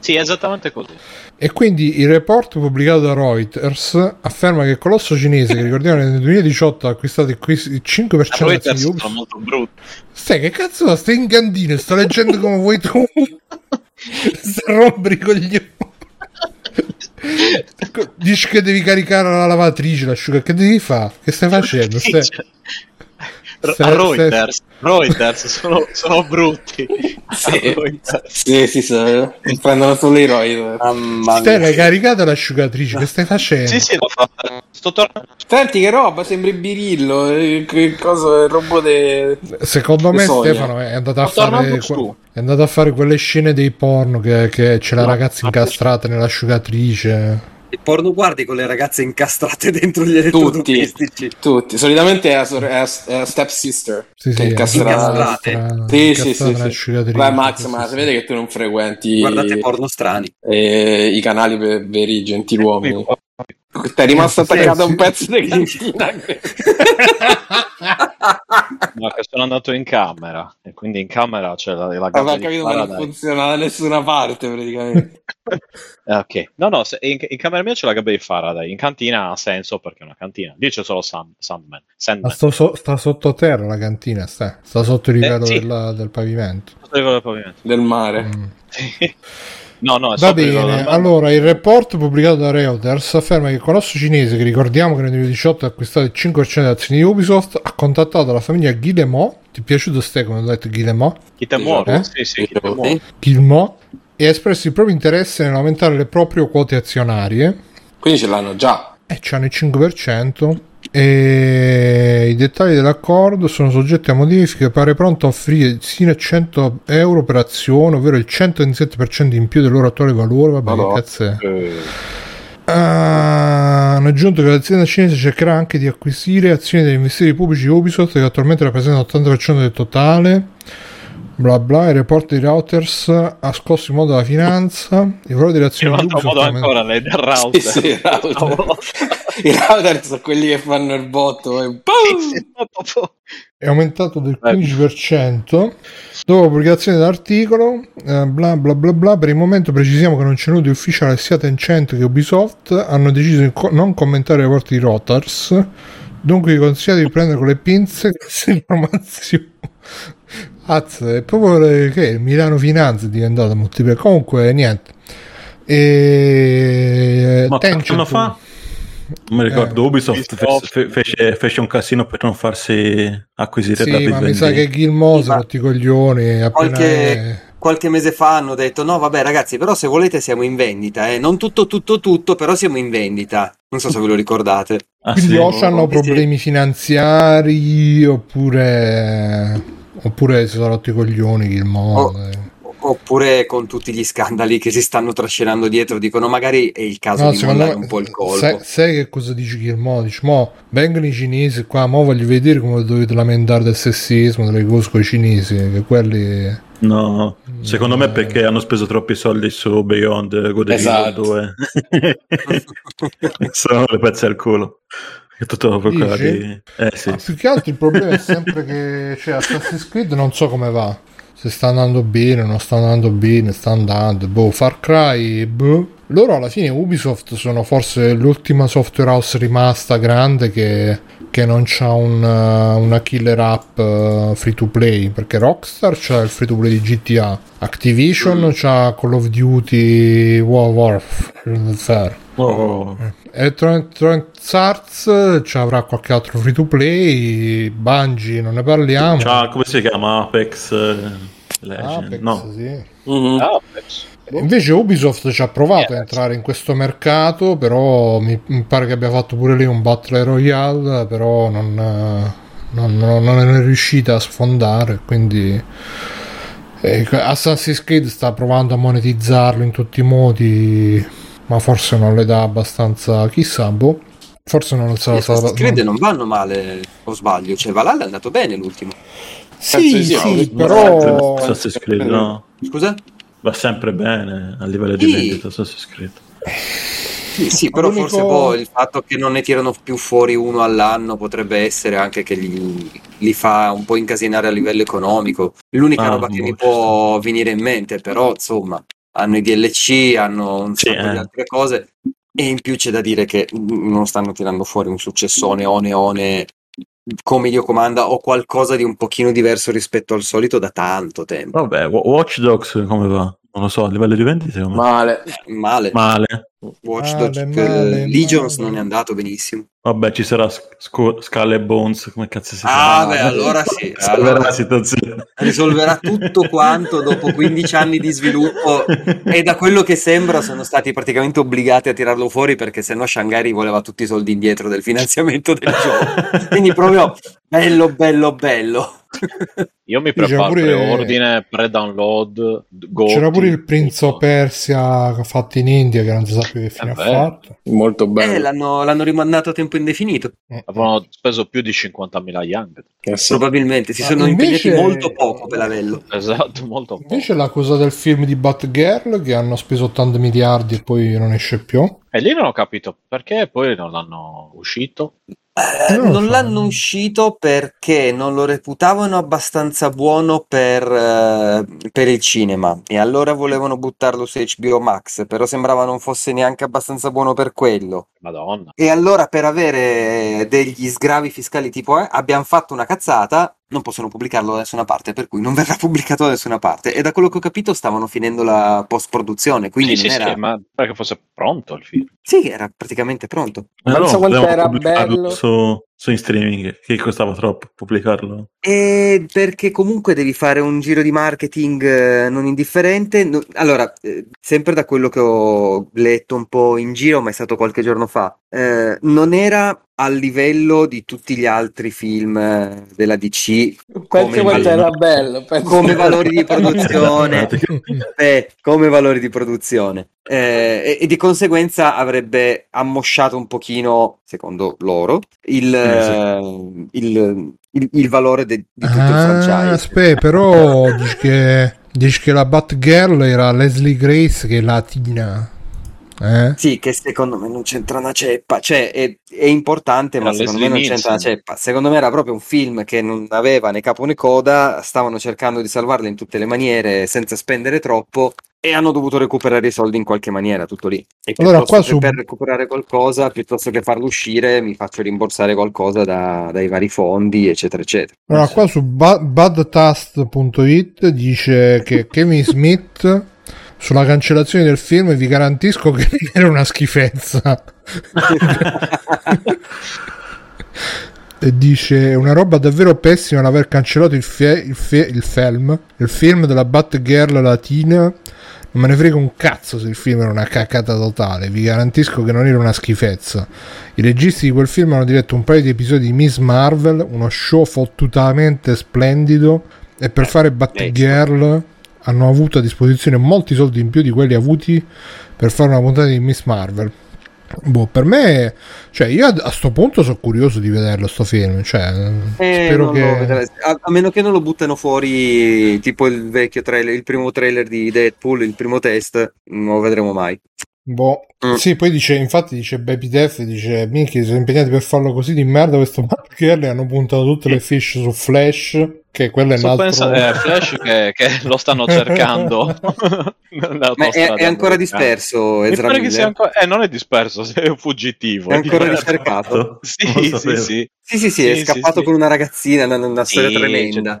C: Sì, è esattamente così.
A: E quindi il report pubblicato da Reuters afferma che il colosso cinese, che ricordiamo nel 2018 ha acquistato il quis- il 5%
C: La
A: di azioni
C: Reuters
A: di
C: sono
A: Ubisoft.
C: molto brutti.
A: Stai, che cazzo, stai in cantino, sto leggendo come vuoi tu. *laughs* Stai rompere i coglioni. Co- Dici che devi caricare la lavatrice, l'asciuga, che devi fare? Che stai facendo? Stai-
C: R-
A: Se-
C: a
A: se-
C: Reuters, Reuters sono, sono brutti. A
B: Sì,
C: Reuters.
B: sì, sì, sì, prendono solo i Roy.
D: Mamma
A: Stai,
D: mia.
A: l'hai caricata l'asciugatrice, che stai facendo?
C: Sì, sì, l'ho fatta. Sto tornando.
B: Senti che roba, sembri Birillo, eh, che cosa, il robot de...
A: Secondo me
B: Sogna.
A: Stefano è andato a
C: Sto tornando
A: fare
C: su.
A: que- è andato a fare quelle scene dei porno che, che c'è la ragazza incastrata nell'asciugatrice.
D: Il porno guardi con le ragazze incastrate dentro gli elettrodomestici.
B: tutti, tutti. Solitamente è la, sor- è la- è la stepsister
A: Sì, sì,
B: che incastrata.
D: Incastrate.
B: Sì, sì, sì, sì.
A: nell'asciugatrice.
B: Beh, Max,
A: Sì,
B: ma
A: sì,
B: si
A: sì.
B: vede che tu non frequenti
D: Guardate porno strani.
B: eh, i canali per veri gentiluomini. Ti è rimasto
A: Eh, sì,
B: attaccato a
A: sì.
B: un pezzo di cantina.
C: No, che sono andato in camera. E quindi in camera c'è la, la
B: Non
C: gabbia
B: ho
C: di
B: capito, Ah, ma non
C: Faraday.
B: funziona da nessuna parte praticamente.
C: Eh, ok. No, no, se- in, in camera mia c'è la gabbia di Faraday. In cantina ha senso perché è una cantina. Lì c'è solo Sand- Sandman.
A: Ma
C: Sandman.
A: sto so- sta sottoterra la cantina, sta, sta sotto il livello
C: Eh, sì.
A: della- del pavimento.
B: Eh,
C: Sotto il livello del pavimento.
B: Del mare.
A: Mm.
C: Sì. *laughs* No, no, è
A: Va
C: solo
A: bene,
C: quello- eh.
A: allora il report pubblicato da Reuters afferma che il colosso cinese, che ricordiamo che nel 2018 ha acquistato il 5% delle azioni di Ubisoft, ha contattato la famiglia Guillemot, ti è piaciuto ste come ho detto Guillemot?
C: Chi te muore?
A: Eh?
C: Sì, sì, chi te muore.
A: Guillemot e ha espresso il proprio interesse nell'aumentare le proprie quote azionarie
B: Quindi ce l'hanno già.
A: e c'hanno il 5% e i dettagli dell'accordo sono soggetti a modifiche pare pronto a offrire sino a 100 euro per azione ovvero il 127% in più del loro attuale valore vabbè
B: Madonna.
A: che cazzo è
C: Eh,
A: Ah, hanno aggiunto che l'azienda cinese cercherà anche di acquisire azioni degli investitori pubblici di Ubisoft che attualmente rappresentano l'80% del totale bla bla il report di Reuters ha scosso in modo la finanza il valore delle
C: in
A: azioni
C: un
A: di
C: altro
A: Ubisoft
C: modo
A: è aumentato.
C: ancora lei del
B: Sì,
C: router.
B: sì, i
C: *laughs*
B: router. *laughs* I router sono quelli che fanno il botto e
C: Oh,
B: boom!
A: è aumentato del 15% dopo la pubblicazione dell'articolo eh, bla bla bla bla per il momento precisiamo che non c'è nulla di ufficiale sia Tencent che Ubisoft hanno deciso di co- non commentare i rapporti di Rotars dunque vi consiglio di prendere con le pinze *laughs* queste informazioni Azza, è proprio le- che il Milano Finanza è diventata multiple comunque niente e Eh.
E: Ma qualche anno fa, non mi ricordo, Ubisoft fe-
C: Ubisoft.
E: fe- fece, fece un casino per non farsi acquisire da
A: sì, ma mi sa
E: Vivendi.
A: che Gilmour si
D: Ma-
A: è rotti i coglioni appena è-
D: Qualche, qualche mese fa hanno detto: No, vabbè, ragazzi, però se volete siamo in vendita. Eh. Non tutto, tutto, tutto, però siamo in vendita. Non so se ve lo ricordate.
E: Ah,
A: Quindi
E: sì?
A: o hanno
D: Sì, sì.
A: problemi finanziari oppure, oppure si sono rotti i coglioni il
D: Oh,
A: mondo.
D: Oppure con tutti gli scandali che si stanno trascinando dietro, dicono magari è il caso di mollare un po' il colpo. *laughs*
A: sai, sai che cosa dice Gilmo? Dice, mo, vengono i cinesi qua, mo voglio vedere come dovete lamentare del sessismo, delle cose con i cinesi, che quelli...
E: No, secondo me
A: Eh.
E: perché hanno speso troppi soldi su Beyond God of Evil
B: Esatto.
E: 2.
A: *laughs*
E: *laughs* Sono le pezze al culo. È tutto per
A: Dici?
E: quella di- Eh sì.
A: Ma Ah, più che altro il problema è sempre che cioè, Assassin's Creed non so come va. Se sta andando bene, non sta andando bene, sta andando. Boh, Far Cry, boh. Loro alla fine Ubisoft sono forse l'ultima software house rimasta grande che, che non c'ha un, eh, una killer app eh, free to play. Perché Rockstar c'ha il free to play di GTA, Activision c'ha Call of Duty War Warfare.
E: Oh.
A: Electronic Arts ci avrà qualche altro free to play, Bungie non ne parliamo.
E: C'ha- come si chiama? Apex eh, Legend?
A: Apex,
E: no.
A: sì.
B: Mhm.
C: Ah, penso.
D: Boh.
A: Invece Ubisoft ci ha provato
C: Eh,
A: a entrare in questo mercato, però mi, mi pare che abbia fatto pure lì un Battle Royale, però non, eh, non- non- non è riuscita a sfondare, quindi eh, Assassin's Creed sta provando a monetizzarlo in tutti i modi, ma forse non le dà abbastanza, chissà, boh. Forse non
D: Gli
A: sarà
D: Assassin's
A: stata...
D: Creed non vanno male, o sbaglio. Cioè, Valhalla è andato bene l'ultimo.
B: Penso
A: Sì,
B: di sì,
A: sì,
B: no?
A: però
E: Assassin's Creed, no?
D: Scusa?
E: Va sempre bene a livello di
D: Sì.
E: vendita Assassin's Creed.
D: Sì, sì, però
A: L'unico-
D: forse boh, il fatto che non ne tirano più fuori uno all'anno potrebbe essere anche che li, li fa un po' incasinare a livello economico. L'unica
E: Ah,
D: roba che
E: boh,
D: mi
E: ci
D: può venire in mente, però insomma, hanno i DLC, hanno un
E: Sì,
D: sacco di
E: eh.
D: altre cose e in più c'è da dire che mm, non stanno tirando fuori un successone one one come Dio comanda o qualcosa di un pochino diverso rispetto al solito da tanto tempo.
E: Vabbè, Wa- Watch Dogs come va? Non lo so, a livello di vendita come
B: Male.
D: Male,
E: Male.
D: Watch
A: Male,
D: Dogs,
A: male,
D: eh, Legions
A: male.
D: non è andato benissimo.
E: Vabbè, ci sarà Sc- Scu- Skull e Bones, come cazzo si
D: Ah,
E: chiama?
D: beh, allora sì,
E: *laughs* Risolverà
D: allora
E: la situazione.
D: risolverà tutto quanto dopo 15 anni di sviluppo e da quello che sembra sono stati praticamente obbligati a tirarlo fuori perché sennò Shanghai rivoleva tutti i soldi indietro del finanziamento del gioco. Quindi proprio bello, bello, bello.
C: Io mi
A: Sì, c'era
C: preparo
A: pure-
C: preordine, pre-download, goti,
A: c'era pure il Prince
C: tutto.
A: of Persia che ha fatto in India che non si sa più che fine
C: Eh
A: ha
C: beh.
A: fatto.
B: Molto bello.
D: Eh, l'hanno, l'hanno rimandato a tempo indefinito.
A: Eh.
C: Avevano speso più di 50.000 yang.
B: Eh sì.
D: Probabilmente si
A: Ma
D: sono
A: invece-
D: impegnati molto poco, Pelavello.
C: Esatto, *laughs* molto poco.
A: Invece la cosa del film di Batgirl che hanno speso 80 miliardi e poi non esce più.
C: E lì non ho capito perché poi non l'hanno uscito.
D: Eh,
A: Non lo
D: non
A: so.
D: l'hanno uscito perché non lo reputavano abbastanza buono per, eh, per il cinema e allora volevano buttarlo su HBO Max, però sembrava non fosse neanche abbastanza buono per quello.
C: Madonna.
D: E allora per avere degli sgravi fiscali tipo eh, abbiamo fatto una cazzata non possono pubblicarlo da nessuna parte, per cui non verrà *laughs* pubblicato da nessuna parte. E da quello che ho capito stavano finendo la post-produzione, quindi
C: sì,
D: non
C: sì,
D: era...
C: sì, ma perché fosse pronto il film.
D: Sì, era praticamente pronto.
B: Pensa
E: Allora,
B: quanto
E: potevamo
B: era
E: pubblicarlo
B: bello.
E: Su, su in streaming, che costava troppo pubblicarlo.
D: E perché comunque devi fare un giro di marketing eh, non indifferente. No- Allora, eh, sempre da quello che ho letto un po' in giro, ma è stato qualche giorno fa, eh, non era al livello di tutti gli altri film eh, della DC
B: Pensa
D: Come
B: quanto
E: valori.
B: era bello.
C: *laughs*
B: pensa- *laughs*
D: come valori di produzione,
E: Esatto,
D: eh, come valori di produzione. Eh, e, e di conseguenza avrebbe ammosciato un pochino, secondo loro, il,
E: Eh, sì.
D: eh, il, il- il valore de- di tutto il
A: Ah,
D: franchise.
A: aspetta, però dici che, dici che la Batgirl era Leslie Grace che è latina. Eh?
D: Sì, che secondo me non c'entra una ceppa, cioè è, è importante, ma
C: Era
D: secondo me
C: Leslie
D: non c'entra una
C: Nielsen.
D: ceppa. Secondo me era proprio un film che non aveva né capo né coda, stavano cercando di salvarlo in tutte le maniere senza spendere troppo e hanno dovuto recuperare i soldi in qualche maniera, tutto lì. E
A: Allora,
D: piuttosto
A: qua
D: che
A: su-
D: per recuperare qualcosa, piuttosto che farlo uscire, mi faccio rimborsare qualcosa da- dai vari fondi, eccetera, eccetera.
A: Allora, qua su ba- badtast.it dice che Kevin Smith sulla cancellazione del film vi garantisco che *laughs* non era una schifezza. e dice è una roba davvero pessima l'aver cancellato il, fie- il fie- il film il film della Batgirl latina non me ne frega un cazzo se il film era una cacata totale vi garantisco che non era una schifezza i registi di quel film hanno diretto un paio di episodi di Miss Marvel uno show fottutamente splendido e
D: Eh,
A: per fare Batgirl hanno avuto a disposizione molti soldi in più di quelli avuti per fare una puntata di Miss Marvel Boh, per me, cioè, io a, a sto punto sono curioso di vederlo sto film. Cioè,
D: Eh,
A: spero
D: non lo vedrai.
A: che.
D: a, a meno che non lo buttano fuori tipo il vecchio trailer, il primo trailer di Deadpool, il primo test, non lo vedremo mai.
A: Boh.
D: Mm.
A: Sì, poi dice, infatti, dice Baby Def, dice, minchia, si sono impegnati per farlo così di merda questo Mark Girl e hanno puntato tutte le fish su Flash, che quello è un
C: Sto
A: altro...
C: pensando- eh, Flash che, che lo stanno cercando.
D: Ma è,
C: nell'autostrada
D: è ancora
C: americana.
D: disperso
C: Mi
D: Ezra
C: pare che sia
D: Miller.
C: ancora... Eh, non è disperso, *laughs* è un fuggitivo.
D: È ancora
C: Di-
D: ricercato.
C: *laughs*
E: Non
C: Sì,
E: lo
C: sì,
E: sapevo.
C: sì.
D: Sì, sì, sì,
C: Sì,
D: è
C: sì,
D: scappato
C: sì.
D: con una ragazzina, una, una storia
C: Sì,
D: tremenda.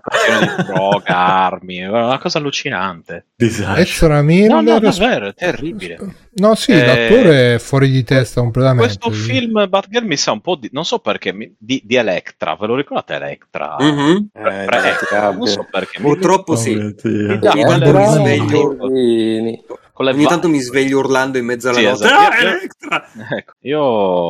C: c'è tutta una questione di droga, armi, è una cosa allucinante.
E: Disastro.
A: Ezra Miller...
C: No, no, davvero, è terribile.
A: No, sì,
C: Eh,
A: l'attore è fuori di testa completamente.
C: Questo film Batgirl mi sa un po' di... non so perché, mi- di, di Electra, ve lo ricordate Electra?
D: Mhm.
C: Pre-
B: Eh,
C: pre- ecco,
B: dimenticabile.
C: non so perché. mi-
D: Purtroppo
E: Oh,
D: sì.
E: mio Dio.
C: Mi dà
D: Ogni
B: Eh,
C: quelle-
D: tanto mi
B: bravo,
C: quelle-
D: sveglio,
B: bambini.
C: con le
D: ogni
C: va-
D: tanto mi sveglio urlando in mezzo alla
C: Sì,
D: notte.
C: esatto.
D: "Ah,
C: Io-
D: Electra!"
C: *laughs* Ecco, io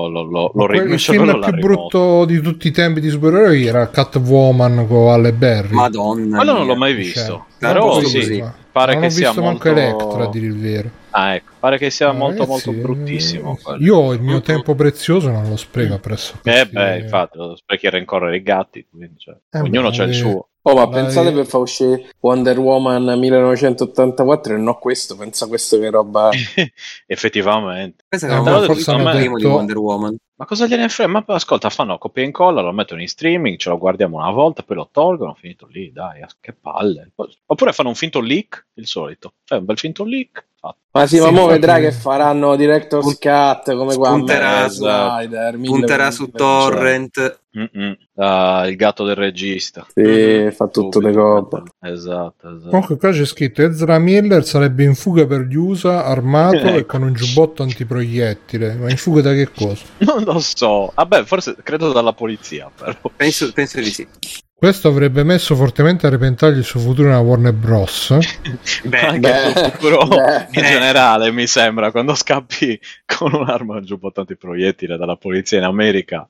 C: lo, lo, lo ri-
A: Quel-
C: mio
A: il film
C: cervello l'ha
A: più
C: rimosso.
A: brutto di tutti i tempi di supereroi era Catwoman con Halle Berry.
D: Madonna.
C: Quello non
D: mia.
C: l'ho mai
A: Cioè,
C: visto.
D: Tanto
C: però
A: non so
C: sì,
D: Ah, così.
C: pare
A: non
C: che
A: ho
C: sia
A: visto
C: molto...
A: manco Electra, a dire il vero.
C: Ah, ecco, pare che sia
A: Ah,
C: molto
A: ragazzi,
C: molto bruttissimo.
A: eh,
C: quello.
A: Io ho il mio tempo prezioso non lo spreco presso
C: Eh
A: questi-
C: beh, infatti, lo sprechi a rincorrere i gatti, quindi, cioè,
A: Eh,
C: ognuno
A: beh,
C: c'ha il
A: eh,
C: suo. *laughs*
B: Oh, ma
A: Dai.
B: pensate per far uscire Wonder Woman 1984 e no questo, pensa questo che roba...
D: Eh,
C: Effettivamente.
D: Pensa
A: Eh,
D: che non
C: ma
D: ho
C: forse
D: visto
C: hanno
D: il primo di
A: detto-
D: Wonder Woman.
C: Ma cosa gliene frega? Ma ascolta, fanno copia e incolla, lo mettono in streaming, ce lo guardiamo una volta, poi lo tolgono, finito lì, dai, as- che palle. Oppure fanno un finto leak, il solito. Fai un bel finto leak, fatto.
B: Ma sì, ma
A: Sì,
B: mo
A: infatti-
B: vedrai che faranno Director's
D: Punt-
B: Cut come qua a
D: punterà
B: Mass
D: su-
B: Rider, mille-
D: Punterà su
B: mille persone.
D: Torrent.
C: Mm-mm. Ah, il gatto del regista.
B: Sì,
D: Mhm.
B: fa
C: Subito.
B: tutto le roba.
C: Esatto, esatto.
A: Comunque qua c'è scritto Ezra Miller sarebbe in fuga per gli USA armato
C: *laughs*
A: e
C: Ecco.
A: con un giubbotto antiproiettile. Ma in fuga da che cosa?
C: *laughs* Non lo so. Vabbè, forse credo dalla polizia, però. *laughs*
D: Penso, penso di sì.
A: Questo avrebbe messo fortemente a repentaglio il suo futuro nella Warner Bros.
C: Ma anche
B: beh,
C: il suo futuro
B: beh.
C: in generale, mi sembra, quando scappi con un'arma e un giubbotto antiproiettile dalla polizia in America.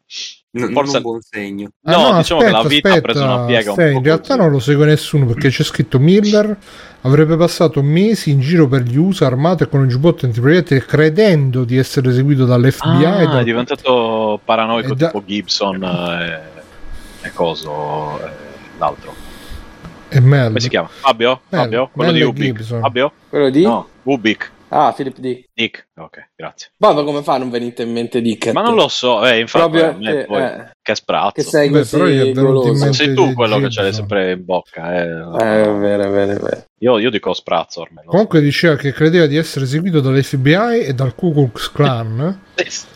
D: N- non
C: Forse-
D: un buon segno.
A: Ah,
C: no, diciamo che la vita ha preso una piega un
A: stai,
C: po'
A: In realtà
C: così.
A: non lo segue nessuno perché c'è scritto Miller avrebbe passato mesi in giro per gli USA armato e con un giubbotto antiproiettile credendo di essere seguito dall'FBI.
C: Ah,
A: e dal-
C: è diventato paranoico
A: E da-
C: tipo Gibson eh, e, coso eh, l'altro.
A: e Mel.
C: Come si chiama? Fabio?
A: Mel-
C: Fabio? Quello
A: Mel
C: di
A: e
C: Ubik.
A: Gibson.
C: Fabio?
B: Quello di?
C: No, Ubik.
B: Ah, Philip D.
C: Dick. Ok, grazie.
B: Vabbè, come fa a non venite in mente Dick?
C: Ma non lo so, eh, infatti
B: Proprio
C: a me
B: te,
C: poi,
B: eh.
C: che sprazzo.
B: Che sei
A: Beh,
B: così
A: però gli è venuto in
B: goloso.
A: mente-
C: Sei
A: di
C: tu quello che
A: Gibson.
C: ce l'hai sempre in bocca. eh.
B: Eh, è vero, è vero, è vero.
C: Io, io dico sprazzo ormai. lo so. *laughs*
A: Comunque diceva che credeva di essere seguito dall'FBI e dal Ku Klux Klan.
B: Sì.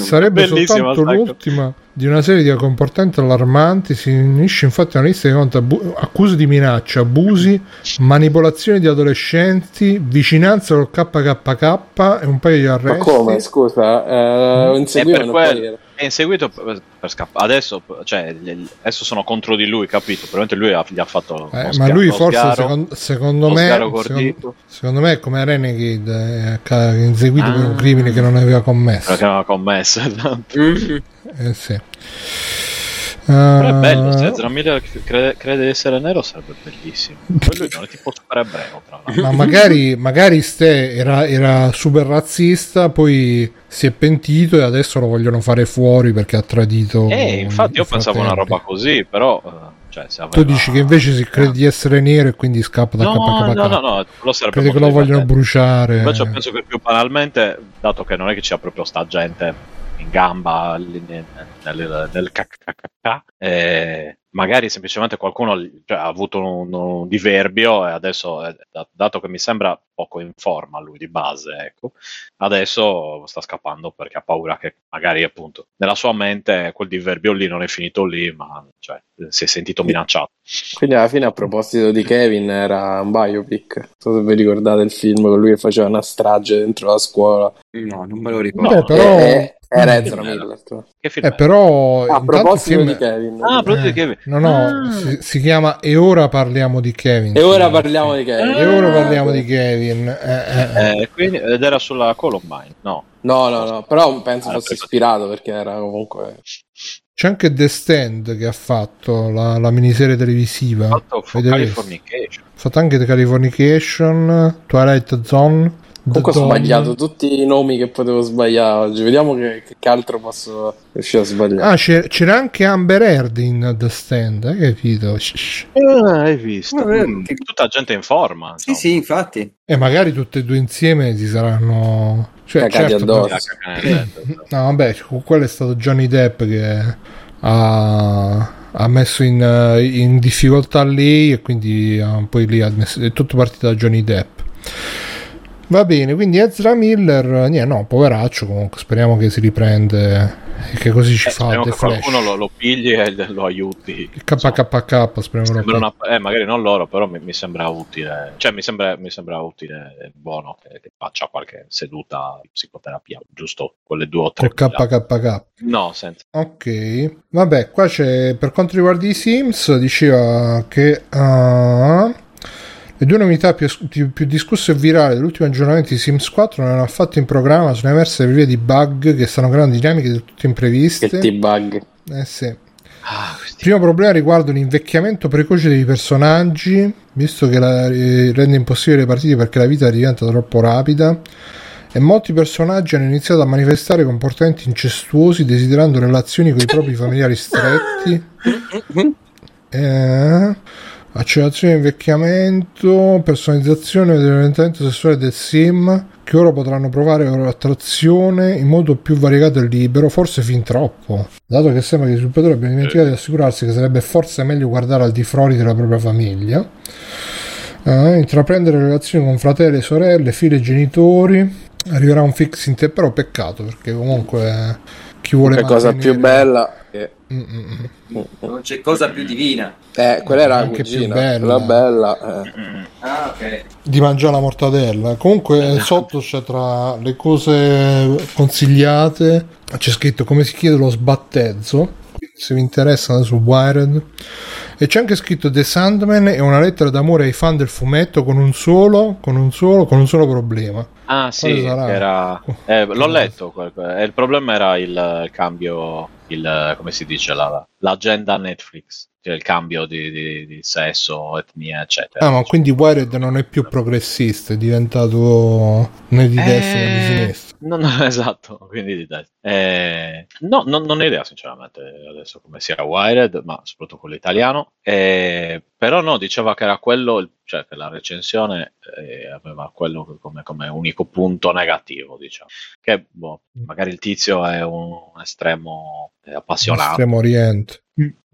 A: Sarebbe
C: Bellissimo,
A: soltanto
C: Attacco.
A: l'ultima di una serie di comportamenti allarmanti. Si unisce infatti a una lista che conta abu- accuse di minaccia, abusi, manipolazioni di adolescenti, vicinanza col KKK e un paio di
B: Ma
A: arresti.
B: come, scusa? Eh, lo inseguivano
C: per
B: poi
C: quello.
B: era-
C: E in seguito per, per scappare. Adesso, cioè, gli- adesso sono contro di lui, capito? Probabilmente lui ha- gli ha fatto.
A: Eh,
C: uno
A: ma
C: sga-
A: lui
C: uno
A: forse
C: sgaro,
A: secon- secondo
C: uno
A: me
C: sgaro
A: secondo,
C: gordito.
A: secondo me è come Renegade eh, ca- inseguito per un
C: Ah.
A: crimine che non aveva commesso
C: Perché aveva commesso *laughs* esatto.
D: Mhm.
A: Eh, sì.
C: Però è bello, se
A: Eh,
C: Ezra Miller crede, crede di essere nero sarebbe bellissimo. Poi lui non è tipo super ebreo, tra l'altro.
A: *laughs* ma magari, magari Ste era, era super razzista, poi si è pentito e adesso lo vogliono fare fuori perché ha tradito.
C: Eh, infatti io
A: i
C: pensavo una
A: fratelli.
C: roba così, però... eh, Cioè, se
A: Tu
C: aveva-
A: dici che invece si crede di essere nero e quindi scappa da
C: No,
A: KKK.
C: no, no, no, lo sarebbe
A: Crede che
C: molto
A: lo vogliono
C: divertente.
A: bruciare.
C: Invece penso che più banalmente, dato che non è che c'è proprio sta gente in gamba lì nel, nel, nel KKK, eh, magari semplicemente qualcuno cioè, ha avuto un, un diverbio e adesso, eh, da- dato che mi sembra poco in forma lui di base, ecco, adesso sta scappando perché ha paura che magari appunto nella sua mente quel diverbio lì non è finito lì, ma cioè, si è sentito minacciato.
B: Quindi alla fine a proposito di Kevin era un biopic. Non so se vi ricordate il film con lui che faceva una strage dentro la scuola.
D: No, non me lo
A: No,
D: ricordo.
B: Eh,
A: però.
B: eh, era
A: Mm.
B: Ezra Miller. tra l'altro.
C: Che film
A: Eh,
C: è?
A: però
B: A
A: intanto il
B: proposito
A: film- Eh,
B: di Kevin.
C: Ah, proprio di Kevin.
A: No, no,
C: Ah.
A: si, si chiama E ora parliamo di Kevin.
B: e ora
A: Sì.
B: parliamo di Kevin.
A: E
C: Ah.
A: ora parliamo di Kevin. Eh, eh, eh.
C: Eh, quindi- ed era sulla Columbine, no?
B: No, no, no, però penso
C: Ah,
B: fosse
C: prego.
B: ispirato perché era comunque...
A: C'è anche The Stand che ha fatto la, la miniserie televisiva.
C: Ha fatto for-
A: Vedete?
C: Californication.
A: Ha fatto anche The Californication, Twilight Zone. The
B: Comunque ho
A: Dawn.
B: sbagliato tutti i nomi che potevo sbagliare oggi. Vediamo che, che altro posso riuscire a sbagliare.
A: Ah, c'è- c'era anche Amber Heard in The Stand, hai capito? Shh, shh.
C: Ah, hai visto?
D: Vabbè,
C: Mm,
D: che-
C: Tutta gente in forma.
D: Sì, sì, infatti.
A: E magari tutte e due insieme si saranno... Cioè,
B: Cacati
A: certo,
B: addosso.
A: per-
C: sì.
A: No, vabbè, cu- quello è stato Johnny Depp che ha, ha messo in, eh, in difficoltà lei e quindi ha- poi lì ha messo, è tutto partito da Johnny Depp. Va bene, quindi Ezra Miller, eh, niente, no, poveraccio comunque, speriamo che si riprende e che così ci fa
C: Eh, Cioè, Speriamo
A: The
C: che
A: Flash.
C: qualcuno lo, lo pigli e le- lo aiuti.
A: Il KKK, speriamo
C: Sembra
A: lo
C: una- eh, magari non loro, però mi, mi sembra utile. Cioè, mi sembra, mi sembra utile e buono che, che faccia qualche seduta di psicoterapia, giusto? Quelle due o tre.
A: col KKK.
C: No, senza.
A: Ok, vabbè, qua c'è per quanto riguarda i Sims, diceva che ah, le due novità più, più- più discusse e virali dell'ultimo aggiornamento di Sims 4 non erano affatto in programma, sono emerse per via di bug che stanno creando dinamiche del tutto
B: Che
A: impreviste.
B: T-Bug.
A: Eh sì.
C: Ah, questi-
A: Il primo problema riguarda l'invecchiamento precoce dei personaggi, visto che la- eh, rende impossibile le partite perché la vita diventa troppo rapida. E molti personaggi hanno iniziato a manifestare comportamenti incestuosi, desiderando relazioni con i propri familiari stretti. Eh, accelerazione di invecchiamento, personalizzazione dell'orientamento sessuale del sim, che ora potranno provare attrazione in modo più variegato e libero, forse fin troppo. Dato che sembra che i sviluppatori abbiano dimenticato di assicurarsi che sarebbe forse meglio guardare al di fuori della propria famiglia. Eh, intraprendere relazioni con fratelli, sorelle, figli e genitori. Arriverà un fix in te, però peccato perché comunque eh, chi vuole
B: La cosa
A: mantenere-
B: più bella... che-
A: Mm, mm, mm.
F: Non c'è cosa più divina.
B: Eh, quella era la
A: Anche più
B: cugina.
A: bella.
B: Quella bella. eh.
F: Ah, ok.
A: di mangiare la mortadella. Comunque eh, sotto c'è tra le cose consigliate c'è scritto come si chiede lo sbattezzo. Se vi interessa andate su Wired. E c'è anche scritto The Sandman è una lettera d'amore ai fan del fumetto con un solo, con un solo, con un solo problema.
C: Ah, sì,
A: sarà? *laughs*
C: che era... eh, l'ho letto. quel- eh, il problema era il cambio, il, come si dice, la- l'agenda Netflix, cioè il cambio di, di- di sesso, etnia, eccetera.
A: Ah, ma quindi Wired non è più progressista, è diventato né di
C: Eh,
A: destra né di sinistra.
C: No, no, *laughs* esatto, quindi di testa. Eh, no, non, non ho idea sinceramente adesso come sia Wired, ma soprattutto quello italiano. Eh, però no, diceva che era quello, il- cioè che la recensione eh, aveva quello come, come unico punto negativo, diciamo. Che boh, magari il tizio è un estremo appassionato.
A: Estremo Oriente.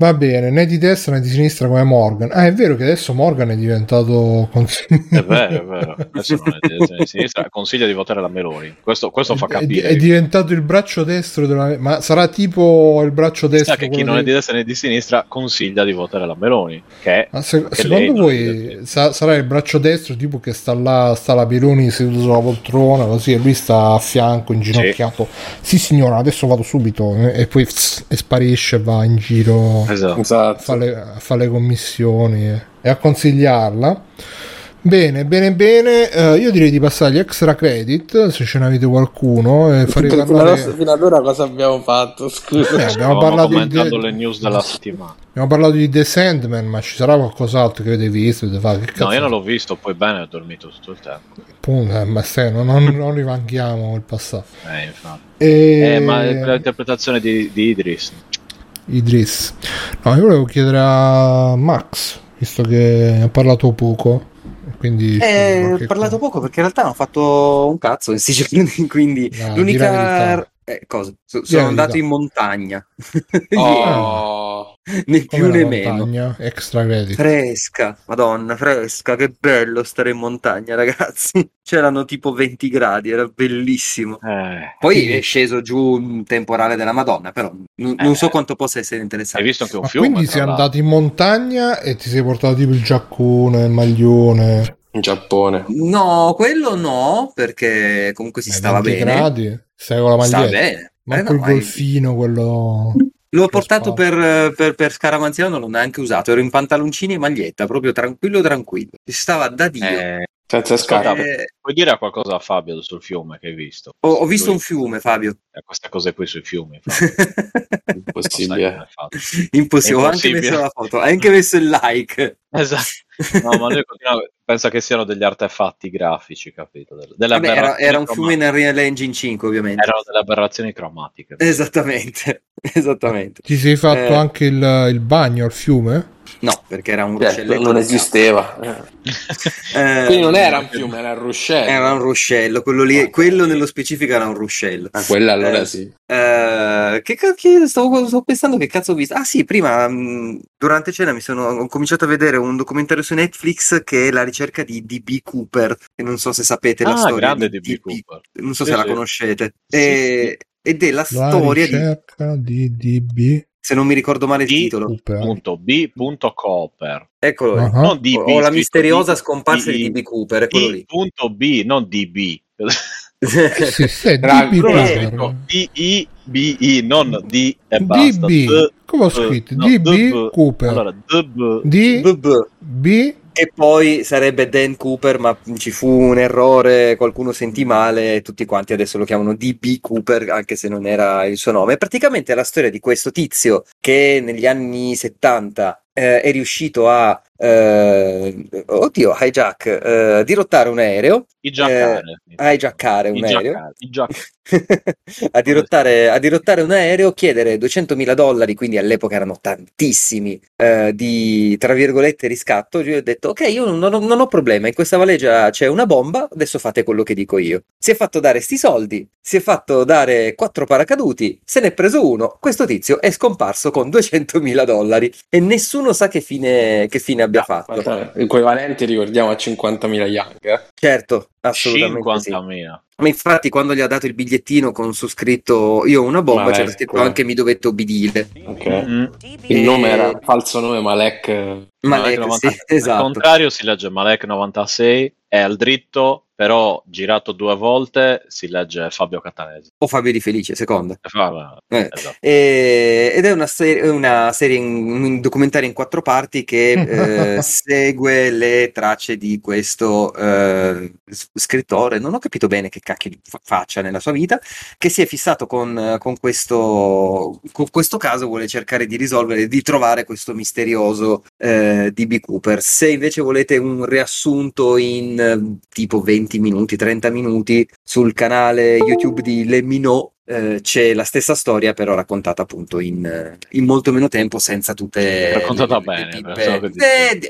A: Va bene, né di destra né di sinistra come Morgan. Ah, è vero che adesso Morgan è diventato consigliere.
C: È vero, è vero. Adesso non è di destra, né di sinistra. Consiglia di votare la Meloni. Questo, questo
A: *laughs*
C: fa
A: È, di-
C: capire.
A: è diventato il braccio destro della... Ma sarà tipo il braccio destro...
C: Sa che chi
A: quello
C: non è
A: di-
C: di destra né di sinistra consiglia di votare la Meloni, che è
A: Ma Ah, se-
C: che lei
A: secondo
C: non è di
A: voi
C: destra.
A: sa- sarà il braccio destro tipo che sta là, sta la Meloni seduto sulla poltrona così e lui sta a fianco inginocchiato. Sì, signora, adesso vado subito eh, e poi pss, e sparisce e va in giro
C: Esatto.
A: a
B: Esatto.
A: fare le, a fare le commissioni eh, e a consigliarla. Bene, bene, bene. eh, io direi di passare agli extra credit se ce n'avete qualcuno e farei
B: Fino,
A: parlare-
B: adesso- fino ad ora cosa abbiamo fatto?
A: Eh, *laughs*
B: Scusa.
A: abbiamo,
C: Stavamo
A: parlato di,
C: commentando le news della settimana.
A: abbiamo parlato di The Sandman, ma ci sarà qualcos'altro che avete visto? Avete fatto? Che cazzo
C: No, io non l'ho visto, poi bene, ho dormito tutto il tempo.
A: Punto, eh, ma se non, non, non rimanchiamo il passato.
C: Eh, infatti.
A: E...
C: Eh, ma è per l'interpretazione di, di Idris.
A: Idris. No, io volevo chiedere a Max, visto che ha parlato poco. Quindi
D: Eh, ho parlato poco perché in realtà non ho fatto un cazzo in questi giorni, *laughs* quindi
A: No,
D: l'unica...
A: di Ah, la verità.
D: eh, cosa? So-
A: Di la
D: sono andato
A: verità.
D: in montagna, *laughs*
B: Oh,
D: né più né meno.
A: montagna, extra credit.
D: Fresca, madonna, fresca, che bello stare in montagna, ragazzi. *laughs* C'erano tipo 20 gradi, era bellissimo.
C: Eh,
D: Poi è sceso giù un temporale della madonna, però n- non so quanto possa essere
C: Eh. hai
D: interessante.
C: visto anche un
A: Ma
C: fiume?
A: quindi
C: tra
A: sei
C: l'altro.
A: andato in montagna e ti sei portato tipo il giaccone, il maglione,
B: in Giappone.
D: No, quello no, perché comunque si
A: ai
D: stava
A: 20
D: bene.
A: grandi, stai con la
D: Stava
A: Eh, maglietta,
D: bene.
A: ma
D: Eh,
A: col
D: no, hai-
A: golfino quello...
D: L'ho
A: Che
D: portato
A: spalle.
D: per, per, per scaramanzia, non l'ho neanche usato. Ero in pantaloncini e maglietta, proprio tranquillo, tranquillo. Ci Stava da Dio.
C: Eh,
B: Senza
C: Ascolta,
B: scarpe.
D: Eh,
C: puoi dire qualcosa a Fabio sul fiume che hai visto?
D: ho, ho visto
C: Lui-
D: un fiume, Fabio.
C: eh, Queste cose qui sui fiumi. Fabio.
D: eh.
C: Non
B: Impossibile.
C: sai come hai fatto.
D: *laughs* Impossibile. Ho anche
C: Impossibile.
D: messo la foto, ho anche messo il like. *laughs*
C: Esatto. No, ma lui continua- pensa che siano degli artefatti grafici, capito? Del- Delle
D: Vabbè, era,
C: aberrazioni
D: era un fiume
C: cromatiche.
D: in Unreal Engine 5, ovviamente.
C: Erano delle aberrazioni cromatiche.
D: Eh, Esattamente, *laughs* esattamente.
A: Ti sei fatto
D: Eh.
A: anche il, il bagno al fiume?
D: No, perché era un
B: Certo,
D: ruscelletto.
B: non esisteva. Eh.
D: Eh,
B: Quindi non era un fiume, era un ruscello.
D: Era un ruscello, quello lì, quello nello specifico era un ruscello.
B: Ah, quella allora
D: Eh,
B: sì.
D: Eh, che cacchio, stavo, stavo pensando che cazzo ho visto. Ah sì, prima mh, durante cena mi sono ho cominciato a vedere un documentario su Netflix che è la ricerca di DB Cooper, che non so se sapete la
C: Ah,
D: storia
C: grande
D: di
C: DB
D: DB
C: Cooper.
D: non so
C: Sì,
D: se la
C: sì.
D: conoscete.
C: Sì,
D: E- Ed è la
A: La
D: storia di,
A: ricerca di DB
D: se non mi ricordo male il
C: Di-
D: titolo,
A: Cooper.
C: Punto B.Cooper.
D: eccolo lì.
A: Ah.
C: Non DB.
D: Ho la
C: scritto
D: misteriosa
C: D-
D: scomparsa di DB Cooper, è quello lì.
C: punto B, *laughs* non DB.
A: Sì, sì, è
B: Tra-
A: DB
B: però
A: Cooper.
B: l'ha
A: Eh,
B: scritto
C: D-I-B-I, non D e Eh, basta.
A: DB,
C: D-
A: come ho
C: B,
A: scritto?
C: no,
A: DB
C: DB. Allora,
A: Cooper.
C: DB.
A: DB,
D: BB. Che poi sarebbe Dan Cooper, ma ci fu un errore, qualcuno sentì male, e tutti quanti adesso lo chiamano DB Cooper, anche se non era il suo nome. Praticamente è la storia di questo tizio che negli anni 70 eh, è riuscito a, eh, oddio, hijack, eh, dirottare un aereo,
C: I giaccare.
D: a hijackare un
C: I
D: aereo.
C: giaccare. I giaccare.
D: a, dirottare, a dirottare un aereo, chiedere 200.000 dollari, quindi all'epoca erano tantissimi, eh, di tra virgolette riscatto. Io ho detto: Ok, io non ho, non ho problema. In questa valigia c'è una bomba, adesso fate quello che dico io. Si è fatto dare sti soldi, si è fatto dare quattro paracaduti, se n'è preso uno. Questo tizio è scomparso con 200.000 dollari e nessuno sa che fine, che fine abbia fatto.
B: Quant'è? Equivalente, ricordiamo, a 50.000 Yang. eh.
D: Certo, assolutamente sì.
C: 50.000.
D: Ma infatti, quando gli ha dato il bigliettino con su scritto io ho una bomba,
B: Malek,
D: c'era scritto
B: eh.
D: anche mi dovete obbedire.
B: Ok.
C: Mm.
B: Il
D: Eh,
B: nome era falso nome Malek. eh,
D: Malek,
C: Malek
D: sì,
C: 96. Al
D: esatto.
C: contrario si legge Malek 96, è al dritto, però girato due volte si legge Fabio Catanese.
D: O Fabio Di Felice, seconda.
C: Eh, fa-
D: Eh.
C: esatto.
D: Eh, ed è una, ser- è una serie, in- un documentario in quattro parti che eh, segue le tracce di questo eh, s- scrittore. Non ho capito bene che cacchio di fa- faccia nella sua vita, che si è fissato con, eh, con questo, con questo caso, vuole cercare di risolvere, di trovare questo misterioso eh, DB Cooper. Se invece volete un riassunto in eh, tipo 20 minuti, 30 minuti sul canale YouTube di Lemino, eh, c'è la stessa storia, però raccontata appunto in, in molto meno tempo, senza tutte
C: Raccontata bene,
D: pippe.
C: pensavo che dici.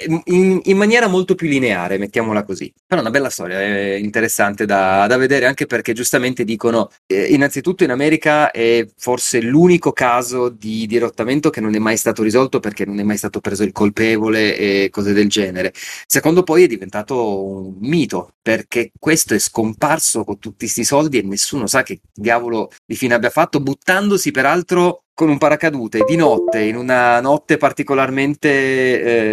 D: Beh, in, in maniera molto più lineare, mettiamola così. Però è una bella storia, è interessante da, da vedere, anche perché giustamente dicono, eh, innanzitutto in America è forse l'unico caso di dirottamento che non è mai stato risolto perché non è mai stato preso il colpevole e cose del genere. Secondo poi è diventato un mito perché questo è scomparso con tutti questi soldi e nessuno sa che diavolo di fine abbia fatto, buttandosi peraltro con un paracadute di notte, in una notte particolarmente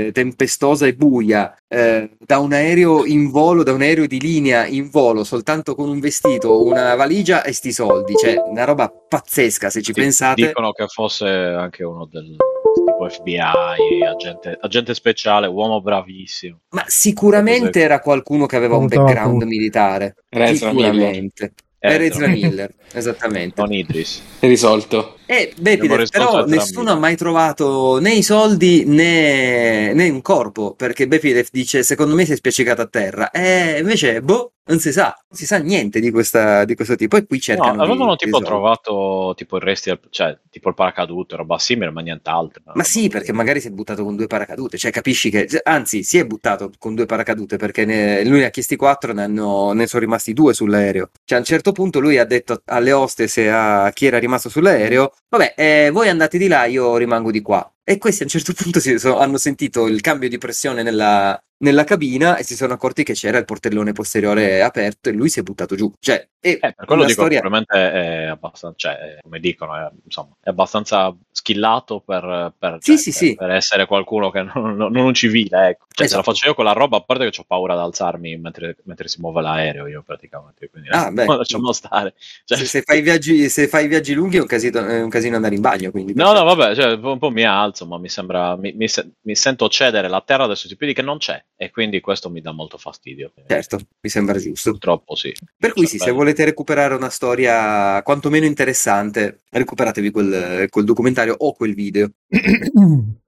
D: eh, tempestosa e buia, eh, da un aereo in volo, da un aereo di linea in volo, soltanto con un vestito, una valigia e sti soldi. Cioè, una roba pazzesca se ci
C: Di-
D: pensate.
C: Dicono che fosse anche uno del tipo FBI, agente, agente speciale, uomo bravissimo.
D: Ma sicuramente
C: Cos'è?
D: era qualcuno che aveva un
A: Contava
D: background
A: tutto.
D: militare.
B: Era Ezra Miller.
D: sicuramente.
C: Eh,
D: Era Ezra
C: no,
D: Miller,
C: *laughs*
D: esattamente.
C: Con Idris.
B: risolto.
D: Eh, beh,
C: Abbiamo
D: Peter,
C: risposto
D: però
C: a entrambi.
D: nessuno ha mai trovato né i soldi né, né un corpo, perché Bepidef dice, secondo me si è spiaccicato a terra. E invece, boh, non si sa, non si sa niente di, questa, di questo tipo. E qui
C: No,
D: cercano di-
C: avevano
D: di
C: tipo
D: risolvere.
C: trovato tipo i resti, del- cioè tipo il paracadute, roba simile, ma nient'altro.
D: Ma sì, perché magari si è buttato con due paracadute, cioè capisci che, anzi, si è buttato con due paracadute perché ne- lui ne ha chiesti quattro, ne, hanno- ne sono rimasti due sull'aereo. Cioè a un certo punto lui ha detto alle hostess e a chi era rimasto sull'aereo, vabbè, eh, voi andate di là, io rimango di qua. E questi a un certo *laughs* punto si sono- hanno sentito il cambio di pressione nella, nella cabina e si sono accorti che c'era il portellone posteriore aperto e lui si è buttato giù. Cioè, è
C: Eh, per quello
D: una
C: dico,
D: storia...
C: probabilmente è abbastanza, cioè, è- come dicono, è, insomma, è abbastanza skillato per, per-
D: Sì,
C: cioè,
D: sì,
C: per-
D: sì.
C: per essere qualcuno che non, non- non un civile, ecco. Cioè, se la
D: Esatto.
C: faccio io con la roba, a parte che ho paura ad alzarmi mentre, mentre si muove l'aereo, io praticamente, quindi
D: Ah, beh.
C: *laughs* lasciamo stare. Cioè,
D: Se, se fai viaggi, se fai viaggi lunghi è un casino, è un casino andare in bagno, quindi...
C: No, no, vabbè, cioè, un po' mi alzo, ma mi sembra, mi, mi se- mi sento cedere la terra adesso sui piedi che non c'è, e quindi questo mi dà molto fastidio.
D: Certo, mi sembra giusto.
C: Purtroppo sì.
D: Per cui sì, se
C: Cervello.
D: volete recuperare una storia quantomeno interessante, recuperatevi quel, quel documentario o quel video.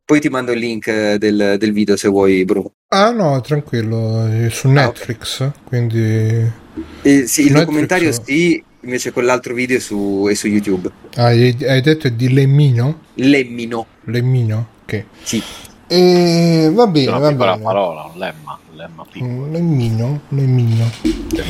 D: Poi ti mando il link eh, del, del video se vuoi, Bruno.
A: *coughs* Ah no, tranquillo, è su Netflix, quindi...
D: Eh, sì, il
A: Netflix,
D: documentario
A: no?
D: sì, invece quell'altro video è su, è su YouTube.
A: Hai, hai detto è di Lemmino?
D: Lemmino.
A: Lemmino? Ok.
D: Sì.
A: E va bene,
C: Una
A: va
C: piccola
A: bene.
C: parola, un lemma, un lemma piccolo.
A: Mm, Lemmino, Lemmino.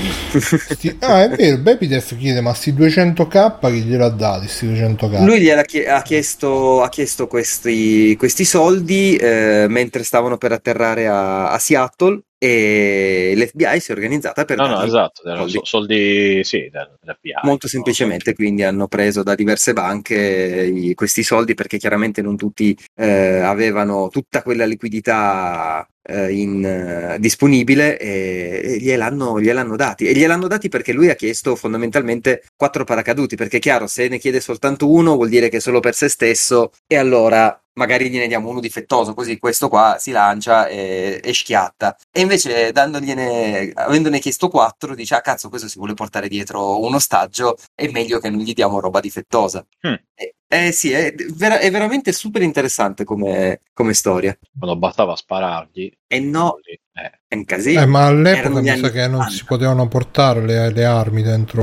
A: Sti- ah, è vero, Bepidef chiede, ma sti 200k chi gliel'ha dati, sti 200k?
D: Lui gliela chie- ha chiesto, ha chiesto questi, questi soldi eh, mentre stavano per atterrare a, a Seattle e l'FBI si è organizzata per
C: No, no,
D: dargli
C: esatto, erano
D: soldi.
C: so- soldi, sì, del- dell'FBI. tipo,
D: Molto semplicemente, quindi hanno preso da diverse banche i- questi soldi perché chiaramente non tutti eh, avevano tutta quella liquidità eh, in, eh, disponibile e, e gliel'hanno, gliel'hanno dati. E gliel'hanno dati perché lui ha chiesto fondamentalmente quattro paracaduti, perché è chiaro, se ne chiede soltanto uno vuol dire che è solo per se stesso e allora magari gliene diamo uno difettoso, così questo qua si lancia e, e schiatta. E invece dandogliene, avendone chiesto quattro, dice, ah cazzo, questo si vuole portare dietro un ostaggio, è meglio che non gli diamo roba difettosa.
C: Hmm.
D: Eh, eh, sì, è, vera- è veramente super interessante come, come storia.
C: Quando bastava sparargli.
D: E no,
C: lì, eh.
D: è un casino.
A: Eh, ma all'epoca
D: Erano gli
A: mi sa
D: anni
A: che non
D: 80.
A: si potevano portare le, le armi dentro...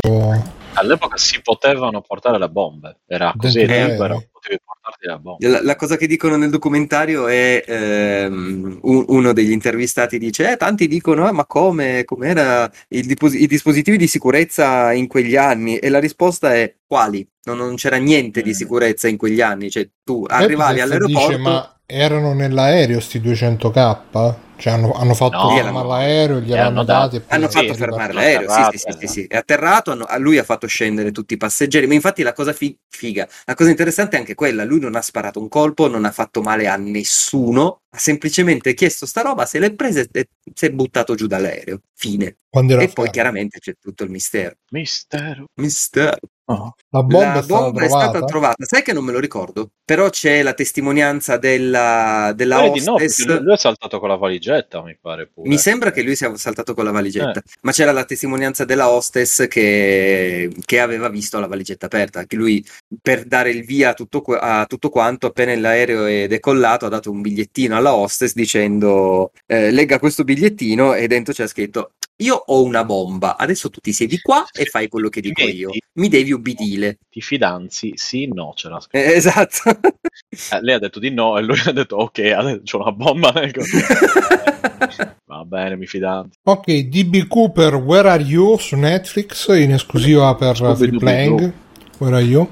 C: All'epoca si potevano portare le bombe, era così
A: Dentro
D: l'aereo.
C: libero, potevi portarti le bombe.
D: La, la cosa che dicono nel documentario è ehm, u- uno degli intervistati dice: eh, tanti dicono: ah, ma come? Com'era il dipos- i dispositivi di sicurezza in quegli anni? E la risposta è: quali? Non, non c'era niente di
C: Mm.
D: sicurezza in quegli anni. Cioè, tu arrivavi
A: Bepidef
D: all'aeroporto.
A: Eh. dice, ma erano nell'aereo sti 200k? Cioè hanno, hanno fatto
C: No,
A: fermare
C: no.
A: l'aereo, gliel'hanno
C: Hanno dato-
A: dati e poi
D: Hanno
A: è
D: fatto
A: ripartito.
D: fermare
C: l'ha
D: l'aereo, sì,
C: atterrato,
D: sì, sì, sì,
C: esatto.
D: sì, è atterrato, hanno- a lui ha fatto scendere tutti i passeggeri, ma infatti la cosa fi- figa, la cosa interessante è anche quella, lui non ha sparato un colpo, non ha fatto male a nessuno, ha semplicemente chiesto sta roba, se l'è presa e si è buttato giù dall'aereo, fine.
A: Quando era
D: E poi
A: fermo.
D: chiaramente c'è tutto il mistero.
C: Mistero.
D: Mistero.
E: Oh.
A: La bomba,
D: la
A: è, stata
D: bomba è
A: trovata?
D: stata trovata, sai che non me lo ricordo, però c'è la testimonianza della, della
C: Pare di no,
D: hostess.
C: perché lui è saltato con la valigetta, mi pare pure.
D: Mi sembra che lui sia saltato con la valigetta, ma c'era la testimonianza della hostess che, che aveva visto la valigetta aperta, che lui per dare il via a tutto, que- a tutto quanto, appena l'aereo è decollato, ha dato un bigliettino alla hostess dicendo eh, legga questo bigliettino e dentro c'è scritto
F: io ho una bomba, adesso tu ti siedi qua e fai quello che dico io, mi devi
D: *laughs*
F: ubbidire.
C: Ti fidanzi? Sì, no, ce l'ha scritto.
F: Eh, esatto.
C: Eh, lei ha detto di no e lui ha detto ok, adesso c'ho una bomba. nel
D: *laughs*
C: corpo." Va bene, mi fidanzo.
A: Ok, DB Cooper, Where Are You su Netflix in esclusiva per Free Playing. Where Are You?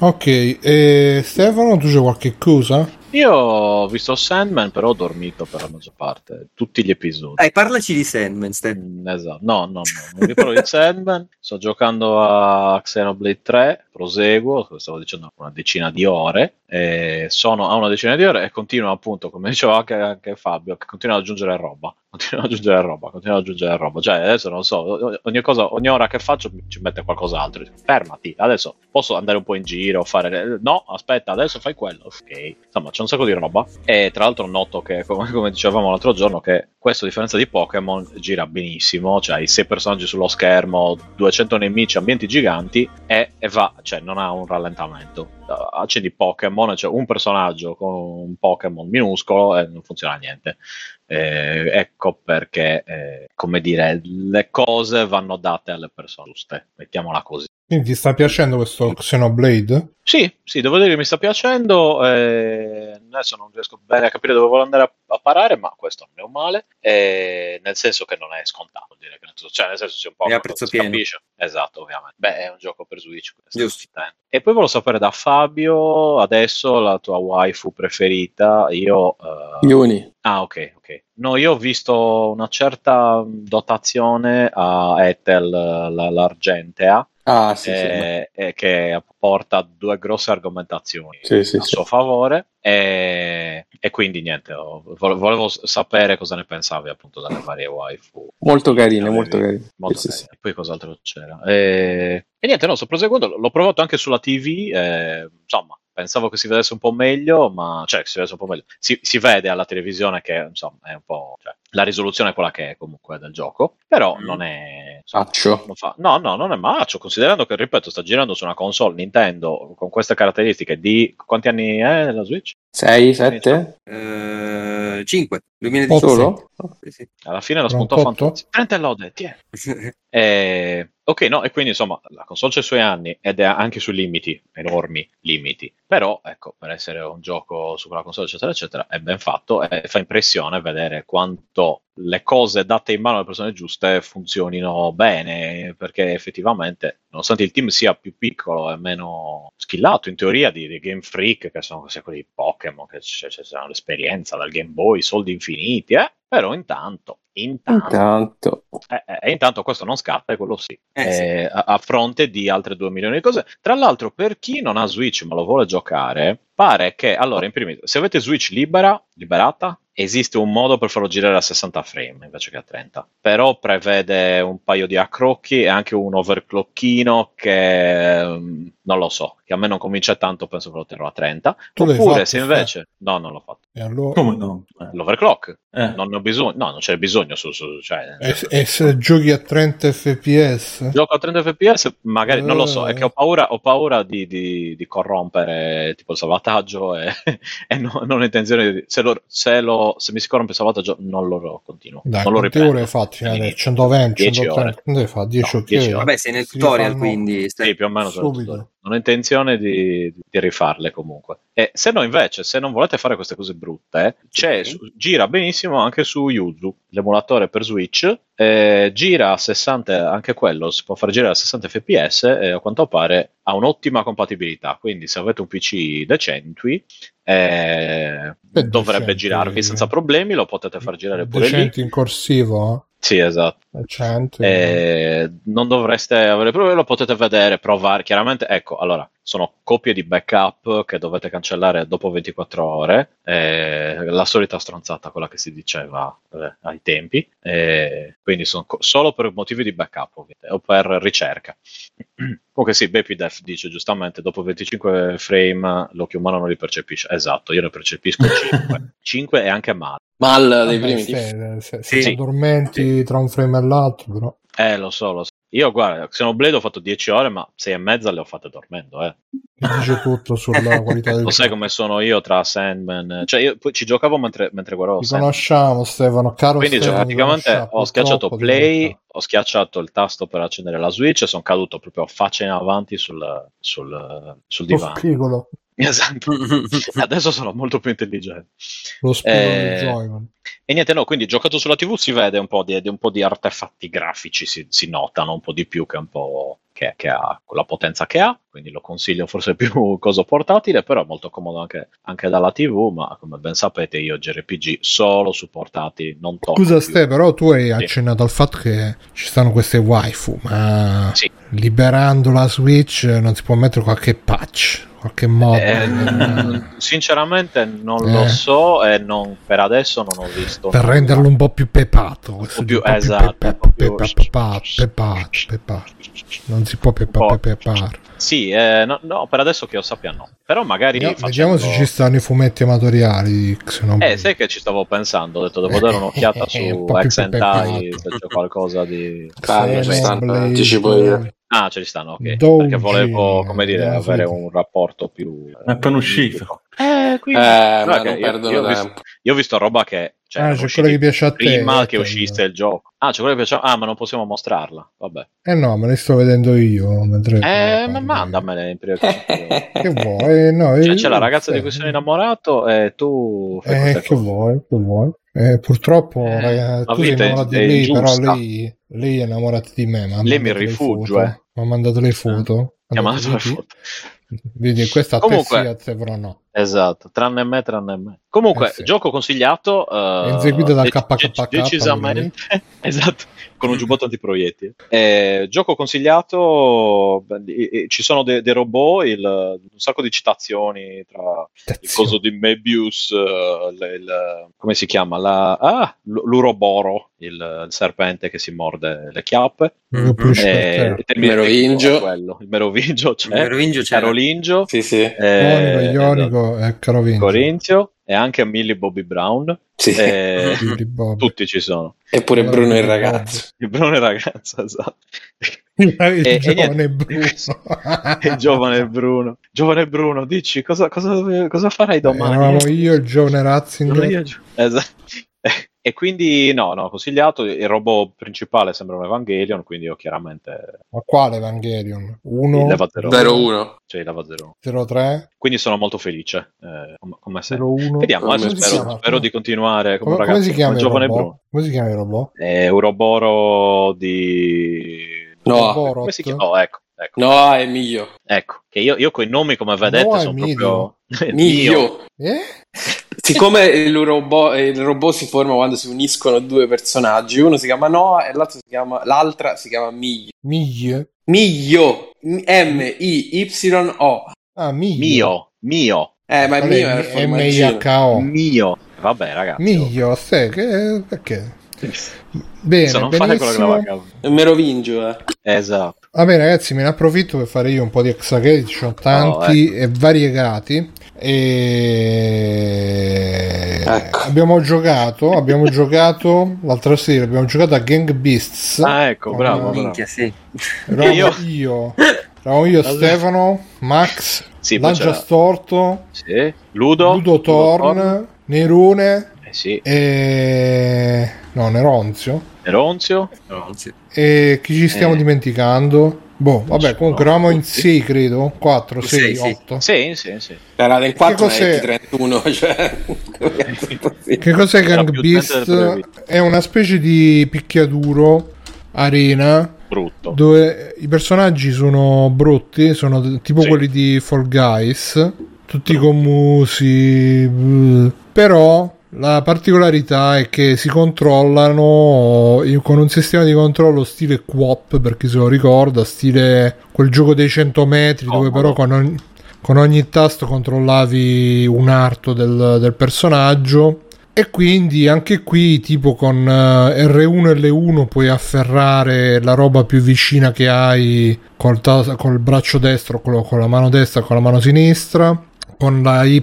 A: Ok, e Stefano, tu c'è qualche cosa?
C: Io ho visto Sandman, però ho dormito per la maggior parte, tutti gli episodi.
F: Dai, parlaci di Sandman, Ste.
C: Mm, Esatto, no, no, no, non vi parlo di Sandman. Sto giocando a Xenoblade 3, proseguo, come stavo dicendo, una decina di ore. E sono a una decina di ore e continuo appunto, come diceva anche, anche Fabio, che continuo ad aggiungere roba. Continuo ad aggiungere roba, continuo ad aggiungere roba. Cioè, adesso non so, o- ogni, cosa, ogni ora che faccio mi- ci mette qualcos'altro. Dico, Fermati, adesso posso andare un po' in giro, fare. No, aspetta, adesso fai quello. Ok. Insomma, c'è un sacco di roba. E tra l'altro noto che, *laughs* come, come dicevamo l'altro giorno, che questo, a differenza di Pokémon, gira benissimo. Cioè, hai 6 personaggi sullo schermo, 200 nemici, ambienti giganti e, e va, cioè, non ha un rallentamento. Uh, Accendi Pokémon, cioè un personaggio con un Pokémon minuscolo e non funziona niente. Eh, ecco perché, eh, come dire, le cose vanno date alle persone giuste, mettiamola così.
A: Quindi ti sta piacendo questo Xenoblade?
C: Sì, sì, devo dire che mi sta piacendo. eh, adesso non riesco bene a capire dove voglio andare a, a parare, ma questo non è un male. eh, nel senso che non è scontato, vuol dire che nel senso- cioè, nel senso c'è un po'
F: È a prezzo
C: si
F: pieno.
C: capisce. Esatto, ovviamente. Beh, è un gioco per Switch. questo.
F: Giusto.
C: E poi volevo sapere da Fabio, adesso la tua waifu preferita. Io. eh,
B: Ioni.
C: Ah, ok, ok. No, io ho visto una certa dotazione a Ethel, la- l'argentea
B: Ah, sì,
C: eh, eh, che porta due grosse argomentazioni
B: Sì, sì,
C: a
B: sì.
C: suo favore e, e quindi niente ho- vo- volevo s- sapere cosa ne pensavi appunto dalle varie waifu
B: Molto carine,
C: Avevi-
B: molto carine.
C: molto
B: Sì, sì,
C: carine. poi cos'altro c'era Eh, e niente no sto proseguendo l- l'ho provato anche sulla tv eh, insomma Pensavo che si vedesse un po' meglio, ma cioè che si vedesse un po' meglio. Si, si vede alla televisione che insomma è un po'. cioè, la risoluzione è quella che è comunque del gioco, però
F: Mm.
C: non è. insomma,
B: Faccio.
C: lo fa. No, no, non è maccio, considerando che, ripeto, sta girando su una console Nintendo con queste caratteristiche di... Quanti anni è la Switch?
B: 6, 7?
D: Eh,
F: 5, 2018.
B: Solo?
F: Sì,
C: Alla fine l'ho
A: Era un
C: spuntò
A: cotto?
C: Fantasy. Prende lode, tiè.
D: *laughs*
F: sì.
C: Eh, ok, no, e quindi insomma la console c'è i suoi anni ed è anche sui limiti, enormi limiti, però ecco, per essere un gioco su quella console eccetera eccetera è ben fatto e fa impressione vedere quanto le cose date in mano alle persone giuste funzionino bene, perché effettivamente nonostante il team sia più piccolo e meno schillato in teoria di, di Game Freak, che sono sia quelli di Pokémon, che c'è, c'è, c'è l'esperienza dal Game Boy, soldi infiniti, eh? però intanto, intanto
B: Intanto.
C: eh, eh, e intanto questo non scatta, e quello sì,
F: Eh, sì.
C: Eh, a, a fronte di altre 2 milioni di cose. Tra l'altro, per chi non ha Switch ma lo vuole giocare, pare che allora, in primis, se avete Switch libera, liberata, esiste un modo per farlo girare a 60 frame invece che a 30. Però prevede un paio di accrocchi e anche un overclockino che ehm, non lo so, che a me non convince tanto, penso che lo terrò a 30.
A: Tu l'hai
C: Oppure
A: fatto, eh.
C: se
A: Ste?
C: invece no, non l'ho fatto.
A: E allora...
E: Come no? Eh.
C: L'overclock
E: Eh.
C: non ne ho bisogno, no, non c'è bisogno su, su- cioè,
A: E, se- e se giochi a 30 fps?
C: gioco a 30 fps magari non lo so
A: Eh.
C: è che ho paura, ho paura di, di- di corrompere tipo il salvataggio e, *laughs* e no- non ho intenzione di se, lo, se, lo- se mi si corrompe il salvataggio non lo continuo
A: Dai,
C: non lo
A: quante ore hai
C: riprendo
A: fatto? Cioè,
C: All'inizio.
A: 120,
C: 10
A: 130?
C: ore.
A: Quante hai fatto? 10
C: No,
A: ok.
C: 10 ore.
F: Vabbè, sei nel
A: Si
F: tutorial,
A: fanno-
F: quindi stai-
C: Sì, Eh, più o meno sono
A: Eh, Subito.
C: tutorial. Non ho intenzione di, di rifarle comunque. E se no, invece, se non volete fare queste cose brutte, c'è-
F: Sì.
C: su- gira benissimo anche su Yuzu, l'emulatore per Switch. eh, gira a 60, anche quello si può far girare a 60 fps e a quanto pare ha un'ottima compatibilità. Quindi, se avete un PC decenti, eh,
A: Beh,
C: dovrebbe
A: decenti. eh.
C: girarvi senza problemi. Lo potete far girare pure lì.
A: Decenti in corsivo?
C: Sì, esatto.
A: eh? 100.
C: Eh, non dovreste avere problemi, lo potete vedere, provare. Chiaramente, ecco, allora, sono copie di backup che dovete cancellare dopo 24 ore. eh, la solita stronzata, quella che si diceva eh, ai tempi. eh, quindi sono co- solo per motivi di backup ovviamente, o per ricerca. *clears throat* Comunque sì, Baby Def dice giustamente, dopo 25 frame l'occhio umano non li percepisce. Esatto, io ne percepisco 5. 5 è anche male.
B: Mal
A: Vabbè,
B: dei primi. tipo.
A: se, se, se
F: Sì.
A: ti addormenti tra un frame e l'altro, però.
C: Eh, lo so, lo so. Io, guarda, Xenoblade ho fatto 10 ore, ma 6 e mezza le ho fatte dormendo, eh.
A: dice tutto
C: *laughs*
A: sulla qualità del
C: Lo sai come sono io tra Sandman? Cioè, io poi ci giocavo mentre, mentre guardavo
A: Ti
C: Sandman.
A: conosciamo Stefano, caro
C: Quindi cioè,
A: Stefano, ti
C: praticamente
A: conosciamo,
C: ho schiacciato
A: purtroppo,
C: play,
A: ti
C: ho schiacciato il tasto per accendere la Switch e sono caduto proprio faccia in avanti sul, sul,
A: conosciamo. Lo
C: sul
A: spigolo,
C: divano. *laughs* Esatto. Adesso sono molto più intelligente.
A: lo spigolo
C: Eh,
A: di Joyman.
C: E niente, no, quindi giocato sulla TV si vede un po' di, di un po' di artefatti grafici, si, si notano un po' di più che un po' che, che ha con la potenza che ha, quindi lo consiglio forse più cosa portatile, però è molto comodo anche, anche dalla TV, ma come ben sapete io JRPG solo su portatili, non tocco
A: Scusa
C: più.
A: Ste, però tu hai
C: Sì.
A: accennato al fatto che ci stanno queste waifu, ma
C: Sì.
A: liberando la Switch non si può mettere qualche patch, qualche mod.
C: Eh,
A: eh,
C: sinceramente non
A: Eh.
C: lo so e non- per adesso non ho visto
A: per
C: nulla.
A: renderlo un po' più pepato. questo
C: po' più-
A: un po'
C: esatto,
A: pepa-
C: un po' più-
A: pepa- pepa- pepa- pepa- Non si può pepa-
C: Un po'.
A: pepare.
C: sì eh, no, no, per adesso che io sappia no però magari
A: Vediamo,
C: facendo-
A: vediamo se ci stanno i fumetti amatoriali di Xenoblade.
C: Eh, sai che ci stavo pensando, ho detto devo
A: *laughs*
C: dare un'occhiata su
A: Eh, un po' più
C: Ex Hentai,
A: pepeato.
C: se c'è qualcosa di...
B: Ah, ci stanno, anticipo io.
C: Ah, ce li stanno, ok.
A: Douji,
C: Perché volevo, come dire,
A: andiamo
C: avere
A: subito.
C: un rapporto più...
E: È appena uscito.
C: Eh, quindi...
B: Eh, ma
C: Raga,
B: non
C: io-
B: perdono
C: io ho visto-
B: tempo.
C: Io ho visto roba che... Cioè,
A: ah,
C: erano
A: c'è
C: usciti
A: quello che piace a te.
C: Prima che
A: Ethan.
C: uscisse il gioco. Ah, c'è quello che piaceva... Ah, ma non possiamo mostrarla. Vabbè.
A: Eh no, me ne sto vedendo io. mentre-
C: Eh, ma
A: parli.
C: mandamele
A: *laughs*
C: in
B: *laughs*
C: priorità.
A: Che vuoi? No,
C: Cioè,
A: eh,
C: c'è la ragazza di
A: eh,
C: cui sono innamorato e tu... fai
A: Eh,
C: queste
A: che
C: cose.
A: vuoi? Che vuoi? Eh, purtroppo,
C: Eh,
A: raga,
C: la
A: tu sei
C: vita è-
A: innamorato di
C: è
A: lei, però
C: ingiusta.
A: lei, lei è innamorata di me. Ma ha
C: Lei mi
A: mandato le
C: rifugio,
A: foto.
C: eh.
A: Mi ha mandato le foto.
C: Ti ha
A: Ha
C: mandato
A: detto,
C: la
A: "Vedi?
C: foto.
A: Vedi, questa a te sì,
C: Comunque-
A: a te però no.
C: Esatto, tranne me, tranne me. Comunque,
A: Eh sì.
C: gioco consigliato. eh,
A: Eseguito da
C: dec-
A: KKK,
C: dec- Decisamente, *laughs* esatto, con un giubbotto antiproiettile. Eh, gioco consigliato, beh, di- eh, ci sono de- dei robot, il- un sacco di citazioni tra il coso di Mebius, eh, il- il- come si chiama? La, ah, l- l'uroboro, il, il serpente che si morde le chiappe.
A: Non pulisci per
C: Eh,
A: terra.
C: il termine
B: Merovingio.
C: tecnico è quello, Il merovingio c'è.
D: Il merovingio certo. c'era.
C: Carolingio.
B: Sì, sì.
C: eh,
A: Ionico, Ionico e Carovino.
C: Corinzio e anche Millie Bobby Brown.
A: *laughs*
B: sì.
C: Eh,
A: Di Bob.
C: tutti ci sono.
B: Eppure Bruno il ragazzo.
C: Il Bruno è ragazza, esatto.
A: *laughs* Il, il
C: e
A: giovane
C: niente.
A: Bruno.
C: *laughs* Il giovane Bruno. Giovane Bruno, dici cosa, cosa- cosa
A: Eh,
C: farai domani?
A: Eravamo io, il giovane
C: Sono
A: Ratzinger.
C: io, Gio- Esatto. *laughs* E quindi no, no, consigliato. Il robot principale sembra un Evangelion, quindi io chiaramente
A: Ma quale Evangelion?
C: il
A: 1,
C: leva zero.
B: 0-1.
C: Cioè, il leva zero.
A: 03,
C: Quindi sono molto felice, eh, com- come sempre.
A: 01.
C: Vediamo, adesso
B: Come si
C: spero,
A: chiama?
C: spero di continuare
A: Come,
C: come, un
A: come
C: ragazzo,
A: si chiama
C: come
A: il
C: giovane
A: robot?
C: Bruno.
A: Come si chiama il robot?
C: Eh, Euroboro di...
B: No,
A: Borot.
C: Come si chiama? Oh, ecco, ecco,
B: no, è mio.
C: ecco. Che io, io coi nomi, come vedete,
A: No, è
C: sono
A: Emilio.
C: proprio... *laughs* Mio.
B: Mio.
A: Eh?
B: *laughs* Siccome il robot, il robot si forma quando si uniscono due personaggi, uno si chiama Noah e l'altro si chiama, l'altra si chiama Miglio.
A: Miglie?
B: Miglio. M-I-Y-O.
A: Ah, Miglie.
C: Mio, mio,
B: Eh, ma è
A: Qual è?
B: mio, è il formaggino.
A: M-I-H-O.
C: mio. Vabbè, ragazzi.
A: Miglio, se che... perché? Bene,
C: Adesso non fate quello che
A: benissimo.
C: la cavolo.
B: Merovingio, eh.
C: Esatto.
A: Va bene ragazzi, me ne approfitto per fare io un po' di exagate, ci
C: Oh,
A: sono tanti
C: ecco.
A: e variegati. E...
B: Ecco.
A: Abbiamo giocato, abbiamo
C: *laughs*
A: giocato l'altra sera, abbiamo giocato a Gang Beasts.
C: Ah, ecco,
A: Oh,
C: bravo, bravo.
F: Minchia, sì.
A: Eravamo io,
C: io-
A: eravamo
C: *laughs*
A: io,
C: Allora.
A: Stefano, Max,
C: Sì, poi
A: Lancia
C: c'era-
A: Storto,
C: Sì. Ludo.
A: Ludo Torn, Nerone
C: Eh sì.
A: e... no, Neronzio.
C: Ronzio.
D: No, sì.
A: E chi ci stiamo
C: Eh.
A: dimenticando? Boh, vabbè,
C: sono
A: comunque eravamo in
C: tutti.
A: 6, credo, 4, 6,
D: Sei, sì.
A: 8.
C: Sì, sì, sì.
B: Era del 4 ma
A: cos'è?
B: è 31, *laughs* cioè...
A: Che cos'è
C: Era
A: Gang
C: più utente del
A: Beast?
C: previsto.
A: È una specie di picchiaduro arena
C: Brutto.
A: dove i personaggi sono brutti, sono d- tipo
C: Sì.
A: quelli di Fall Guys, tutti commusi, bl- però la particolarità è che si controllano in- con un sistema di controllo stile Quop, per chi se lo ricorda, stile quel gioco dei 100 metri dove però
C: Comodo.
A: con ogni, con ogni tasto controllavi un arto del, del personaggio e quindi anche qui tipo con eh, R1 e L1 puoi afferrare la roba più vicina che hai col, tas- col braccio destro, con, con la mano destra, con la mano sinistra, con la Y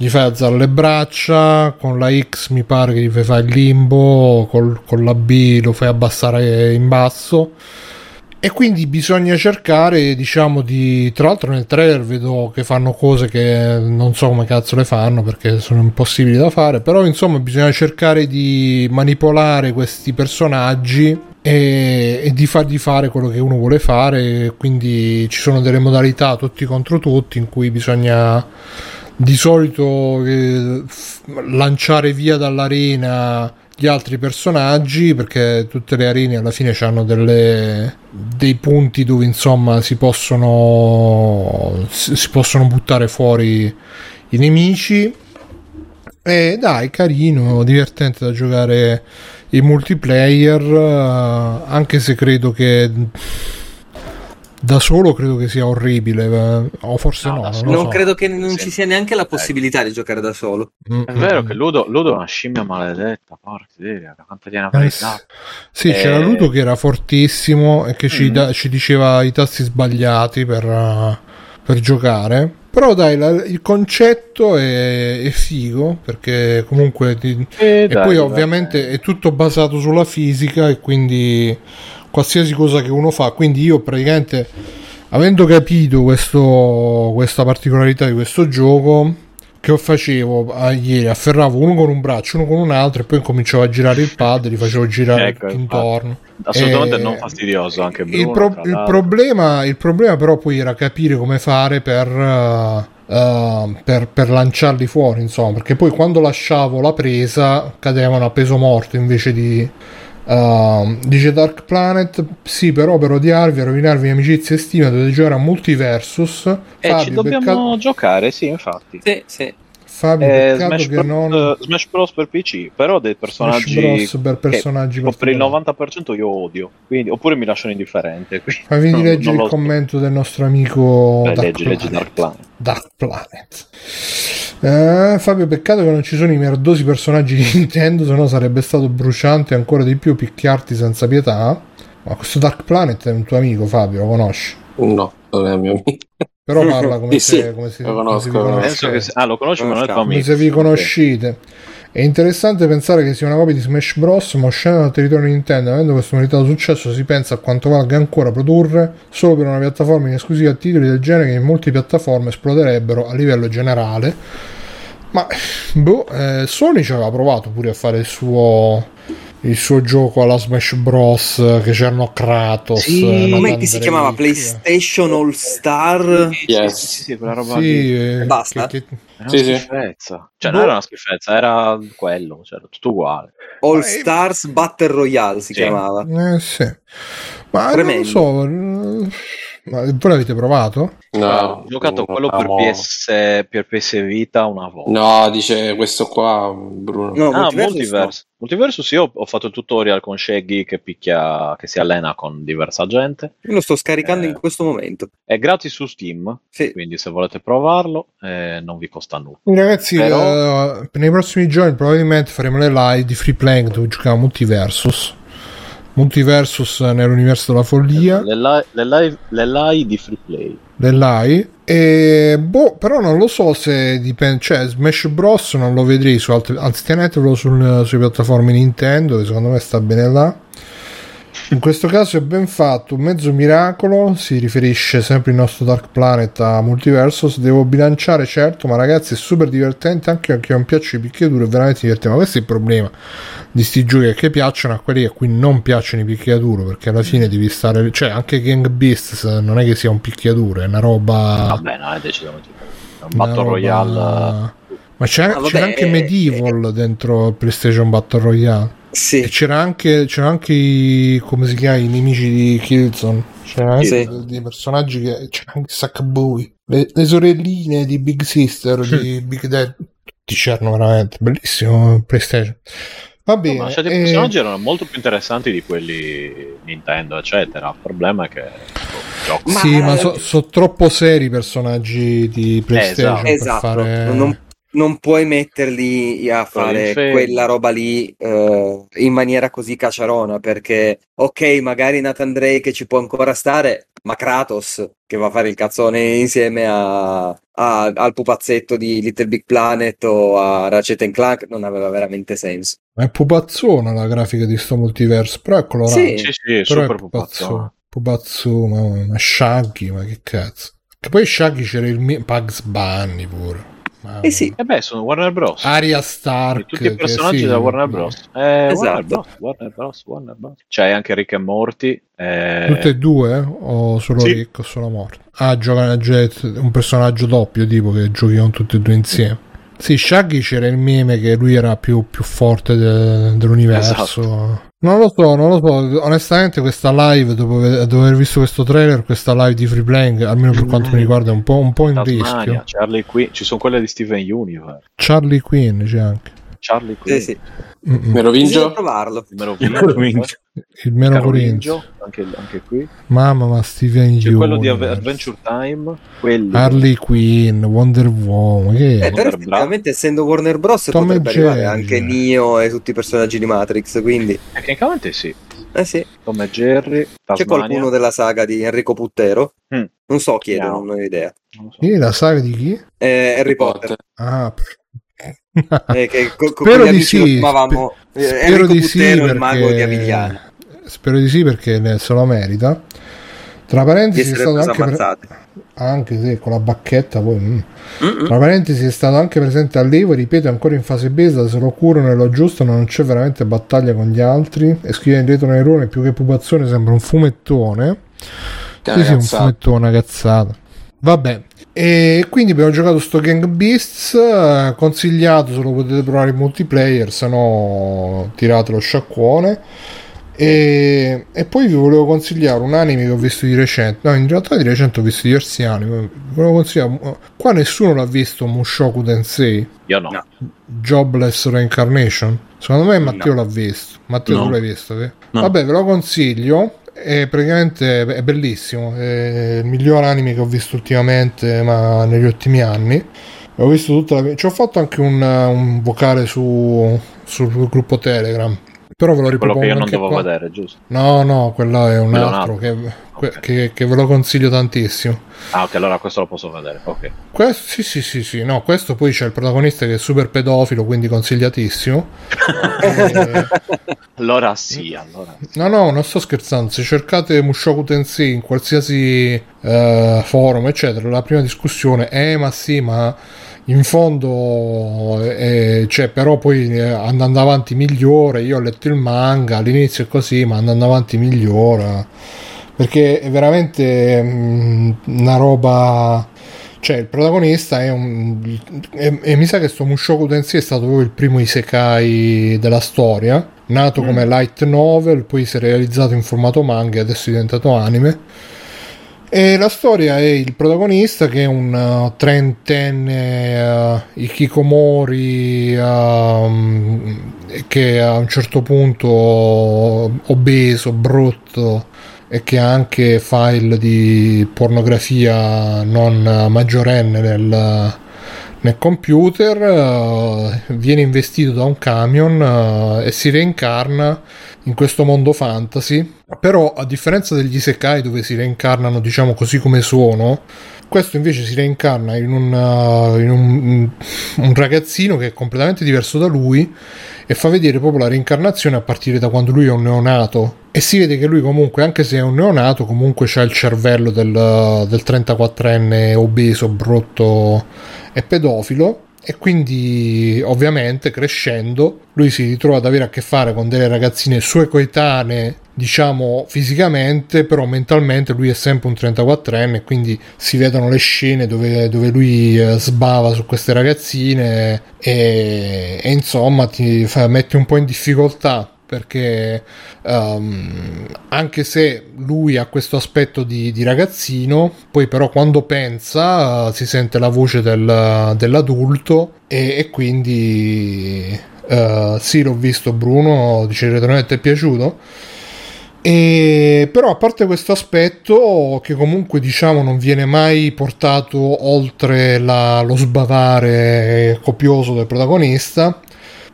A: gli fai alzare le braccia, con la X mi pare che gli fai fare il limbo, col- con la B lo fai abbassare in basso E quindi bisogna cercare, diciamo, di. Tra l'altro, nel trailer vedo che fanno cose che non so come cazzo le fanno perché sono impossibili da fare. Però, insomma, bisogna cercare di manipolare questi personaggi e, e di fargli fare quello che uno vuole fare. Quindi ci sono delle modalità tutti contro tutti in cui bisogna di solito eh, f- lanciare via dall'arena gli altri personaggi perché tutte le arene alla fine hanno delle, dei punti dove insomma si possono si possono buttare fuori i nemici e dai carino divertente da giocare in multiplayer eh, anche se credo che da solo credo che sia orribile eh, o forse no,
C: No, da
A: non,
C: solo.
A: lo
D: Non
A: so.
D: credo che non
C: Sì.
D: ci sia neanche la possibilità di giocare da solo.
A: Mm,
C: È
A: mm,
C: vero
A: mm.
C: che Ludo, Ludo è una scimmia maledetta, porca miseria, quanta gliene
A: Eh,
C: avrei
A: s-
C: dato.
A: Sì, c'era
C: Eh.
A: Ludo che era fortissimo e che ci,
C: Mm.
A: da- ci diceva i tasti sbagliati per, uh, per giocare. Però dai, la- il concetto è, è figo perché comunque... ti-
C: Eh,
A: e
C: dai,
A: poi
C: va
A: ovviamente
C: bene.
A: è tutto basato sulla fisica e quindi qualsiasi cosa che uno fa. Quindi io praticamente, avendo capito questo- questa particolarità di questo gioco, che facevo ah, ieri? Afferravo uno con un braccio, uno con un altro e poi cominciavo a girare il pad, li facevo girare
C: Ecco, infatti.
A: intorno.
C: assolutamente
A: Eh,
C: non fastidioso anche Bruno,
A: il, pro-
C: tra
A: il
C: l'altro.
A: problema, il problema però poi era capire come fare per, eh, eh, per, per lanciarli fuori, insomma, perché poi quando lasciavo la presa cadevano a peso morto invece di... eh, dice Dark Planet sì però per odiarvi e rovinarvi amicizie e stima dovete giocare a Multiversus
C: Eh, ci
A: Fabio,
C: dobbiamo
A: peccato-
C: giocare, sì, infatti.
D: Sì, sì.
A: Fabio,
C: Eh,
A: peccato
C: Smash,
A: che
C: Bros,
A: non
C: Smash Bros per PC, però dei personaggi
A: Smash Bros per
C: che
A: personaggi
C: per il
A: particolari.
C: 90% io odio, quindi, oppure mi lasciano indifferente. quindi
A: Fammi
C: *laughs* non-
A: leggere
C: non
A: il
C: lo-
A: commento del nostro amico
C: Dai,
A: Dark,
C: leggi,
A: Planet.
C: leggi Dark Planet.
A: Dark Planet. Eh, Fabio, peccato che non ci sono i merdosi personaggi di Nintendo, sennò sarebbe stato bruciante ancora di più picchiarti senza pietà. Ma questo Dark Planet è un tuo amico, Fabio, lo conosci.
B: No, non è mio amico. *laughs*
A: Però parla come,
B: Sì,
A: se,
B: sì,
A: come se-
B: lo
A: come
B: conosco,
A: se vi
B: lo conosco.
A: conosceste.
C: Penso che se- ah, lo conosci, ma non è tuo
D: Come
A: Come
C: amico.
A: se vi
C: Ok.
A: conoscite. È interessante pensare che sia una copia di Smash Bros. ma uscendo dal territorio Nintendo, avendo questo meritato successo, si pensa a quanto valga ancora produrre solo per una piattaforma in esclusiva a titoli del genere che in molte piattaforme esploderebbero a livello generale. Ma boh, eh, Sony ci aveva provato pure a fare il suo, il suo gioco alla Smash Bros. eh, che c'erano Kratos.
C: Sì,
A: eh,
C: com'è
D: Com'è
A: Nathan
D: che si chiamava
A: Drake.
D: PlayStation All Star?
C: Sì,
B: Yes.
C: Sì, sì, sì, quella roba lì.
A: Sì, eh,
D: Basta?
A: che- che-
C: Era
B: Sì,
C: una
B: sì.
C: schifezza.
A: Boh.
C: Cioè, non era una schifezza, era quello, cioè, era tutto uguale.
D: All
A: Ma-
D: Stars Battle Royale si
C: Sì.
D: chiamava.
A: Eh, sì. Ma
D: Tremendo.
A: non lo so, eh, ma voi l'avete provato?
B: No,
C: Ho giocato
B: no,
C: quello per
B: no.
C: PS, per PS Vita una volta.
B: No, dice questo qua, Bruno.
D: No,
C: ah,
D: Multiversus
C: Multiverse. Multiverse sì, ho, ho fatto il tutorial con Shaggy che picchia, che si allena con diversa gente.
D: no. Io lo sto scaricando
C: Eh.
D: in questo momento.
C: È gratis su Steam,
D: Sì.
C: quindi se volete provarlo eh, non vi costa nulla.
A: Ragazzi,
C: Però-
A: eh, nei prossimi giorni probabilmente faremo le live di Free Plank dove giochiamo Multiversus. Multiversus nell'universo della follia,
C: Le, li- le live, le live di free play.
A: dell'AI. E boh, però non lo so se dipende. Cioè, Smash Bros. non lo vedrei su altre. Anzi, tenetelo sul- sulle piattaforme Nintendo, che secondo me sta bene là. In questo caso è ben fatto, un mezzo miracolo, si riferisce sempre il nostro Dark Planet a Multiversus, devo bilanciare certo, ma ragazzi è super divertente, anche a chi non piacciono i picchiaduro è veramente divertente, ma questo è il problema di sti giochi è che piacciono a quelli a cui non piacciono i picchiaduro, perché alla fine devi stare, cioè anche Gang Beasts non è che sia un picchiaduro, è una roba...
C: Vabbè, no, è decisamente è un
A: una
C: Battle
A: roba-
C: Royale.
A: Ma c'era,
D: Ah, vabbè,
A: c'era anche
D: eh,
A: Medieval dentro il PlayStation Battle Royale. E
D: Sì.
A: c'era anche, c'era anche i, come si chiama, i nemici di Killzone. C'era anche
D: Sì.
A: dei- dei personaggi che. C'era anche Sackboy. Le, le sorelline di Big Sister, di Big Dead. Tutti c'erano veramente. Bellissimo il PlayStation. Va
C: No,
A: bene.
C: ma certi
A: eh,
C: personaggi erano molto più interessanti di quelli Nintendo, eccetera. Il problema è che boh, gioco.
A: Sì,
D: eh,
A: ma sono troppo seri i personaggi di PlayStation.
D: Esatto.
A: Per fare...
D: Non, non puoi metterli a fare
C: Inferi.
D: quella roba lì eh, in maniera così caciarona. Perché, ok, magari Nathan Drake ci può ancora stare, ma Kratos che va a fare il cazzone insieme a, a- al pupazzetto di Little Big Planet o a Ratchet and Clank non aveva veramente senso.
A: Ma è pupazzona la grafica di sto multiverso. Però è colorata.
D: Sì.
C: Sì, sì,
A: Però è
C: super
A: pupazzo.
C: pupazzo.
A: Pupazzo, ma, ma Shaggy, ma che cazzo. Che poi Shaggy c'era il mio Bugs Bunny pure. Mamma
F: Eh sì.
C: E beh, sono Warner Bros.
A: Aria Stark.
C: Tutti i
A: che
C: personaggi
A: sì,
C: della Warner Bros. Eh, Warner
F: Esatto.
C: Bros. Warner Bros. Warner Bros. C'è anche Rick e Morty. eh,
A: Tutte e due? O solo
C: Sì.
A: Rick o solo Morty? Ah, giocano a Jet, un personaggio doppio tipo che giochino tutti e due insieme. Sì, Shaggy c'era il meme che lui era più, più forte de- dell'universo.
C: Esatto.
A: Non lo so, non lo so. Onestamente, questa live, dopo, ve- dopo aver visto questo trailer, questa live di Free Playing, almeno per quanto mi riguarda, è un po', un po' in
C: Mm. Tasmania,
A: rischio.
C: Charlie Quinn, ci sono quelle di Steven Universe,
A: Charlie Quinn c'è anche.
C: Charlie Quinn,
D: Eh
F: Sì, sì.
A: Mm-mm.
F: Bisogna
B: Merovingio?
F: provarlo.
C: il Merovingio,
E: Il Merovingio.
A: Il meno Corinzio.
C: eh, Carolingio, anche, anche qui,
A: Mamma, ma Steven
C: c'è
A: Universe.
C: quello di Ave- Adventure Time, quelli
A: Harley Quinn, Wonder Woman. Che
F: Eh, però
C: Warner Bros.
F: effettivamente essendo Warner Bros
A: Tom
F: potrebbe
A: e Jerry.
F: arrivare anche Neo e tutti i personaggi di Matrix, quindi
C: tecnicamente sì,
F: eh sì.
C: Tom e Jerry,
F: C'è
C: Tasmania,
F: qualcuno della saga di Enrico Puttero?
C: Mm.
F: Non so, chiedo,
C: No.
F: non ho idea.
C: non lo so.
A: Sì, la saga di chi?
F: Eh, Harry Potter.
B: Potter.
A: Ah, *laughs* pff. Ah,
F: eh, che co- co-
A: Spero
F: con gli
A: di
F: amici
A: sì,
F: lo chiamavamo eh,
A: spero
F: Enrico
A: di sì
F: Puttero,
A: perché-
F: il mago di Avigliano.
A: Spero di sì perché ne- se lo merita. Tra
F: Di
A: parentesi, è
F: essere
A: stato
F: preso
A: anche, pre-
F: ammazzati.
A: anche se con la bacchetta. Poi, mm.
F: Mm-mm.
A: *laughs* Tra parentesi, è stato anche presente a Levo. Ripeto, è ancora in fase beta. Se lo curano e lo aggiustano, non c'è veramente battaglia con gli altri. E scrivere indietro Nerone più che pupazzone sembra un fumettone.
B: Che
A: sì, sì, un
B: ragazzata.
A: fumetto, una cazzata. Vabbè, e quindi abbiamo giocato sto Gang Beasts. eh, Consigliato se lo potete provare in multiplayer, se no tirate lo sciacquone. E, e poi vi volevo consigliare un anime che ho visto di recente. No, in realtà di recente ho visto diversi anime. Vi Volevo consigliare. Qua nessuno l'ha visto Mushoku Tensei.
C: io no,
F: No.
A: Jobless Reincarnation? Secondo me Matteo l'ha visto. Matteo
E: No.
A: tu l'hai visto? Sì?
E: No.
A: Vabbè, ve lo consiglio. È praticamente è bellissimo. È il miglior anime che ho visto ultimamente, ma negli ultimi anni. Ho visto tutta la... Ci ho fatto anche un, un vocale su, sul gruppo Telegram. Però ve lo
C: quello
A: ripropongo
C: che io non
A: anche
C: devo
A: qua.
C: vedere, giusto?
A: No, no, quello è un
C: Quello è un
A: altro, che, que-
C: Ok.
A: che- che ve lo consiglio tantissimo.
C: Ah ok, allora questo lo posso vedere, ok.
A: Questo, sì, sì, sì, sì, no, questo poi c'è il protagonista che è super pedofilo, quindi consigliatissimo. Eh,
C: Allora sì, allora
A: no, no, non sto scherzando, se cercate Mushoku Tensei in qualsiasi eh, forum, eccetera, la prima discussione è, ma sì, ma in fondo eh, cioè, però poi eh, andando avanti migliore, io ho letto il manga, all'inizio è così, ma andando avanti migliora, perché è veramente mm, una roba cioè il protagonista è un e, e mi sa che sto Mushoku Tensei è stato proprio il primo isekai della storia nato come light novel poi si è realizzato in formato manga e adesso è diventato anime e la storia è il protagonista che è un uh, trentenne uh, Ikikomori um, che a un certo punto obeso, brutto e che ha anche file di pornografia non uh, maggiorenne nel, nel computer, uh, viene investito da un camion uh, e si reincarna in questo mondo fantasy. Però, a differenza degli Sekai, dove si reincarnano, diciamo così come sono, questo invece si reincarna in un, uh, in un- un ragazzino che è completamente diverso da lui e fa vedere proprio la reincarnazione a partire da quando lui è un neonato. E si vede che lui comunque, anche se è un neonato, comunque c'ha il cervello del, uh, del 34enne obeso, brutto e pedofilo. E quindi, ovviamente, crescendo, lui si ritrova ad avere a che fare con delle ragazzine sue coetanee, diciamo fisicamente, però mentalmente lui è sempre un 34enne, quindi si vedono le scene dove, dove lui eh, sbava su queste ragazzine e, e insomma ti fa- mette un po' in difficoltà perché ehm, anche se lui ha questo aspetto di, di ragazzino, poi però quando pensa eh, si sente la voce del- dell'adulto e, e quindi eh, sì l'ho visto Bruno, dice il retronet ti è piaciuto? E, però a parte questo aspetto che comunque diciamo non viene mai portato oltre la- lo sbavare copioso del protagonista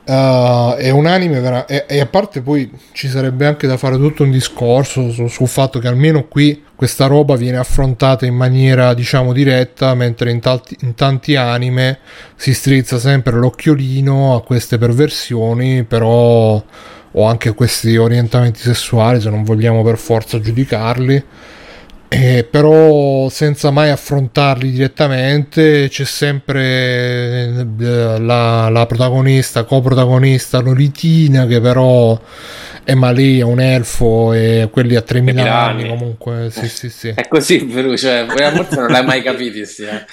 A: eh, è un anime vera- e, e a parte poi ci sarebbe anche da fare tutto un discorso su- sul fatto che almeno qui questa roba viene affrontata in maniera diciamo diretta mentre in tanti, in tanti anime si strizza sempre l'occhiolino a queste perversioni però o anche questi orientamenti sessuali, se non vogliamo per forza giudicarli. Eh, però senza mai affrontarli direttamente c'è sempre eh, la, la protagonista, coprotagonista Lolitina che però è ma lei è un elfo e quelli a 3000 anni.
B: anni.
A: comunque sì sì sì
B: È così, Perù, cioè, voi forse non l'hai mai capito. Sì, eh.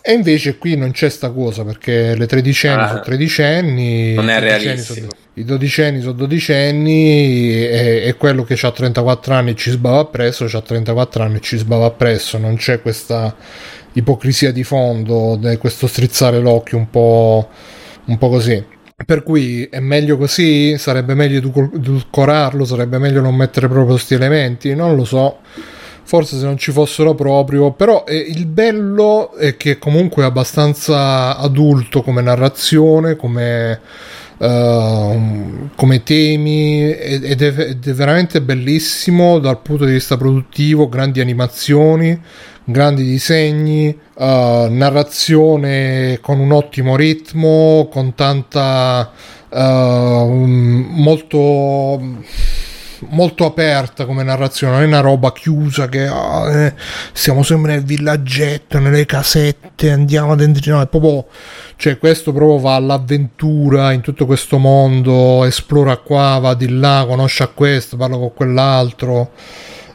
A: e invece qui non c'è sta cosa perché le tredicenni
B: Ah.
A: sono tredicenni
B: Non
A: Eh,
B: è
A: i dodicenni
B: realistico.
A: sono- i dodicenni sono dodicenni e, e quello che ha 34 anni e ci sbava appresso ha 34 anni e ci sbava appresso non c'è questa ipocrisia di fondo de- questo strizzare l'occhio un po', un po' così per cui è meglio così? Sarebbe meglio edul- edulcorarlo? Sarebbe meglio non mettere proprio questi elementi? Non lo so. Forse se non ci fossero proprio, però eh, il bello è che comunque è abbastanza adulto come narrazione, come, eh, come temi ed ed è, ed è veramente bellissimo dal punto di vista produttivo, grandi animazioni, grandi disegni, eh, narrazione con un ottimo ritmo, con tanta eh, um, molto molto aperta come narrazione, non è una roba chiusa che ah, eh, siamo sempre nel villaggetto, nelle casette, andiamo dentro, no, è proprio cioè questo proprio va all'avventura in tutto questo mondo, esplora qua, va di là, conosce a questo, parla con quell'altro.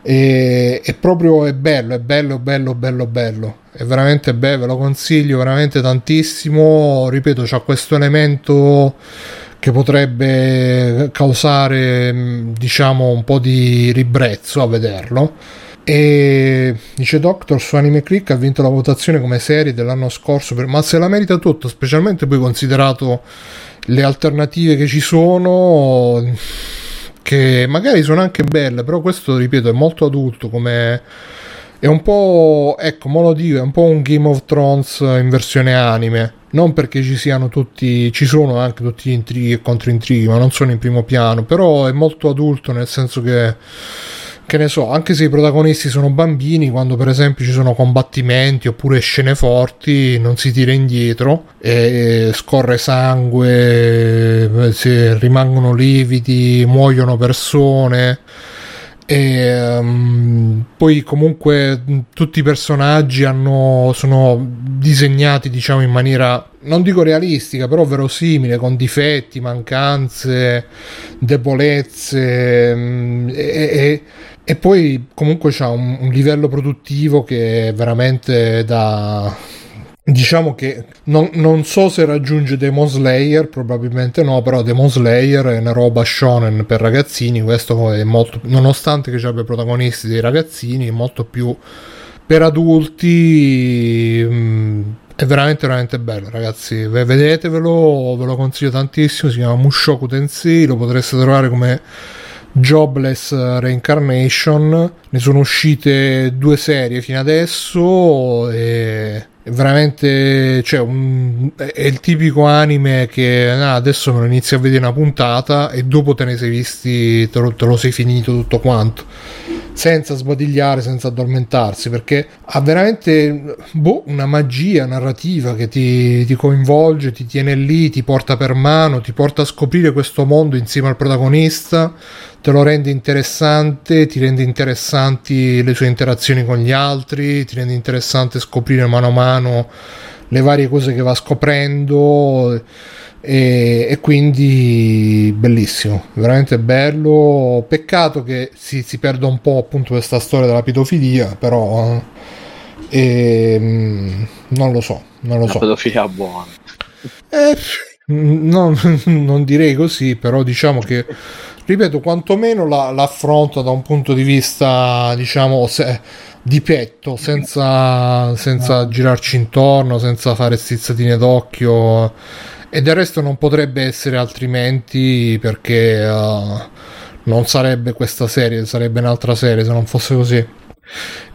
A: E, è proprio è bello, è bello, bello, bello, bello. È veramente bello, ve lo consiglio veramente tantissimo. Ripeto, c'ha questo elemento che potrebbe causare, mh, diciamo, un po' di ribrezzo a vederlo. E dice Doctor su Anime Click ha vinto la votazione come serie dell'anno scorso, per- ma se la merita tutto, specialmente poi considerato le alternative che ci sono, che magari sono anche belle, però questo, ripeto, è molto adulto come... È un po', ecco, mo lo dico, è un po' un Game of Thrones in versione anime. Non perché ci siano tutti, ci sono anche tutti gli intrighi e controintrighi, ma non sono in primo piano. Però è molto adulto nel senso che, che ne so, anche se i protagonisti sono bambini, quando per esempio ci sono combattimenti oppure scene forti, non si tira indietro, e scorre sangue, eh, se rimangono lividi, muoiono persone. E, ehm, poi comunque mh, tutti i personaggi hanno- sono disegnati diciamo in maniera non dico realistica però verosimile con difetti, mancanze, debolezze mh, e, e- e poi comunque c'è un, un livello produttivo che è veramente da diciamo che non, non so se raggiunge Demon Slayer probabilmente no però Demon Slayer è una roba shonen per ragazzini questo è molto nonostante che ci abbia protagonisti dei ragazzini è molto più per adulti mm, è veramente veramente bello ragazzi Ve- vedetevelo ve lo consiglio tantissimo si chiama Mushoku Tensei lo potreste trovare come Jobless Reincarnation ne sono uscite due serie fino adesso e è veramente cioè, un- è è il tipico anime che "Ah, adesso me lo inizi a vedere una puntata e dopo te ne sei visti te lo- te lo sei finito tutto quanto senza sbadigliare, senza addormentarsi, perché ha veramente boh, una magia narrativa che ti, ti coinvolge, ti tiene lì, ti porta per mano, ti porta a scoprire questo mondo insieme al protagonista, te lo rende interessante, ti rende interessanti le sue interazioni con gli altri, ti rende interessante scoprire mano a mano le varie cose che va scoprendo e, e quindi bellissimo, veramente bello. Peccato che si, si perda un po' appunto questa storia della pedofilia, però eh, ehm, non lo so, non lo
C: La
A: so.
C: pedofilia buona.
A: Eh, *laughs* mm, no, *laughs* non direi così, però diciamo che ripeto, quantomeno la, l'affronta da un punto di vista, diciamo, se- di petto, senza, senza girarci intorno, senza fare stizzatine d'occhio. E del resto non potrebbe essere altrimenti perché eh, non sarebbe questa serie, sarebbe un'altra serie se non fosse così.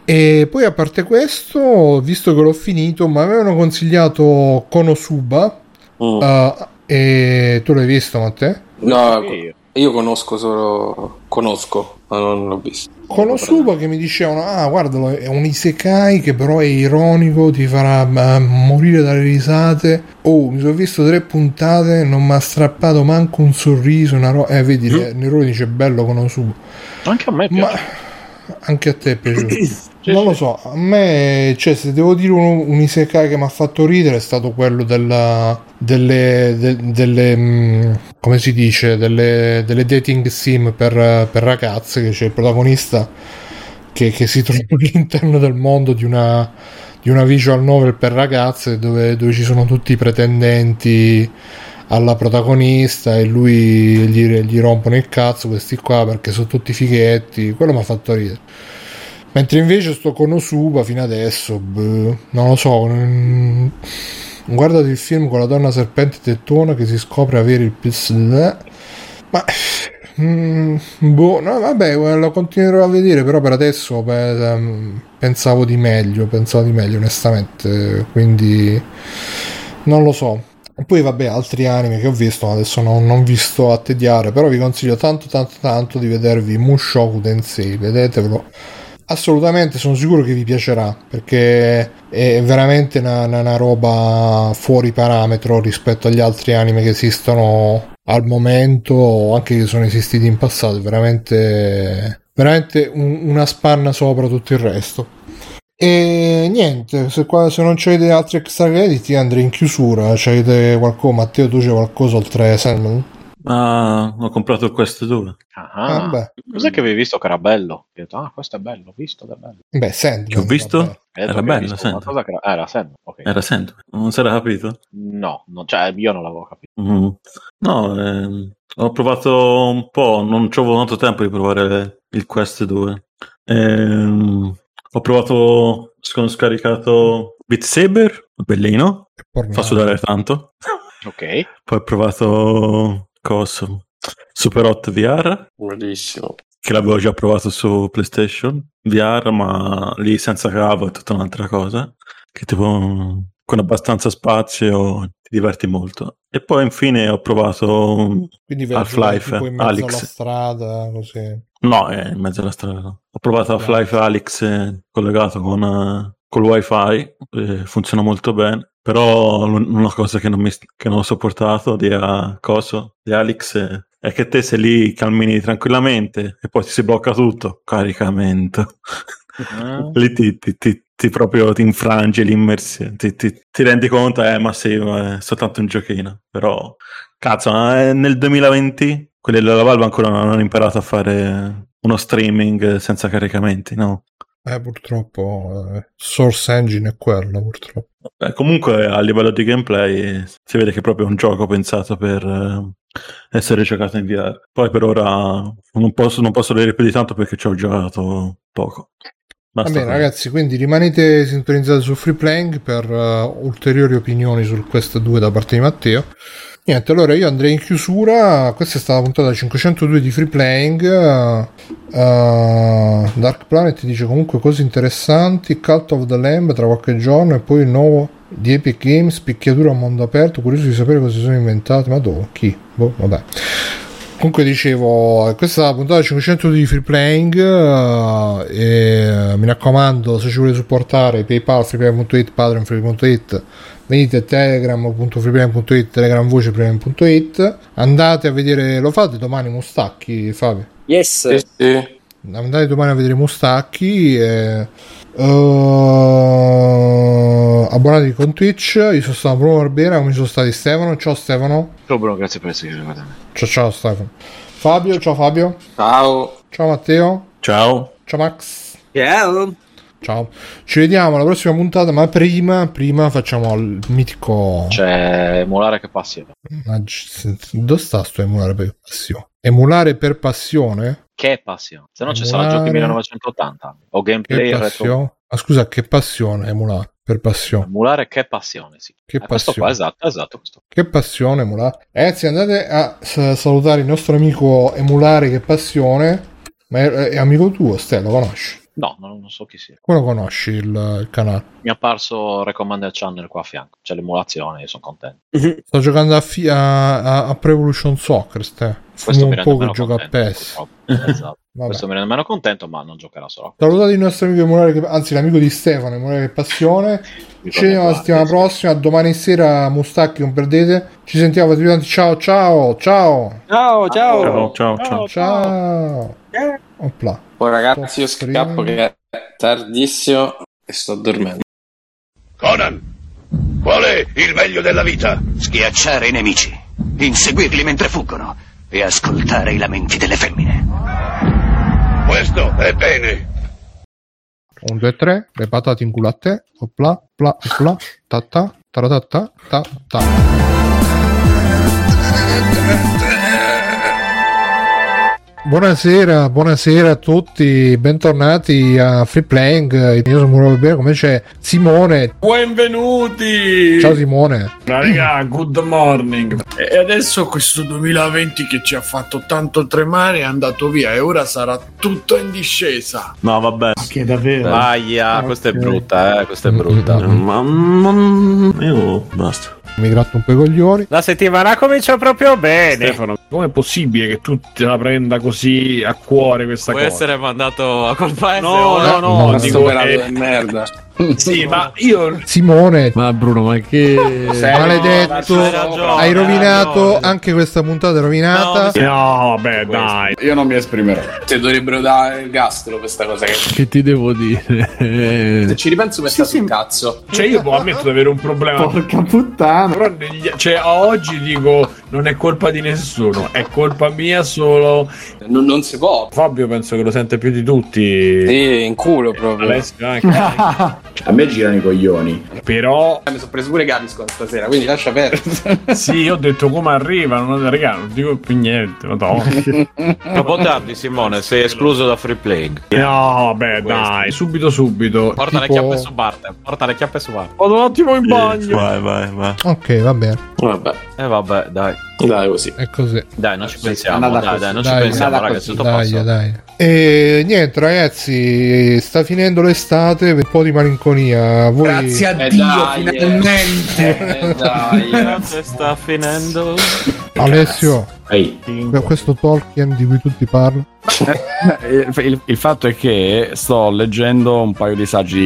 A: E poi a parte questo, visto che l'ho finito, mi avevano consigliato Konosuba.
B: Mm.
A: eh, e tu l'hai visto, Matteo?
B: No,
C: Io.
B: io conosco solo. Conosco. ma non l'ho visto.
A: Konosuba che mi dicevano, ah guardalo, è un isekai che però è ironico, ti farà ma, morire dalle risate. Oh, mi sono visto tre puntate, non mi ha strappato manco un sorriso, una roba... Eh, vedi,
C: Giù.
A: eh, Nerone dice bello Konosuba.
C: Anche a me
A: Ma
C: piace.
A: anche a te è piaciuto?
C: Sì,
A: non lo
C: sì.
A: so, a me, cioè, se devo dire un, un isekai che mi ha fatto ridere è stato quello della, delle, de- delle, mm, come si dice, delle, delle dating sim per, eh, per ragazze, che c'è il protagonista che, che si *laughs* trova all'interno del mondo di una, di una visual novel per ragazze dove, dove ci sono tutti i pretendenti alla protagonista e lui gli, gli rompono il cazzo questi qua perché sono tutti fighetti quello mi ha fatto ridere mentre invece sto con Osuba fino adesso boh, non lo so mm, guardate il film con la donna serpente tettona che si scopre avere il pis eh, ma mm, boh no vabbè lo continuerò a vedere però per adesso beh, ehm, pensavo di meglio pensavo di meglio onestamente quindi non lo so e poi vabbè, altri anime che ho visto, ma adesso non, non vi sto a tediare, però vi consiglio tanto tanto tanto di vedervi Mushoku Tensei, vedetevelo. Assolutamente, sono sicuro che vi piacerà, perché è veramente una, una- una roba fuori parametro rispetto agli altri anime che esistono al momento, o anche che sono esistiti in passato, è veramente, veramente un- una spanna sopra tutto il resto. E niente, se, qua- se non c'avete altri extra crediti andrei in chiusura. C'avete qualcosa? Matteo, tu c'è qualcosa oltre Sandman?
E: Ah, ho comprato questo due.
C: Ah,
A: Ah, beh.
C: cos'è che avevi visto che era bello? Che ho detto, ah, questo è bello, ho visto, ed è bello.
A: Beh, Sandman.
E: Che ho visto?
A: vabbè.
C: Hai detto
E: Era
C: che hai
E: bello,
C: visto
E: sento.
C: qualcosa che era... ah, era Sandman, ok.
E: Era sempre. Non si era capito?
C: No, non- cioè io non l'avevo capito.
E: Mm. No, ehm, ho provato un po', non ci ho avuto tanto tempo di provare il Quest 2. Ehm, ho provato, sono scaricato Beat Saber, bellino,
A: Porno.
E: fa sudare tanto. *laughs*
C: Ok,
E: Poi ho provato cosa? Super Hot VR,
B: Bellissimo.
E: che l'avevo già provato su PlayStation VR, ma lì senza cavo è tutta un'altra cosa. Che tipo con abbastanza spazio ti diverti molto. E poi infine ho provato
A: Quindi vedi
E: Half-Life,
A: tipo in mezzo
E: Alex.
A: alla strada, così.
E: No, è in mezzo alla strada. no. Ho provato a Fly Alex eh, collegato con, eh, col wifi, eh, funziona molto bene, però l- una cosa che non, mi, che non ho sopportato di, eh, coso, di Alex eh, è che te sei lì cammini tranquillamente e poi ti si blocca tutto, caricamento. *laughs*
A: Eh?
E: lì ti, ti- ti- ti proprio ti infrange l'immersione, ti, ti- ti rendi conto, eh ma sì, ma è soltanto un giochino, però Cazzo, ma, eh, nel 2020 quelli della Valve ancora non hanno imparato a fare uno streaming senza caricamenti, no?
A: Eh, purtroppo, eh, Source Engine è quello, purtroppo.
E: Beh, comunque a livello di gameplay eh, si vede che è proprio un gioco pensato per eh, essere giocato in VR. Poi per ora non posso, non posso dire più di tanto perché ci ho giocato poco.
A: Va
E: Basta
A: bene,
E: così.
A: ragazzi, quindi rimanete sintonizzati su Freeplaying per eh, ulteriori opinioni sul Quest 2 da parte di Matteo. Niente, allora io andrei in chiusura. Questa è stata la puntata 502 di Freeplaying. Eh, Dark Planet dice comunque cose interessanti. Cult of the Lamb tra qualche giorno e poi il nuovo di Epic Games, picchiatura a mondo aperto. Curioso di sapere cosa si sono inventati. Ma dove? Chi? Boh, vabbè. Comunque dicevo, questa è la puntata 500 di Free Playing eh, e eh, mi raccomando, se ci volete supportare, PayPal, freeplay.it, Patreon, freeplay.it, venite a telegram.freeplay.it, telegramvoce, freeplay.it, andate a vedere, lo fate domani Mustacchi, Fabio?
D: Yes.
B: Sì, sì.
A: andate domani a vedere Mustacchi e, eh, abbonatevi con Twitch, io sono stato Bruno Barbera, come ci sono stati Stefano, ciao Stefano,
C: ciao Bruno, grazie per essere qui.
A: ciao ciao Stefano, Fabio, ciao Fabio,
B: Ciao.
A: ciao Matteo.
E: Ciao.
A: Ciao Max.
F: Ciao.
A: Ciao. Ci vediamo alla prossima puntata, ma prima, prima facciamo il mitico...
C: Cioè. C'è Molare che passi.
A: Maggi- Dove sta sto emulare per passione? Emulare per passione?
C: Che passione. Se no ci
A: Emulare.
C: sarà giochi 1980 o
A: Che
C: gameplay retro.
A: passione? Ah, scusa, che passione emulare per passione?
C: Emulare che passione, sì.
A: Che
C: Eh, questo qua,
A: passione.
C: esatto, esatto. Questo.
A: Che passione emulare. Ragazzi, andate a s- salutare il nostro amico emulare che passione. Ma è, è amico tuo, Stella, lo conosci?
C: No, non, non so chi sia.
A: Quello conosci il, il canale.
C: Mi è apparso Recommended Channel qua a fianco. C'è l'emulazione, io sono contento.
A: Sto giocando a, fi- a, a, a Pro Evolution Soccer. Ste. Fumo un po' che
C: meno
A: gioca a
C: contento,
A: PES.
C: purtroppo. Esatto.
A: Vabbè.
C: Questo mi rende meno contento, ma non giocherà solo.
A: Salutate il nostro amico Emulare, che- anzi l'amico di Stefano, Emulare che Passione.
C: Mi
A: Ci vediamo la
C: guarda
A: settimana
C: qua, sì.
A: prossima, domani sera Mustacchi, non perdete. Ci sentiamo tutti quanti. Ciao, ciao, ciao.
B: Ciao, ciao.
E: Ciao, ciao, ciao.
A: Ciao. Opla.
B: Oh, ragazzi, io
A: Posso
B: scappo
A: prima?
B: che è tardissimo e sto dormendo.
G: Conan, qual è il meglio della vita?
H: Schiacciare i nemici, inseguirli mentre fuggono e ascoltare i lamenti delle femmine.
G: Questo è bene.
A: 1, 2, 3, le patate in culo a te. Opla, pla, opla, ta ta, taratata, ta ta. Buonasera, buonasera a tutti, bentornati a Free Playing. Io sono Muro Bene, come c'è Simone.
I: Benvenuti!
A: Ciao Simone.
I: Ma raga, good morning! E adesso questo 2020 che ci ha fatto tanto tremare è andato via e ora sarà tutto in discesa.
E: *laughs* No, vabbè.
I: Che davvero?
A: Ok.
J: Aia, questa è brutta, eh, questa è
A: Mm,
J: brutta.
A: mm, mm.
E: Ma, ma- io basta.
A: Mi gratto un po' i coglioni.
J: La settimana comincia proprio bene.
I: Stefano, com'è possibile che tu te la prenda così a cuore questa
J: Può essere mandato a colpa
A: no,
E: No, no,
A: no,
E: no,
A: Ma
B: Ma
A: dico
B: sto
E: dico
B: pelando di merda.
I: Sì, ma io
A: Simone, eh,
J: Ma Bruno, ma che...
A: maledetto,
J: hai ragione,
A: hai
J: hai
A: rovinato
J: ragione.
A: anche questa puntata. È rovinata.
J: No, mi
I: No, beh, dai.
K: Io non mi esprimerò.
B: Te dovrebbero dare il gastro per sta cosa. Che... Se
J: Che ti devo
B: *laughs*
J: dire?
B: ci ripenso mi sta sul cazzo.
I: Cioè, io boh, ammetto di avere un problema.
K: Porca puttana.
I: Però negli- cioè, a oggi dico non è colpa di nessuno, è colpa mia solo.
B: Non, non si può.
I: Fabio penso che lo sente più di tutti.
B: Sì, in culo proprio.
I: Alessio anche.
K: *laughs* A me girano i coglioni.
I: Però
B: Eh, Mi sono preso pure Gaviscon stasera, quindi lascia perdere.
I: sì, io ho detto come arriva, non, raga, non dico più niente, madonna.
J: Troppo tardi, Simone, sei escluso da free playing.
I: No, beh, dai, subito subito.
C: Porta le
A: Tipo-
C: chiappe su Bart. Porta le chiappe su Bart.
I: Vado un attimo in
E: Sì,
I: bagno.
E: Vai, vai, vai.
A: Ok, va bene.
B: Vabbè,
J: E Eh, vabbè, dai.
B: dai così.
A: È così.
J: Dai, non ci pensiamo.
K: andata
J: Dai,
K: così.
J: dai, non
A: Dai,
J: ci pensiamo,
K: andata
J: raga.
K: così,
J: Tutto
A: Dai,
J: passa.
A: dai. E niente, ragazzi, sta finendo l'estate, un po' di malinconia. Voi...
K: Grazie a
B: Eh,
K: Dio,
B: dai, eh.
K: finalmente.
B: Eh, dai, eh.
J: sta finendo.
A: Alessio,
K: Ehi.
A: questo Tolkien di cui tutti parlano.
K: Il, il- il fatto è che sto leggendo un paio di saggi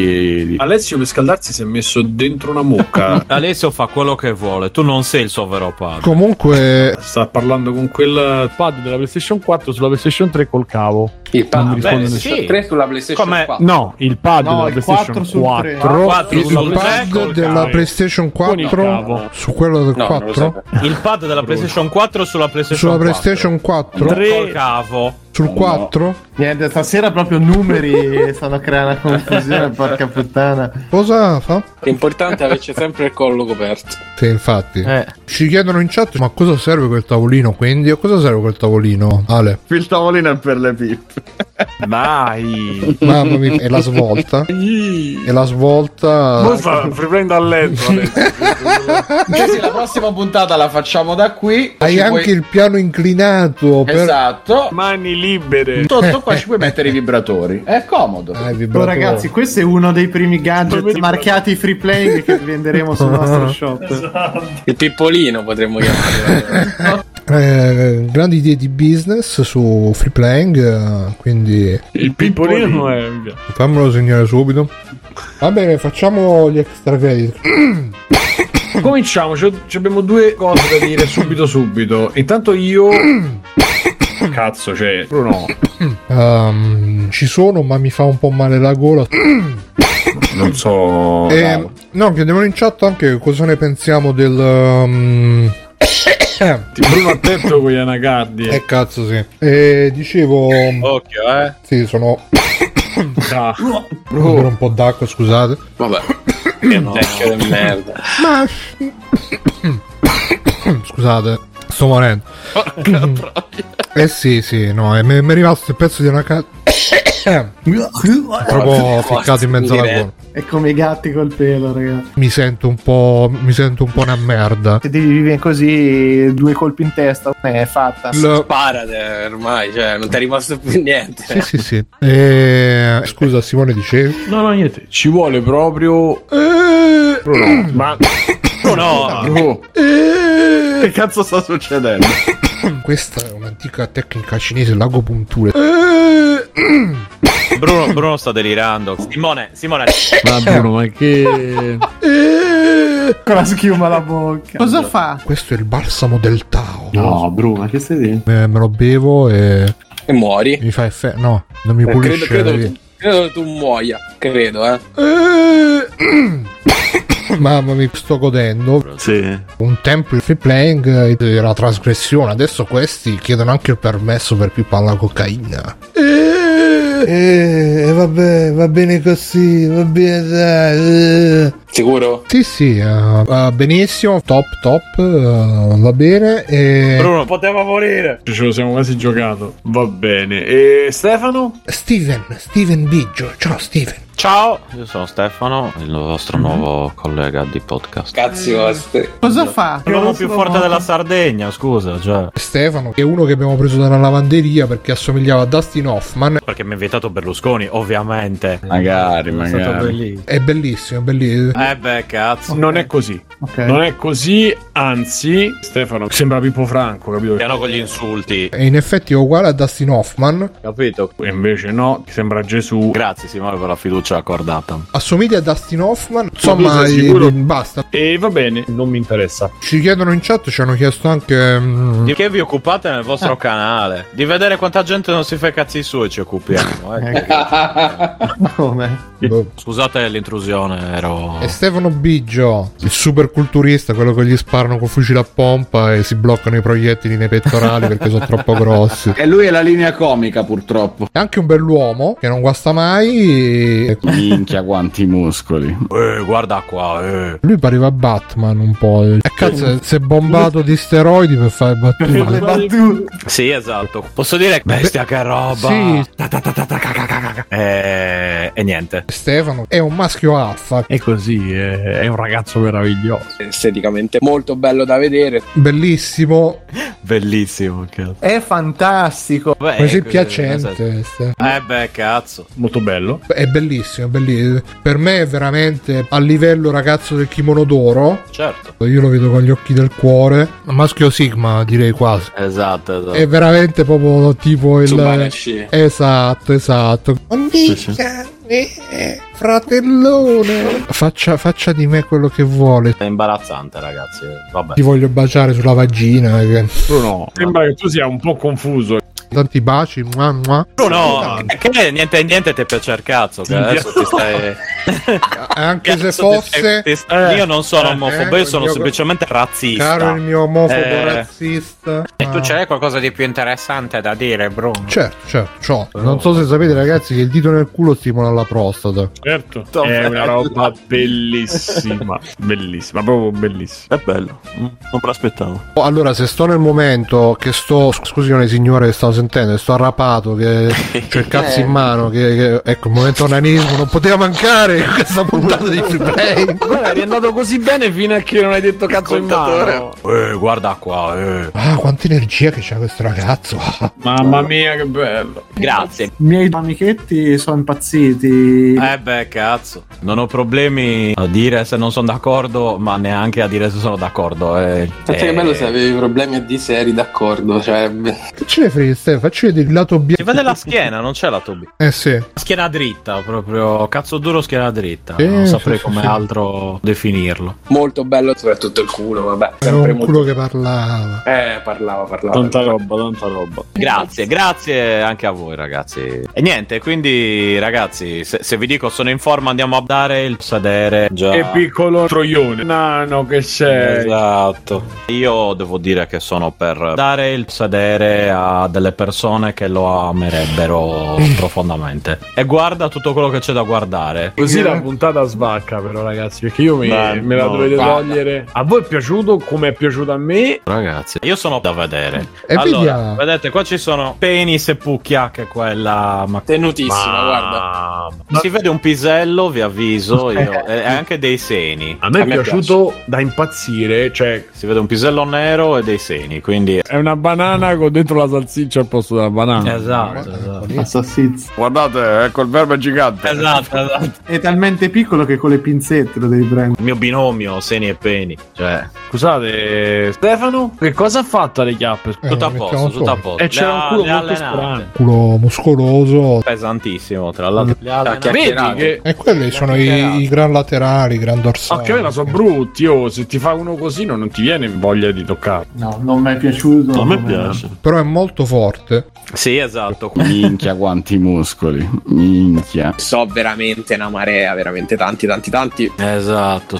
K: di...
I: Alessio per scaldarsi si è messo dentro
K: *laughs*
I: una mucca.
J: Alessio fa quello che vuole, tu non sei il suo vero padre.
A: Comunque,
I: Sta parlando con quel
K: pad della PlayStation 4 sulla PlayStation 3 col cavo.
B: Il
K: Non
B: pad
K: mi
B: beh,
K: risponde
B: sì.
J: nessuno.
B: 3 sulla PlayStation
J: Com'è?
B: 4.
K: No, il pad
I: No,
K: della
I: il
K: PlayStation
I: 4
K: 4,
I: sul tre.
A: però
J: quattro
A: il
J: sul
A: pad
J: tre,
A: della
J: cavolo.
A: PlayStation
K: Con il
A: 4
K: cavo.
A: su quello del
B: No, non lo
A: 4
B: so.
J: Il pad della PlayStation 4 sulla PlayStation
A: sulla
J: 4.
A: PlayStation 4
K: Tre.
J: Col cavo.
A: sul 4
K: Niente, stasera proprio numeri stanno creando una confusione, porca puttana.
A: cosa fa?
B: L'importante è averci sempre il collo coperto.
A: Sì, infatti. Ci chiedono in chat ma cosa serve quel tavolino quindi? A cosa serve quel tavolino? Ale,
K: Il tavolino è per le pippe.
J: Dai.
A: mamma mia, è la
K: *laughs*
A: svolta. È la svolta.
I: riprendo a letto.
K: Cioè, la prossima puntata la facciamo da qui.
A: Hai
K: Ci
A: anche
K: puoi-
A: il piano inclinato per
K: Esatto.
I: Mani libere.
K: Sotto qua ci puoi mettere i vibratori. È comodo.
A: Ah, il vibratore.
H: ragazzi, questo è uno dei primi gadget marchiati free play che venderemo
K: *laughs*
H: sul nostro shop.
B: Il pippolino potremmo chiamarlo.
A: *laughs* Eh, grandi idee di business su free playing, eh, quindi
I: Il pippolino è
A: fammelo segnare subito. Va bene, facciamo gli extra credit.
I: Cominciamo, c'ho- ci abbiamo due cose da dire subito subito. Intanto io... *coughs* Cazzo, cioè... Bruno,
A: Ehm, ci sono, ma mi fa un po' male la gola.
K: Oh,
I: non so...
A: Eh, no, chiediamo in chat anche cosa ne pensiamo del. ehm, *coughs*
I: Bruno attento con gli anacardi.
A: eh cazzo sì. Eh, dicevo,
J: Occhio, eh.
A: sì, sono
I: Ah,
A: bevo un po' d'acqua, scusate.
B: Vabbè. Che vecchio di merda.
A: Ma *coughs* scusate, sto morendo.
C: *laughs*
A: eh sì, sì, no, eh, mi mi è rimasto il pezzo di una ca... proprio ficcato in mezzo alla gola.
L: È come i gatti col pelo, ragazzi.
A: Mi sento un po'. Mi sento un po' una merda.
L: Se devi vivere così, due colpi in testa, eh, è fatta.
B: Sparate ormai, cioè, non ti è rimasto più niente.
A: Sì, sì, sì. Eh, scusa, Simone dicevi?
E: No, no, niente.
J: Ci vuole proprio.
E: Ma
C: No, no,
J: Bro, Eh, che cazzo sta succedendo?
A: *coughs* Questa è un'antica tecnica cinese, l'agopuntura.
J: Eh,
C: Bruno, Bruno sta delirando. Simone, Simone,
J: Ma Bruno, ma che. eh.
L: Con la schiuma alla bocca. Cosa fa?
A: Questo è il balsamo del Tao.
J: *laughs* No, Bruno, ma che stai dicendo?
A: Eh, me lo bevo e
B: E muori.
A: mi fa effetto. No, non mi
B: Eh, credo,
A: pulisce.
B: credo,
A: la
B: che
A: vita.
B: tu, credo che tu muoia, credo, eh.
A: *coughs* Mamma mi sto godendo.
J: Sì.
A: Un tempo il free playing era la trasgressione, adesso questi chiedono anche il permesso per pippare la cocaina. Eh, vabbè, va bene così, va bene dai. eh.
B: Sicuro?
A: Sì, sì, eh, eh, benissimo, top, top, eh, va bene. E...
J: Bruno, poteva morire.
E: Eh. ce lo siamo quasi giocato.
J: Va bene. E Stefano?
A: Steven, Steven Biggio, ciao Steven.
J: Oh,
C: ciao. Io sono Stefano, il vostro nuovo collega di podcast.
B: Cazzi vostri.
L: Cosa fa?
E: L'uomo più forte della Sardegna, scusa, cioè.
A: Stefano, che è uno che abbiamo preso dalla lavanderia perché assomigliava a Dustin Hoffman.
E: Perché mi ha invitato Berlusconi, ovviamente.
J: Magari,
E: È stato
J: magari.
E: bellissimo.
A: È bellissimo, è bellissimo.
C: Eh beh, cazzo.
E: Non è così.
L: Ok.
E: Non è così, anzi, Stefano sembra Pippo Franco, capito?
C: Piano con gli insulti.
A: E in effetti è uguale a Dustin Hoffman.
J: Capito?
E: E invece no, sembra Gesù.
J: Grazie Simone per la fiducia accordata.
A: Assomiglia a Dustin Hoffman. Insomma,
E: sei sicuro?
A: eh, basta.
E: E va bene, non mi interessa.
A: Ci chiedono in chat, ci hanno chiesto anche. mm,
C: Di che vi occupate nel
M: Ah.
C: vostro canale? Di vedere quanta gente non si fa i cazzi suoi ci occupiamo. eh.
L: Ecco.
K: *laughs*
L: Come?
A: boh.
C: Scusate l'intrusione, ero.
M: Eh,
A: E Stefano Biggio, il super culturista, quello che gli sparano col fucile a pompa e si bloccano i proiettili nei
C: *laughs*
A: pettorali perché sono troppo grossi.
J: E lui è la linea comica, purtroppo.
A: È anche un bell'uomo che non guasta mai. e
K: Minchia, quanti muscoli.
C: Eh, guarda qua, eh.
A: Lui pareva Batman un po'. E cazzo, si è bombato di steroidi per fare
L: Le
A: battute.
L: battute.
C: Sì, esatto. Posso dire bestia che roba.
A: Sì.
C: Ta ta ta ta ta ca ca ca ca ca. Eh, E niente.
A: Stefano è un maschio alfa,
E: È così, è, è un ragazzo meraviglioso.
B: Esteticamente molto bello da vedere.
A: bellissimo,
J: Bellissimo, cazzo.
L: È fantastico.
C: Beh,
A: così
C: eh,
A: piacente. Ste-
C: Eh beh, cazzo.
E: Molto bello.
A: È bellissimo, è bellissimo. Per me è veramente a livello ragazzo del kimono d'oro.
C: Certo.
A: Io lo vedo con gli occhi del cuore. Maschio Sigma, direi quasi.
C: Esatto, esatto.
A: È veramente proprio tipo il.
B: Subarashi.
A: Esatto, esatto. Fratellone. Faccia, faccia di me quello che vuole.
C: È imbarazzante, ragazzi. eh. Vabbè.
A: Ti voglio baciare sulla vagina. eh.
J: Bruno.
E: Sembra che tu sia un po' confuso.
A: Tanti baci. mua, mua.
C: Bruno, che niente niente ti piace il cazzo. Che adesso ti stai.
A: Anche se
C: Cazzo, ti stai-
A: fosse.
C: ti stai-
E: Eh.
C: io non sono
E: Eh,
C: omofobo,
A: eh,
C: io sono
A: mio-
C: semplicemente razzista.
A: Caro il mio omofobo
C: Eh.
A: razzista.
M: E tu
A: Ah.
M: c'hai qualcosa di più interessante da dire, Bruno?
A: Certo, certo, ciò. Non so se sapete ragazzi che il dito nel culo stimola la prostata.
E: Certo, è una roba bellissima. bellissima, proprio bellissima.
J: È bello. Mm, Non me l'aspettavo.
A: Oh, Allora, se sto nel momento che sto, scusate signore che stavo sentendo, che sto arrapato, che
C: *laughs*
A: c'ho il cazzo in mano, che, che- ecco, il momento onanismo non poteva mancare in questa puntata di free play.
J: Guarda, è andato così bene fino a che non hai detto cazzo in mano.
C: Eh, guarda qua, eh.
A: *laughs* Ah, quanta energia che c'ha questo ragazzo.
E: Mamma mia, che bello.
C: Grazie.
L: I miei amichetti sono impazziti.
C: Eh beh, cazzo. Non ho problemi a dire se non sono d'accordo, ma neanche a dire se sono d'accordo.
M: Cioè,
C: Eh.
B: Senti che
C: Eh,
B: bello se avevi problemi a di se eri d'accordo. Cioè, beh,
A: Che ce ne frega, Stefano? Facci vedere il lato
C: Si
A: bianco.
C: vede la schiena, non c'è la tubi.
A: Eh sì.
C: Schiena dritta, proprio cazzo duro schiena dritta.
A: Sì,
C: non saprei
A: sì, sì,
C: come
A: sì.
C: altro definirlo.
B: molto bello, soprattutto il culo, vabbè.
A: Era
B: Sempre
A: un
B: molto.
A: culo che parlava.
B: Eh, parlava, parlava.
E: Tanta roba, tanta roba.
C: Grazie, grazie anche a voi ragazzi. E niente, quindi ragazzi, se, se vi dico sono in forma andiamo a dare il sedere. Già.
E: Che piccolo troione. Nano che sei. Esatto.
C: Esatto. Io devo dire che sono per dare il sedere a delle persone che lo *laughs* amerebbero profondamente. E guarda tutto quello che c'è da guardare.
I: Così la puntata sbacca, però, ragazzi. Perché io mi,
C: Beh,
I: me la
C: no,
I: dovete
C: guarda.
I: togliere. A voi è piaciuto come è piaciuto a me?
C: Ragazzi, io sono da vedere.
I: E
C: allora,
I: vediamo.
C: vedete, qua ci sono penis e pucchia, che è quella ma...
B: Tenutissima,
I: Ah,
C: ma-
B: guarda.
C: ma- Si vede un pisello, vi avviso, io.
I: Eh.
C: e anche dei seni.
I: A me è piaciuto da impazzire. Cioè,
C: si vede un pisello nero e dei seni, quindi
I: È una banana con dentro la salsiccia al posto della banana.
C: Esatto,
L: Guardate, ecco il verbo gigante.
C: Esatto,
L: È talmente piccolo che con le pinzette lo devi prendere.
C: il mio binomio seni e peni, cioè
I: Scusate, Stefano, che cosa ha fatto alle chiappe?
C: tutto a
A: mettiamo
C: posto, tutto a
A: fuori.
C: posto.
I: E c'era un culo
C: Le
I: molto
C: allenate.
I: strano.
A: Culo muscoloso.
C: pesantissimo, tra l'altro. Cioè, Le allenate.
I: Vedi che
A: E
C: Eh,
A: quelli sono i, i gran laterali, i gran dorsali.
I: anche me Ah, la so brutti. Oh, se ti fa uno così no, non ti viene voglia di toccare.
L: No, non mi è piaciuto.
I: A me piace.
A: Però è molto forte.
C: Sì, esatto.
N: Minchia, quanti muscoli. Minchia.
B: So veramente una marea, veramente tanti, tanti, tanti.
C: Esatto.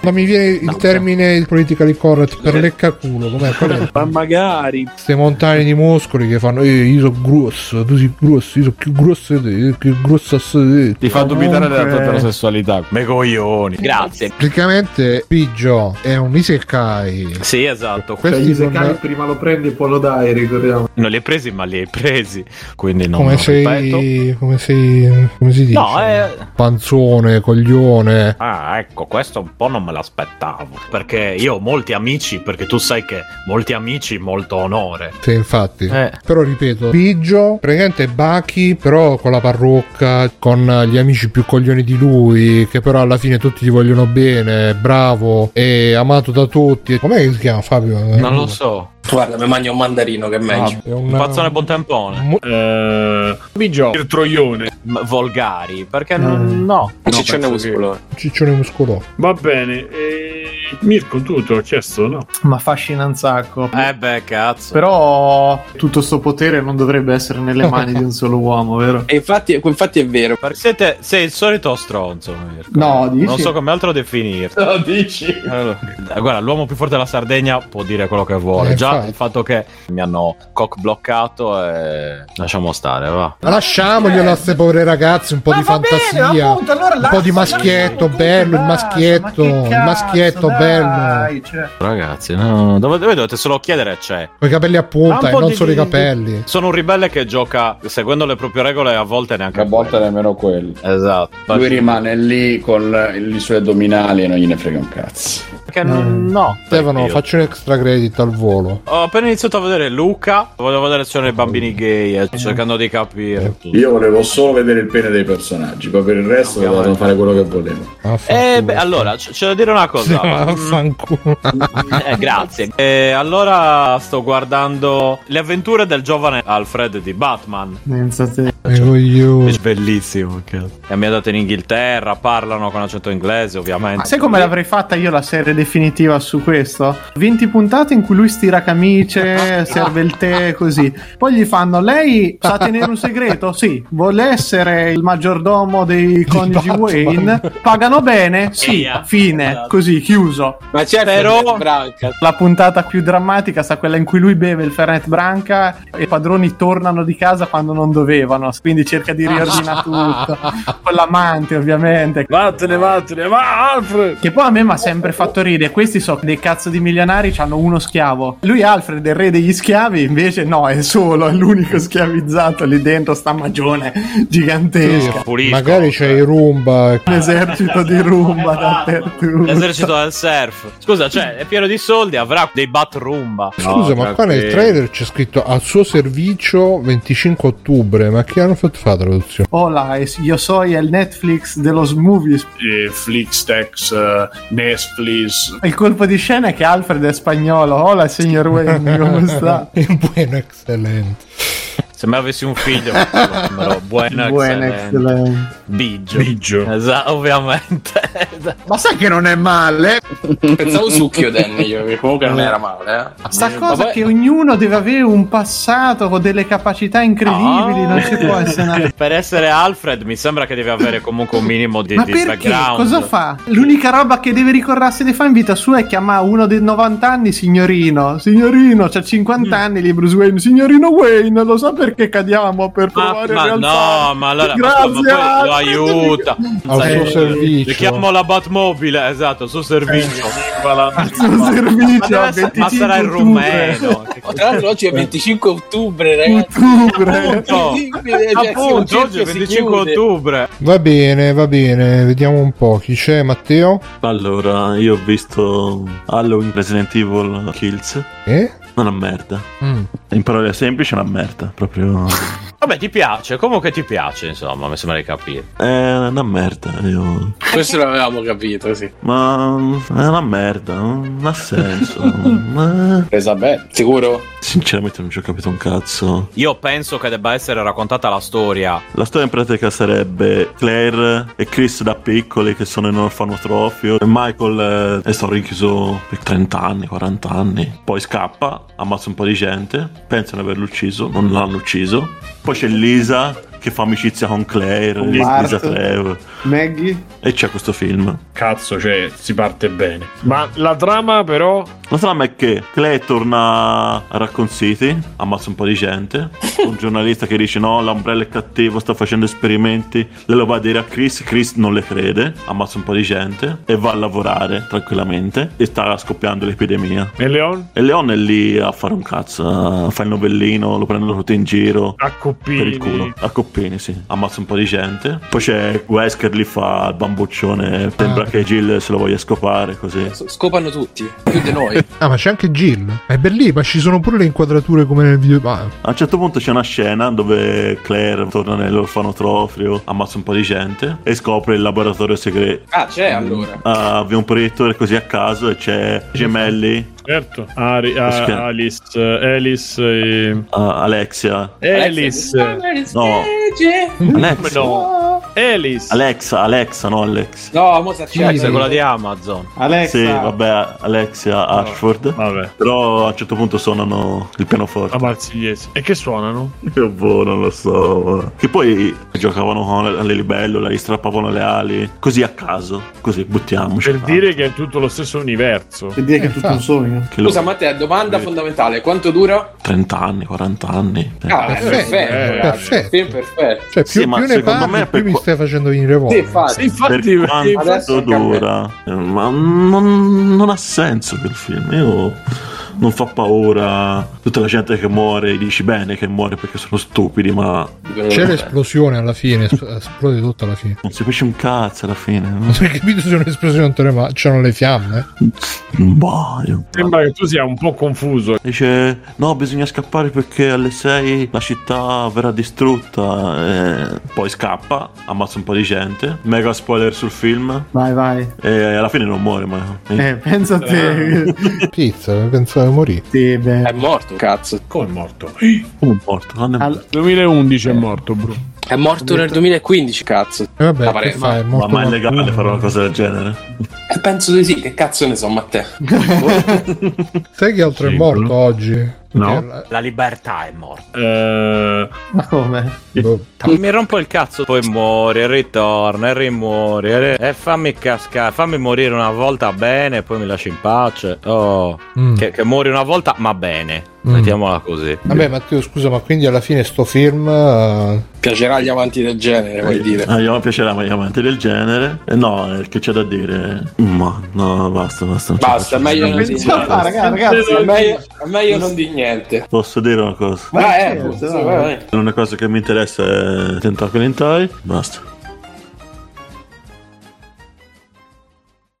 A: Ma mi viene il termine il politically correct per leccaculo. Com'è?
C: *laughs*
A: Qual è?
I: Ma magari
A: Queste montagne di muscoli che fanno eh, io sono grosso, tu sei grosso, io sono più grosso di te, più grosso a te.
N: Ti fa dubitare della tua
A: Comunque-
N: eterosessualità.
C: Me coglioni. Grazie.
A: Praticamente Piggio è un isekai.
C: Sì, esatto.
A: Questi
L: Gli
A: non-
L: Isekai prima lo prendi e poi lo dai, ricordiamo.
C: Non li hai presi, ma li hai presi. Quindi non
A: come
C: lo ripeto.
A: sei. Come sei. Come si dice?
C: No, eh, è
A: Panzone, coglione.
C: Ah, ecco, questo un po' non me l'aspettavo. Perché io ho molti amici, perché tu sai che molti amici, molto onore.
A: Sì, infatti.
C: Eh.
A: Però ripeto, Biggio, praticamente è Baki, però con la parrucca, con gli amici più coglioni di lui, che però alla fine tutti ti vogliono bene, bravo e amato da tutti. Com'è che si chiama Fabio?
C: Non lo so.
B: Guarda, mi mangio un mandarino che è meglio.
A: È un
C: Un pazzone buon tempone.
I: Bigio. eh, Il troione.
C: M- volgari, perché non- no.
B: Un ciccione muscoloso.
A: Ciccione muscoloso.
I: Va bene. eh, Mirko, tu te l'ho chiesto, no?
L: Ma affascina un sacco.
C: Eh beh, cazzo.
L: Però tutto sto potere non dovrebbe essere nelle mani di un solo uomo, vero?
B: E infatti, infatti è vero.
C: Perché siete, sei il solito stronzo, Mirko.
L: No, dici?
C: Non so come altro definirti.
I: No, dici.
C: Allora, guarda, l'uomo più forte della Sardegna può dire quello che vuole.
A: Eh,
C: Già
A: infatti.
C: il fatto che mi hanno cock bloccato e lasciamo stare, va.
A: Ma lasciamoglielo a ste povere ragazze un po' di fantasia, un po' di maschietto, bello, il maschietto, il maschietto bello,
C: Cioè, Ragazzi, no, dove, dove dovete solo chiedere c'è.
A: con i capelli a
C: Ah,
A: punta
C: un
A: e
C: po'
A: non
C: di-
A: solo i
C: di-
A: capelli.
C: Sono un ribelle che gioca seguendo le proprie regole e a volte neanche
N: A volte
C: quello.
N: nemmeno quello.
C: Esatto.
N: Lui rimane lì con le- i suoi addominali e non gliene frega un cazzo.
C: Perché non-
A: Mm.
C: Mm. no.
A: Stefano,
C: Io-
A: faccio un extra credit al volo.
C: Ho appena iniziato a vedere Luca. Voglio vedere se sono i bambini gay, eh, cercando di
A: Eh,
C: capire.
O: Io volevo solo vedere il pene dei personaggi, poi per il resto
C: Andiamo
O: potevano
C: avanti.
O: fare quello che volevano.
C: Eh, beh, allora, c- c'è da dire
A: *laughs*
C: una cosa. Mm, eh, grazie. E allora sto guardando le avventure del giovane Alfred di
A: Mm.
C: Batman.
L: Pensate.
C: È bellissimo. cazzo. È ambientato in Inghilterra, parlano con accento inglese, ovviamente.
L: Sai come l'avrei fatta io la serie definitiva su questo? 20 puntate in cui lui stira camicie, serve il tè, così. Poi gli fanno: Lei sa tenere un segreto? Sì. Vuole essere il maggiordomo dei coniugi
A: Batman.
L: Wayne? Pagano bene? Sì.
B: Eia.
L: Fine. Così, chiuso.
B: Ma certo,
C: Però-
L: *laughs*
B: Branca.
L: La puntata più drammatica sta quella in cui lui beve il Fernet Branca e i padroni tornano di casa quando non dovevano, quindi cerca di riordinare tutto. Con l'amante, ovviamente.
I: Vattene, vattene, ah, va Alfred!
L: Che poi a me mi ha sempre fatto ridere. Questi so dei cazzo di milionari, hanno uno schiavo. Lui, Alfred, è il re degli schiavi, invece no, è solo, è l'unico schiavizzato lì dentro, sta magione gigantesca.
A: Magari
E: cioè.
A: c'è i rumba.
L: Un esercito di rumba dappertutto.
C: L'esercito del surf. Scusa, cioè, è pieno di soldi, avrà dei batrumba.
A: Scusa, ma qua nel trailer c'è scritto al suo servizio 25 ottobre. Ma chi hanno fatto fare la traduzione?
L: Hola, es- io soy il Netflix de los movies.
I: Eh, Flixtex, eh, Netflix.
L: Il colpo di scena è
A: *laughs*
C: *laughs*
L: che Alfred è spagnolo. Hola, signor Wayne, come sta?
A: È buono, eccellente.
C: Se me avessi un
L: *laughs*
C: figlio, me lo buena,
L: Buena,
C: excellente. Biggio. Esatto, ovviamente.
I: Ma sai che non è male?
B: Pensavo succhio Danny, io,
I: *laughs*
B: che comunque non era male. Eh.
L: Sta cosa
B: Vabbè,
L: che ognuno deve avere un passato con delle capacità incredibili, non ci può
C: *laughs*
L: essere una...
C: per essere Alfred mi sembra che devi avere comunque un minimo di,
L: Ma
C: di
L: perché?
C: background.
L: Cosa fa? L'unica roba che deve ricordarsi di fare in vita sua è chiamare uno dei 90 anni signorino. Signorino, c'ha 50
C: Mm.
L: anni lì Bruce Wayne. Signorino Wayne, lo sa perché cadiamo per provare
C: Ma
L: realtà.
C: no, ma allora ma
L: Grazie,
C: scusa, ma poi lo
L: Alfred.
C: aiuta eh,
A: Al suo servizio.
C: Chiamo la Batmobile, esatto, al suo servizio. Al
L: suo
C: Ma, deve essere- ma sarà il rumeno.
B: Oh, Tra l'altro oggi è 25 ottobre,
C: eh,
B: ragazzi. *laughs*
L: *laughs* Ottobre.
B: Incredibile, cioè, sì,
C: Appunto,
B: un
C: oggi è
B: cerchio si
C: 25
B: chiude.
C: ottobre.
A: Va bene, va bene, vediamo un po' chi c'è Matteo.
E: Allora, io ho visto Halloween Resident Evil Kills.
A: Eh?
E: Una merda.
A: Mm.
E: In parole semplici, una merda. Proprio.
C: Vabbè, ti piace, comunque ti piace, insomma, mi sembra di capire.
E: È una merda. Io...
B: Questo l'avevamo capito, sì.
E: Ma è una merda, non
J: *laughs*
E: ha senso.
B: Presa bene, sicuro?
E: Sinceramente non ci ho capito un cazzo.
C: Io penso che debba essere raccontata la storia.
E: La storia in pratica sarebbe Claire e Chris da piccoli che sono in un orfanotrofio e Michael eh, è stato rinchiuso per 30 anni, 40 anni. Poi scappa, ammazza un po' di gente, pensano di averlo ucciso, non l'hanno ucciso. Poi c'è Lisa che fa amicizia con Claire,
I: Con
E: Lisa
I: Bart.
E: Trevor.
I: Maggie?
E: E c'è questo film.
I: Cazzo, cioè, si parte bene. Ma la trama, però.
E: La trama è che Clay torna a Raccoon City, ammazza un po' di gente, un giornalista che dice no, l'ombrello è cattivo, sta facendo esperimenti, le lo va a dire a Chris, Chris non le crede, ammazza un po' di gente e va a lavorare tranquillamente e sta scoppiando l'epidemia.
I: E Leon?
E: E Leon è lì a fare un cazzo, a fare il novellino, lo prendono tutti in giro.
I: A
E: Per il culo. A Coppini, sì. Ammazza un po' di gente. Poi c'è Wesker lì fa il bambuccione. Sembra che Jill se lo voglia scopare così.
B: Scopano tutti, più di noi.
A: Ah, ma c'è anche Jill. È bellissima, ci sono pure le inquadrature come nel video. Ma
E: A un certo punto c'è una scena dove Claire torna nell'orfanotrofio, ammazza un po' di gente e scopre il laboratorio segreto.
B: Ah, c'è allora.
E: Ah, Avvia un proiettore così a caso e c'è Gemelli,
I: Certo. Ari-
E: Come si chiama?
I: a- Alice. eh, Alice. E...
E: ah, Alexia.
I: Alice.
E: No.
I: Mm. Come
E: Alexia.
I: no?
L: Ah.
I: Alice.
E: Alexa, Alexa, no Alex.
B: No, mo si accende.
C: Sì, quella di Amazon.
E: Sì, vabbè, Alexia Ashford. Però a un certo punto suonano il pianoforte.
I: A marsigliese. E che suonano?
E: Che boh, non lo so. Che poi giocavano con le libellule, gli strappavano le ali. Così a caso. Così buttiamoci.
I: Per dire che è tutto lo stesso universo.
E: Per dire che è tutto un
L: sogno.
E: Che lo-
B: Scusa, Matteo, domanda fondamentale: quanto dura?
E: 30 anni, 40 anni.
B: Ah, perfetto, perfetto.
A: perfetto.
B: Sì, perfetto.
A: Cioè, più,
E: Sì, ma
A: più ne
E: secondo
A: parli,
E: me
A: più
E: per
A: mi
E: qua-
A: stai facendo venire voglia.
B: infatti.
E: per quanto
B: Adesso
E: dura, Eh, ma non, non ha senso quel film. Io non fa paura. Tutta la gente che muore, dici bene che muore perché sono stupidi, ma
A: C'è l'esplosione alla fine, es- esplode tutto alla fine. *laughs*
E: non si fece un cazzo alla fine.
A: Non si è capito se è un'esplosione o non ma c'erano le fiamme.
E: Boh, io-
I: Sembra che tu sia un po' confuso.
E: Dice: No, bisogna scappare perché alle 6 la città verrà distrutta. eh. poi scappa, ammazza un po' di gente. Mega spoiler sul film.
L: Vai, vai.
E: E alla fine non muore, ma.
L: Eh, pensa a
C: Eh.
L: te.
A: Pizza, pensavo morì.
L: Sì, beh.
E: Eh.
B: È morto, cazzo.
I: Come è morto?
E: Come è morto? Non è morto.
I: 2011 è morto, bro.
B: È morto nel 2015, cazzo.
A: E vabbè,
B: La
A: che
B: parente.
A: fai? È
E: Ma,
A: morto
E: ma è
A: qualcuno.
E: legale fare una cosa del genere?
B: Eh, penso di sì, che cazzo ne so, Matteo.
A: Sai che altro è morto oggi?
C: No. La libertà è morta.
I: Eh,
L: Ma come?
A: Boh.
C: Mi rompo il cazzo, poi muori, ritorna, e rimuori. E e fammi cascare, fammi morire una volta bene, poi mi lasci in pace. Oh,
A: Mm.
C: che, che muori una volta, ma bene.
A: Mm.
C: Mettiamola così.
A: Vabbè, Matteo, scusa, ma quindi alla fine sto film. eh,
B: Piacerà agli avanti del genere, vuol dire.
E: Ah, io mi piacerà ma gli amanti del genere. Eh, no, eh, che c'è da dire? Ma no, basta, basta. non ce la
B: Basta, è
E: faccio.
B: meglio non dire niente.
L: Ah, raga- ragazzi,
B: è meglio, è meglio non dire niente.
E: Posso dire una cosa?
B: Ma eh, appunto, vai, vai.
E: Una cosa che mi interessa è Tentacoli in Thai. Basta.